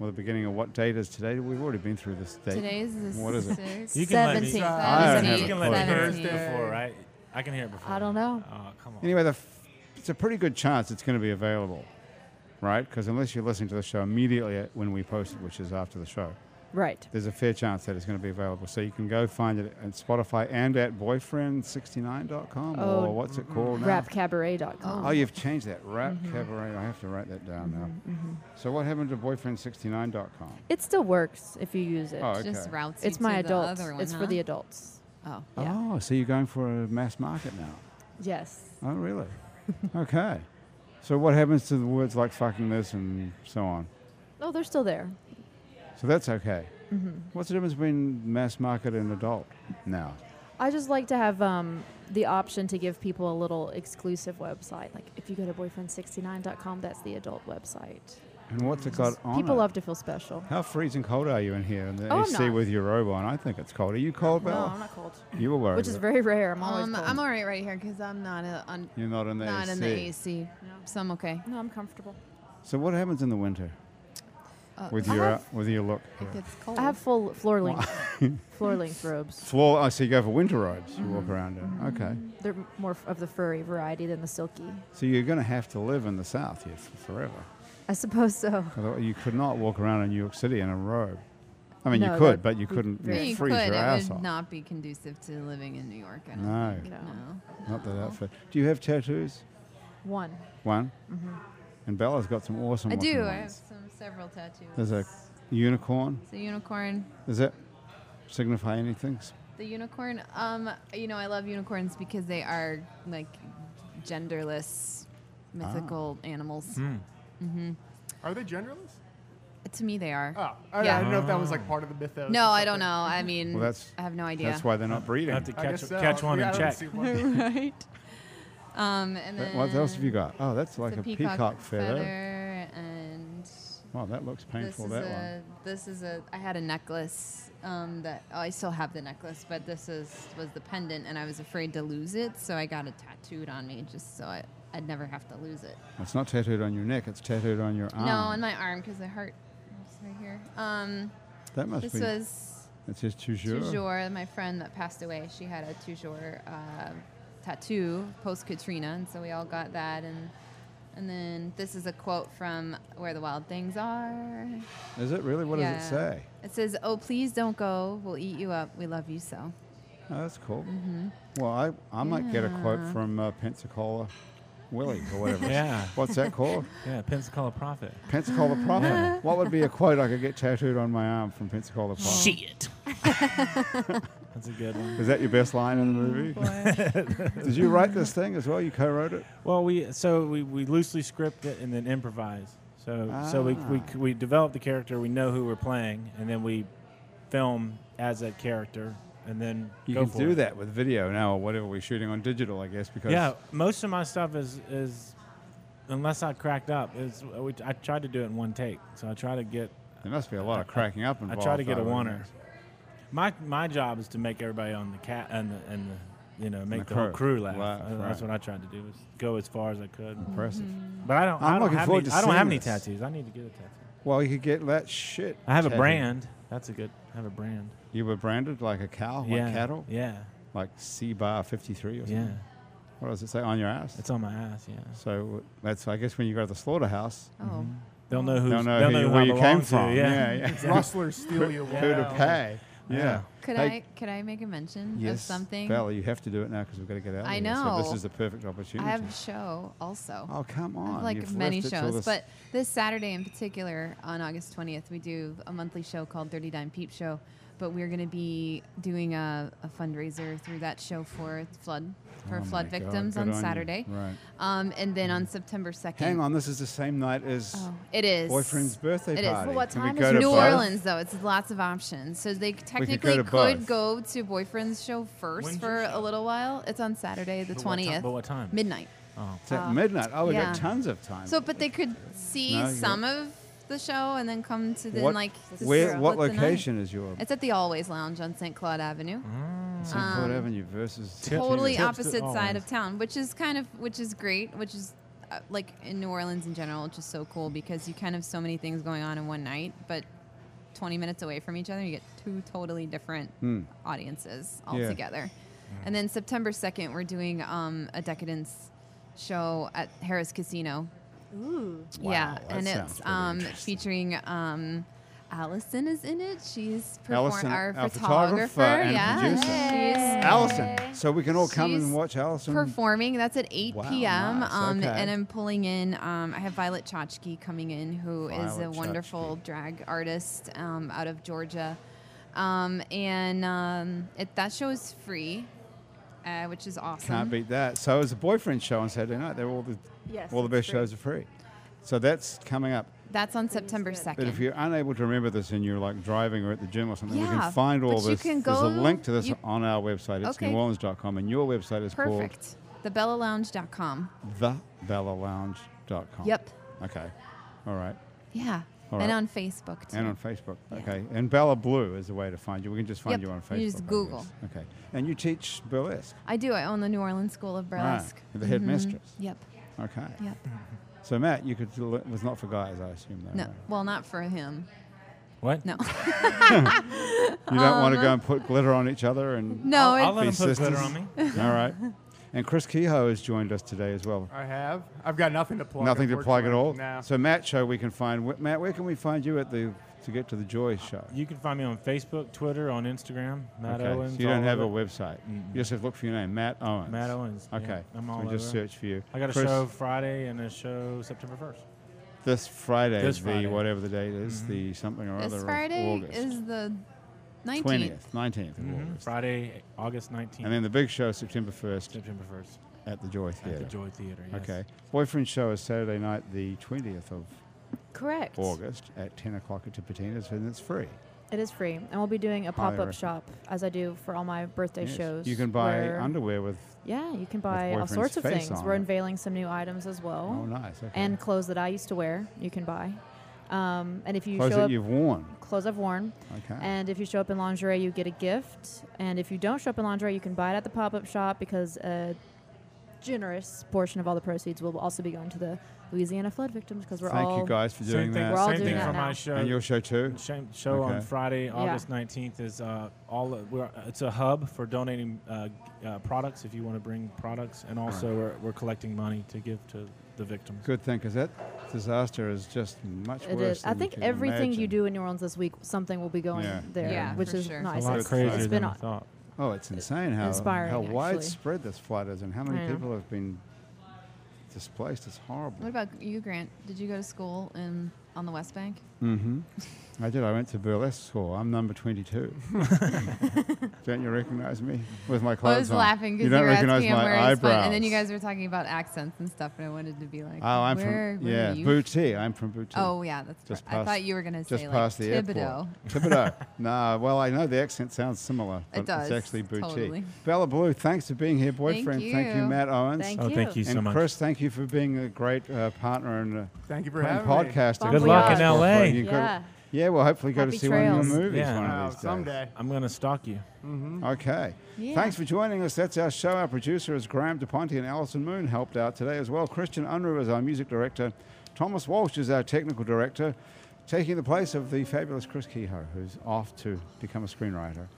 Speaker 1: or the beginning of what date is today, we've already been through this date.
Speaker 3: Today's the
Speaker 1: What is it?
Speaker 3: sixth-
Speaker 4: You can let me-
Speaker 3: 17th.
Speaker 1: I don't have a
Speaker 4: you can
Speaker 1: clue.
Speaker 4: let me hear it
Speaker 5: Thursday.
Speaker 4: before, right? I can hear it before.
Speaker 2: I don't know.
Speaker 4: Oh, come on.
Speaker 1: Anyway, the f- it's a pretty good chance it's going to be available, right? Because unless you're listening to the show immediately at- when we post it, which is after the show,
Speaker 2: Right.
Speaker 1: there's a fair chance that it's going to be available. So you can go find it at Spotify and at boyfriend69.com or
Speaker 2: Oh,
Speaker 1: what's it called now?
Speaker 2: Rapcabaret.com.
Speaker 1: Oh, you've changed that. Rap
Speaker 2: Mm-hmm.
Speaker 1: Cabaret. I have to write that down now. So what happened to boyfriend69.com?
Speaker 2: It still works if you use it.
Speaker 1: Oh, okay.
Speaker 3: Just routes you
Speaker 2: It's my
Speaker 3: to the
Speaker 2: adult.
Speaker 3: other one,
Speaker 2: It's for
Speaker 3: huh?
Speaker 2: the adults.
Speaker 3: Oh.
Speaker 2: Yeah.
Speaker 1: Oh, so you're going for a mass market now?
Speaker 2: Yes.
Speaker 1: Oh, really? okay. So what happens to the words like fucking this and so on?
Speaker 2: Oh, they're still there.
Speaker 1: So that's okay.
Speaker 2: Mm-hmm.
Speaker 1: What's the difference between mass market and adult now?
Speaker 2: I just like to have um, the option to give people a little exclusive website. Like if you go to boyfriend69.com, that's the adult website.
Speaker 1: And what's it got on
Speaker 2: people
Speaker 1: it?
Speaker 2: love to feel special.
Speaker 1: How freezing cold are you in here in the
Speaker 2: Oh, I'm
Speaker 1: AC
Speaker 2: not.
Speaker 1: with your robe on? I think it's cold. Are you cold,
Speaker 2: No,
Speaker 1: Bella?
Speaker 2: I'm not cold.
Speaker 1: You were worried.
Speaker 2: Which is very rare. I'm always
Speaker 3: Um,
Speaker 2: cold.
Speaker 3: I'm all right right here because I'm not a, on,
Speaker 1: You're not in the
Speaker 3: not
Speaker 1: AC.
Speaker 3: in the AC, so I'm okay.
Speaker 2: no, I'm comfortable.
Speaker 1: So what happens in the winter
Speaker 3: Uh,
Speaker 1: with
Speaker 3: I
Speaker 1: your
Speaker 3: have-
Speaker 1: with your look?
Speaker 3: it gets cold.
Speaker 2: I have full floor length floor length robes.
Speaker 1: Floor. I see. You go for winter robes. You
Speaker 3: Mm.
Speaker 1: walk around in. Okay.
Speaker 2: They're m- more f- of the furry variety than the silky.
Speaker 1: So you're going to have to live in the south here f- forever.
Speaker 2: I suppose so.
Speaker 1: Otherwise, you could not walk around in New York City in a robe. I mean, you
Speaker 2: No,
Speaker 1: could,
Speaker 2: that
Speaker 1: but you
Speaker 2: would
Speaker 1: couldn't
Speaker 2: be
Speaker 1: you'd
Speaker 3: Yeah, you
Speaker 1: freeze
Speaker 3: could.
Speaker 1: your
Speaker 3: It
Speaker 1: ass
Speaker 3: would
Speaker 1: off.
Speaker 3: not be conducive to living in New York. I don't
Speaker 1: No.
Speaker 3: think.
Speaker 2: No.
Speaker 3: No.
Speaker 1: Not that outfit. Do you have tattoos?
Speaker 2: One.
Speaker 1: One. And Bella's got some awesome.
Speaker 3: Mm-hmm. I
Speaker 1: looking
Speaker 3: do. I have
Speaker 1: Ones.
Speaker 3: some several tattoos.
Speaker 1: There's a unicorn.
Speaker 3: It's a unicorn.
Speaker 1: Does that signify anything?
Speaker 3: The unicorn. Um, you know, I love unicorns because they are like genderless, mythical
Speaker 1: Ah.
Speaker 3: animals.
Speaker 1: Hmm.
Speaker 5: Are they genderless?
Speaker 3: To me, they are.
Speaker 1: Ah,
Speaker 5: Oh, I,
Speaker 3: Yeah.
Speaker 5: I don't know if that was like part of the mythos.
Speaker 3: No,
Speaker 5: or
Speaker 3: I don't
Speaker 5: something.
Speaker 3: know. I mean,
Speaker 1: Well, that's
Speaker 3: I have no idea.
Speaker 1: That's why they're not breeding.
Speaker 4: I have to
Speaker 5: I
Speaker 4: catch,
Speaker 5: guess so.
Speaker 4: catch one
Speaker 5: Yeah,
Speaker 4: and
Speaker 5: I don't
Speaker 4: check.
Speaker 5: see one.
Speaker 3: right. Um, and
Speaker 1: That-
Speaker 3: then
Speaker 1: what else have you got? Oh, that's
Speaker 3: it's
Speaker 1: like a, peacock, feather.
Speaker 3: and
Speaker 1: Wow, that looks
Speaker 3: this
Speaker 1: painful.
Speaker 3: is
Speaker 1: That
Speaker 3: a
Speaker 1: one.
Speaker 3: this is a I had a necklace um, that oh, I still have the necklace, but this is was the pendant, and I was afraid to lose it, so I got it tattooed on me just so I, I'd never have to lose it.
Speaker 1: It's not tattooed on your neck. It's tattooed on your arm.
Speaker 3: No, on my arm because it hurt. It's right here. Um,
Speaker 1: that must
Speaker 3: this
Speaker 1: be.
Speaker 3: was
Speaker 1: It says toujours.
Speaker 3: Toujours, my friend that passed away, she had a Toujours uh, tattoo post Katrina, and so we all got that. And and then this is a quote from Where the Wild Things Are.
Speaker 1: Is it really? What does it
Speaker 3: Yeah.
Speaker 1: say?
Speaker 3: It says, "Oh, please don't go. We'll eat you up. We love you so."
Speaker 1: Oh, that's cool. Well, I, I might get a quote
Speaker 3: Mm-hmm. Yeah.
Speaker 1: from uh, Pensacola Willie or whatever. it's-
Speaker 4: Yeah.
Speaker 1: What's that called?
Speaker 4: Yeah, Pensacola Prophet.
Speaker 1: Pensacola Prophet. What would be a quote I could get tattooed on my arm from Pensacola Prophet?
Speaker 8: Shit.
Speaker 4: That's a good one.
Speaker 1: Is that your best line in the
Speaker 3: Oh,
Speaker 1: movie? Did you write this thing as well? You co-wrote it?
Speaker 4: Well, we so we, we loosely script it and then improvise. So so we, we
Speaker 2: Ah.
Speaker 4: we develop the character. We know who we're playing, and then we film as that character, and then
Speaker 1: You
Speaker 4: go
Speaker 1: can
Speaker 4: for
Speaker 1: do
Speaker 4: it.
Speaker 1: that with video now or whatever we're shooting on digital, I guess, because
Speaker 4: Yeah, most of my stuff is is unless I cracked up. Is we, I tried to do it in one take. So I try to get
Speaker 1: there must be a lot of cracking up
Speaker 4: I
Speaker 1: involved.
Speaker 4: try to get a
Speaker 1: wouldn't
Speaker 4: oneer.
Speaker 1: it?
Speaker 4: My my job is to make everybody on the cat and the, and the you know make
Speaker 1: the
Speaker 4: the, whole
Speaker 1: crew.
Speaker 4: crew laugh.
Speaker 1: Laugh,
Speaker 4: Uh, That's
Speaker 1: right.
Speaker 4: what I tried to do is go as far as I could. Mm-hmm.
Speaker 1: Impressive.
Speaker 4: But I don't.
Speaker 1: I'm
Speaker 4: I don't
Speaker 1: looking
Speaker 4: have
Speaker 1: forward
Speaker 4: any,
Speaker 1: to
Speaker 4: I don't have
Speaker 1: seeing
Speaker 4: any
Speaker 1: this.
Speaker 4: tattoos. I need to get a tattoo.
Speaker 1: Well, you could get that shit.
Speaker 4: I have a
Speaker 1: tattooed.
Speaker 4: brand. That's a good. I have a brand.
Speaker 1: You were branded like a cow, Oh, like
Speaker 4: yeah.
Speaker 1: cattle,
Speaker 4: Yeah.
Speaker 1: like C bar 53 or something.
Speaker 4: Yeah.
Speaker 1: What does it say on your ass?
Speaker 4: It's on my ass. Yeah.
Speaker 1: so that's, I guess, when you go to the slaughterhouse,
Speaker 3: Oh,
Speaker 4: They'll know who.
Speaker 1: they'll know,
Speaker 4: they'll
Speaker 1: who,
Speaker 4: know
Speaker 1: you-
Speaker 4: who I
Speaker 1: where you came
Speaker 4: belong to,
Speaker 1: from.
Speaker 4: Yeah.
Speaker 1: yeah. yeah.
Speaker 5: Rustlers steal you.
Speaker 1: Who to
Speaker 5: wow.
Speaker 1: pay? Yeah.
Speaker 3: could
Speaker 1: Hey,
Speaker 3: I could I make a mention
Speaker 1: Yes,
Speaker 3: of something?
Speaker 1: Bella, you have to do it now because we've got to get out. of
Speaker 3: I
Speaker 1: here. So this
Speaker 3: know.
Speaker 1: is the perfect opportunity.
Speaker 3: I have a show also.
Speaker 1: oh come
Speaker 3: I
Speaker 1: on!
Speaker 3: have like
Speaker 1: You've
Speaker 3: many
Speaker 1: left it till
Speaker 3: shows,
Speaker 1: this-
Speaker 3: but this Saturday in particular, on August 20th, we do a monthly show called Dirty Dime Peep Show. But we're going to be doing a, a fundraiser through that show for flood for
Speaker 1: Oh my
Speaker 3: flood
Speaker 1: God,
Speaker 3: victims
Speaker 1: good
Speaker 3: on,
Speaker 1: on you.
Speaker 3: Saturday,
Speaker 1: Right.
Speaker 3: um, and then on September 2nd.
Speaker 1: hang on, this is the same night as
Speaker 3: Oh, it is
Speaker 1: boyfriend's birthday
Speaker 3: It is.
Speaker 1: party.
Speaker 2: Well, what
Speaker 1: Can we
Speaker 2: time
Speaker 1: go
Speaker 2: is
Speaker 1: to
Speaker 2: it?
Speaker 3: New
Speaker 1: both?
Speaker 3: Orleans, though, it's lots of options. So they technically
Speaker 1: to
Speaker 3: could,
Speaker 1: both.
Speaker 3: go to boyfriend's show first
Speaker 4: When's your
Speaker 3: for
Speaker 4: show?
Speaker 3: a little while. It's on Saturday, the
Speaker 4: But what ti-
Speaker 3: 20th.
Speaker 4: but what time?
Speaker 3: Midnight.
Speaker 1: It's at midnight. Oh, we
Speaker 3: yeah.
Speaker 1: got tons of time.
Speaker 3: So, but they could see
Speaker 1: No, you
Speaker 3: some of the show and then come to the
Speaker 1: what,
Speaker 3: like. to
Speaker 1: where,
Speaker 3: split
Speaker 1: what
Speaker 3: the night.
Speaker 1: location is your
Speaker 3: It's at the Always Lounge on St. Claude Avenue.
Speaker 1: St. Claude Avenue versus
Speaker 4: Tips
Speaker 3: Um, Totally
Speaker 4: to- tips to
Speaker 3: opposite
Speaker 1: oh,
Speaker 3: side
Speaker 4: Always.
Speaker 3: of town, which is kind of which is great, which is uh, like in New Orleans in general, which is so cool because you kind of have so many things going on in one night, but 20 minutes away from each other, you get two totally different audiences all
Speaker 1: Hmm. Yeah.
Speaker 3: together. And then September 2nd, we're doing um, a decadence show at Harris Casino
Speaker 2: Ooh.
Speaker 1: Wow,
Speaker 3: yeah,
Speaker 1: that
Speaker 3: and
Speaker 1: sounds
Speaker 3: it's
Speaker 1: really
Speaker 3: um,
Speaker 1: interesting.
Speaker 3: featuring um, Allison is in it. She's
Speaker 1: Allison,
Speaker 3: perform- our,
Speaker 1: our
Speaker 3: photographer.
Speaker 1: photographer and
Speaker 3: yeah,
Speaker 1: producer.
Speaker 3: she's
Speaker 1: Allison. So we can all come and
Speaker 3: She's
Speaker 1: watch Allison.
Speaker 3: performing. That's at 8
Speaker 1: Wow,
Speaker 3: p.m.
Speaker 1: nice,
Speaker 3: Um,
Speaker 1: okay.
Speaker 3: And I'm pulling in. Um, I have Violet Chachki coming in, who is
Speaker 1: Violet
Speaker 3: a wonderful
Speaker 1: Chachki.
Speaker 3: drag artist um, out of Georgia. Um, and um, it, that show is free, uh, which is awesome.
Speaker 1: Can't beat that. So it's a boyfriend show on Saturday night. They're all the
Speaker 2: Yes,
Speaker 1: all the
Speaker 2: it's
Speaker 1: best
Speaker 2: free.
Speaker 1: shows are free. So that's coming up.
Speaker 3: That's on September
Speaker 2: good.
Speaker 3: 2nd.
Speaker 1: But if you're unable to remember this and you're like driving or at the gym or something, we
Speaker 3: Yeah,
Speaker 1: can find all
Speaker 3: but you
Speaker 1: this.
Speaker 3: can
Speaker 1: There's a
Speaker 3: go-
Speaker 1: link to this
Speaker 3: you-
Speaker 1: on our website. It's
Speaker 3: Okay.
Speaker 1: neworleans.com and your website is
Speaker 3: Perfect. TheBellaLounge.com.
Speaker 1: called thebellalounge.com.
Speaker 3: Yep.
Speaker 1: Okay. All right.
Speaker 3: Yeah.
Speaker 1: All
Speaker 3: And
Speaker 1: right.
Speaker 3: on Facebook too.
Speaker 1: And on Facebook.
Speaker 3: Yeah.
Speaker 1: Okay. And Bella Blue is the way to find you. We can just find
Speaker 3: Yep.
Speaker 1: you on Facebook.
Speaker 3: You just
Speaker 1: I guess.
Speaker 3: Google.
Speaker 1: Okay. And you teach burlesque.
Speaker 3: I do. I own the New Orleans School of Burlesque.
Speaker 1: Right. The headmistress.
Speaker 3: Yep.
Speaker 1: Okay.
Speaker 3: Yep.
Speaker 1: So Matt, you could it was not for guys, I assume though.
Speaker 3: No.
Speaker 1: right?
Speaker 3: Well, not for him.
Speaker 4: What?
Speaker 3: No.
Speaker 1: You don't want to go and put glitter on each other and
Speaker 3: Um, no.
Speaker 4: I'll, I'll
Speaker 3: it-
Speaker 4: let
Speaker 1: be
Speaker 4: him put glitter
Speaker 1: sisters.
Speaker 4: on me.
Speaker 1: All right. And Chris Kehoe has joined us today as well.
Speaker 5: I have. I've got nothing to plug.
Speaker 1: Nothing to plug at all.
Speaker 5: unfortunately. No.
Speaker 1: So Matt show we can find wh- Matt. Where can we find you at the to get to the Joy show?
Speaker 4: You can find me on Facebook, Twitter, on Instagram. Matt Owens.
Speaker 1: so you don't
Speaker 4: all
Speaker 1: have a
Speaker 4: over.
Speaker 1: website. You just have to look for your name, Matt Owens.
Speaker 4: Matt Owens, yeah.
Speaker 1: Okay.
Speaker 4: I'm
Speaker 1: so
Speaker 4: all
Speaker 1: we just
Speaker 4: over it.
Speaker 1: search for you.
Speaker 4: I got a
Speaker 1: Chris,
Speaker 4: show Friday and a show September 1st.
Speaker 1: this Friday.
Speaker 4: This
Speaker 1: the
Speaker 4: Friday. Mm-hmm.
Speaker 1: whatever the date is, the something or other
Speaker 3: This
Speaker 1: of
Speaker 3: Friday
Speaker 1: August.
Speaker 3: is the 19th.
Speaker 1: twentieth, nineteenth of
Speaker 4: Mhm.
Speaker 1: August,
Speaker 4: Friday, August 19th.
Speaker 1: and then the big show September first
Speaker 4: September 1st
Speaker 1: at the Joy
Speaker 4: at
Speaker 1: Theatre.
Speaker 4: the Joy Theater. yes.
Speaker 1: Okay. Boyfriend show is Saturday night, the twentieth of
Speaker 2: Correct.
Speaker 1: August at ten o'clock at Tipitina's, and it's free.
Speaker 2: It is free, and we'll be doing a pop-up
Speaker 1: recommend.
Speaker 2: shop as I do for all my birthday
Speaker 1: Yes.
Speaker 2: shows.
Speaker 1: You can buy
Speaker 2: where-
Speaker 1: underwear with.
Speaker 2: Yeah, you can buy all
Speaker 1: boyfriend's
Speaker 2: sorts of
Speaker 1: face
Speaker 2: things.
Speaker 1: on
Speaker 2: We're
Speaker 1: it.
Speaker 2: unveiling some new items as well,
Speaker 1: Oh, nice. Okay.
Speaker 2: and clothes that I used to wear. You can buy, um, and if you
Speaker 1: clothes
Speaker 2: show
Speaker 1: that
Speaker 2: up,
Speaker 1: you've worn.
Speaker 2: clothes I've worn.
Speaker 1: Okay.
Speaker 2: And if you show up in lingerie, you get a gift. And if you don't show up in lingerie, you can buy it at the pop-up shop because a generous portion of all the proceeds will also be going to the Louisiana flood victims because we're
Speaker 1: Thank
Speaker 2: all
Speaker 1: you guys for doing
Speaker 4: Same thing,
Speaker 1: that.
Speaker 2: We're all
Speaker 4: same
Speaker 2: doing
Speaker 4: thing
Speaker 2: that
Speaker 4: for
Speaker 2: now.
Speaker 4: my show.
Speaker 1: and your show too.
Speaker 4: Shame- show on
Speaker 1: Okay.
Speaker 4: Friday, August 19th is uh, all of- we're, it's a hub for donating uh, uh, products if you want to bring products, and also we're, we're collecting money to give to the victims.
Speaker 1: Good thing, because that disaster is just much
Speaker 2: It
Speaker 1: worse.
Speaker 2: is. I
Speaker 1: than
Speaker 2: think
Speaker 1: you can
Speaker 2: everything you
Speaker 1: imagine.
Speaker 2: do in New Orleans this week, something will be going
Speaker 1: Yeah.
Speaker 2: there,
Speaker 3: Yeah,
Speaker 2: which
Speaker 3: for
Speaker 2: is
Speaker 3: sure.
Speaker 2: nice.
Speaker 4: It's a lot
Speaker 2: It's-
Speaker 4: crazier
Speaker 2: it's
Speaker 4: than
Speaker 2: been
Speaker 4: I
Speaker 2: on-
Speaker 4: thought.
Speaker 1: Oh, it's insane how
Speaker 2: inspiring,
Speaker 1: how
Speaker 2: actually.
Speaker 1: widespread this flood is, and how many
Speaker 2: I know.
Speaker 1: people have been displaced. It's horrible.
Speaker 3: What about you, Grant? Did you go to school in on the West Bank?
Speaker 1: mm-hmm. I did. I went to burlesque school. I'm number 22. don't you recognize me with my clothes
Speaker 3: I was
Speaker 1: on?
Speaker 3: laughing
Speaker 1: you
Speaker 3: because you,
Speaker 1: don't
Speaker 3: were
Speaker 1: recognize
Speaker 3: asking him
Speaker 1: my
Speaker 3: where he's from,
Speaker 1: eyebrows.
Speaker 3: and then you guys were talking about accents and stuff, and I wanted to be like,
Speaker 1: Oh, I'm
Speaker 3: where,
Speaker 1: from
Speaker 3: where
Speaker 1: yeah,
Speaker 3: are you
Speaker 1: Booty. I'm from Booty.
Speaker 3: Oh yeah, that's
Speaker 1: Just
Speaker 3: right. I
Speaker 1: past-
Speaker 3: thought you were gonna
Speaker 1: just
Speaker 3: say
Speaker 1: past
Speaker 3: like
Speaker 1: the
Speaker 3: Thibodeau.
Speaker 1: airport. Thibodeau. no, well, I know the accent sounds similar, but
Speaker 3: does,
Speaker 1: it's actually Booty.
Speaker 3: totally.
Speaker 1: Bella Blue, thanks for being here, boyfriend.
Speaker 3: you.
Speaker 1: Matt Owens.
Speaker 2: Thank
Speaker 4: Oh, thank you so
Speaker 1: and
Speaker 4: much.
Speaker 1: Chris, thank you for being a great uh, partner and uh,
Speaker 5: Thank you for
Speaker 1: and
Speaker 5: having me.
Speaker 1: podcasting.
Speaker 2: Good luck in
Speaker 4: LA.
Speaker 1: You go-
Speaker 2: Yeah.
Speaker 1: yeah, we'll hopefully go to
Speaker 2: Happy
Speaker 1: see one of
Speaker 2: trails.
Speaker 1: your movies
Speaker 4: Yeah.
Speaker 1: one
Speaker 5: Wow,
Speaker 1: of these days.
Speaker 5: Uh, someday.
Speaker 4: I'm going to stalk you.
Speaker 1: Okay.
Speaker 2: Yeah.
Speaker 1: Thanks for joining us. That's our show. Our producer is Graham DePonte and Alison Moon helped out today as well. Christian Unruh is our music director. Thomas Walsh is our technical director, taking the place of the fabulous Chris Kehoe, who's off to become a screenwriter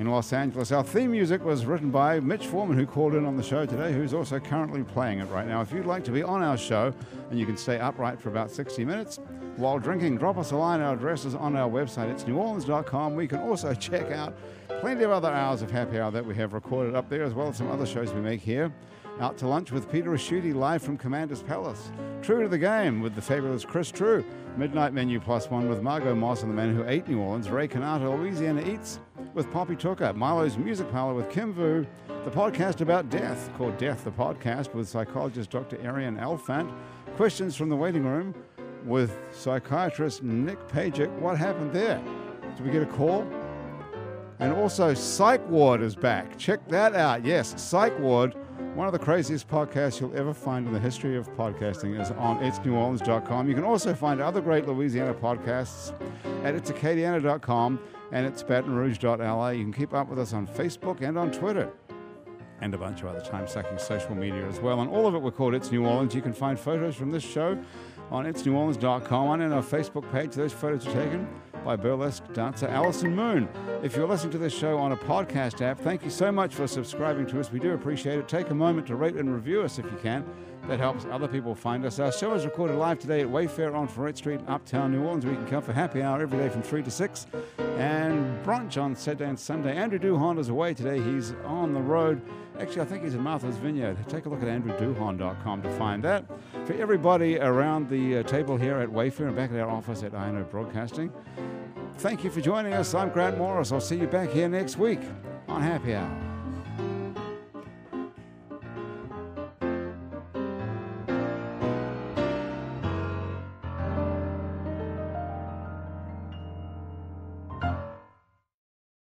Speaker 1: in Los Angeles. Our theme music was written by Mitch Foreman, who called in on the show today, who's also currently playing it right now. If you'd like to be on our show and you can stay upright for about 60 minutes while drinking, drop us a line. Our address is on our website. It's neworleans.com. We can also check out plenty of other hours of happy hour that we have recorded up there, as well as some other shows we make here. Out to lunch with Peter Asciuti live from Commander's Palace. True to the Game with the fabulous Chris True. Midnight Menu Plus One with Margot Moss and the Man Who Ate New Orleans. Ray Canata, Louisiana Eats with Poppy Tucker. Milo's Music Parlor with Kim Vu. The podcast about death called Death the Podcast with psychologist Dr. Arian Alfant. Questions from the waiting room with psychiatrist Nick Pajic. What happened there? Did we get a call? And also, Psych Ward is back. Check that out. Yes, Psych Ward, one of the craziest podcasts you'll ever find in the history of podcasting, is on itsneworleans.com. You can also find other great Louisiana podcasts at itsacadiana.com and it's batonrouge.la. You can keep up with us on Facebook and on Twitter and a bunch of other time sucking social media as well. And all of it we're called It's New Orleans. You can find photos from this show on itsneworleans.com and on our Facebook page. Those photos are taken by burlesque dancer Alison Moon. If you're listening to this show on a podcast app, thank you so much for subscribing to us. We do appreciate it. Take a moment to rate and review us if you can. That helps other people find us. Our show is recorded live today at Wayfair on Ferret Street in Uptown New Orleans, where you can come for happy hour every day from 3 to 6 and brunch on Saturday and Sunday. Andrew Duhon is away today. He's on the road. Actually, I think he's in Martha's Vineyard. Take a look at andrewduhon.com to find that. For everybody around the uh, table here at Wayfair and back at our office at INO Broadcasting, thank you for joining us. I'm Grant Morris. I'll see you back here next week on Happy Hour.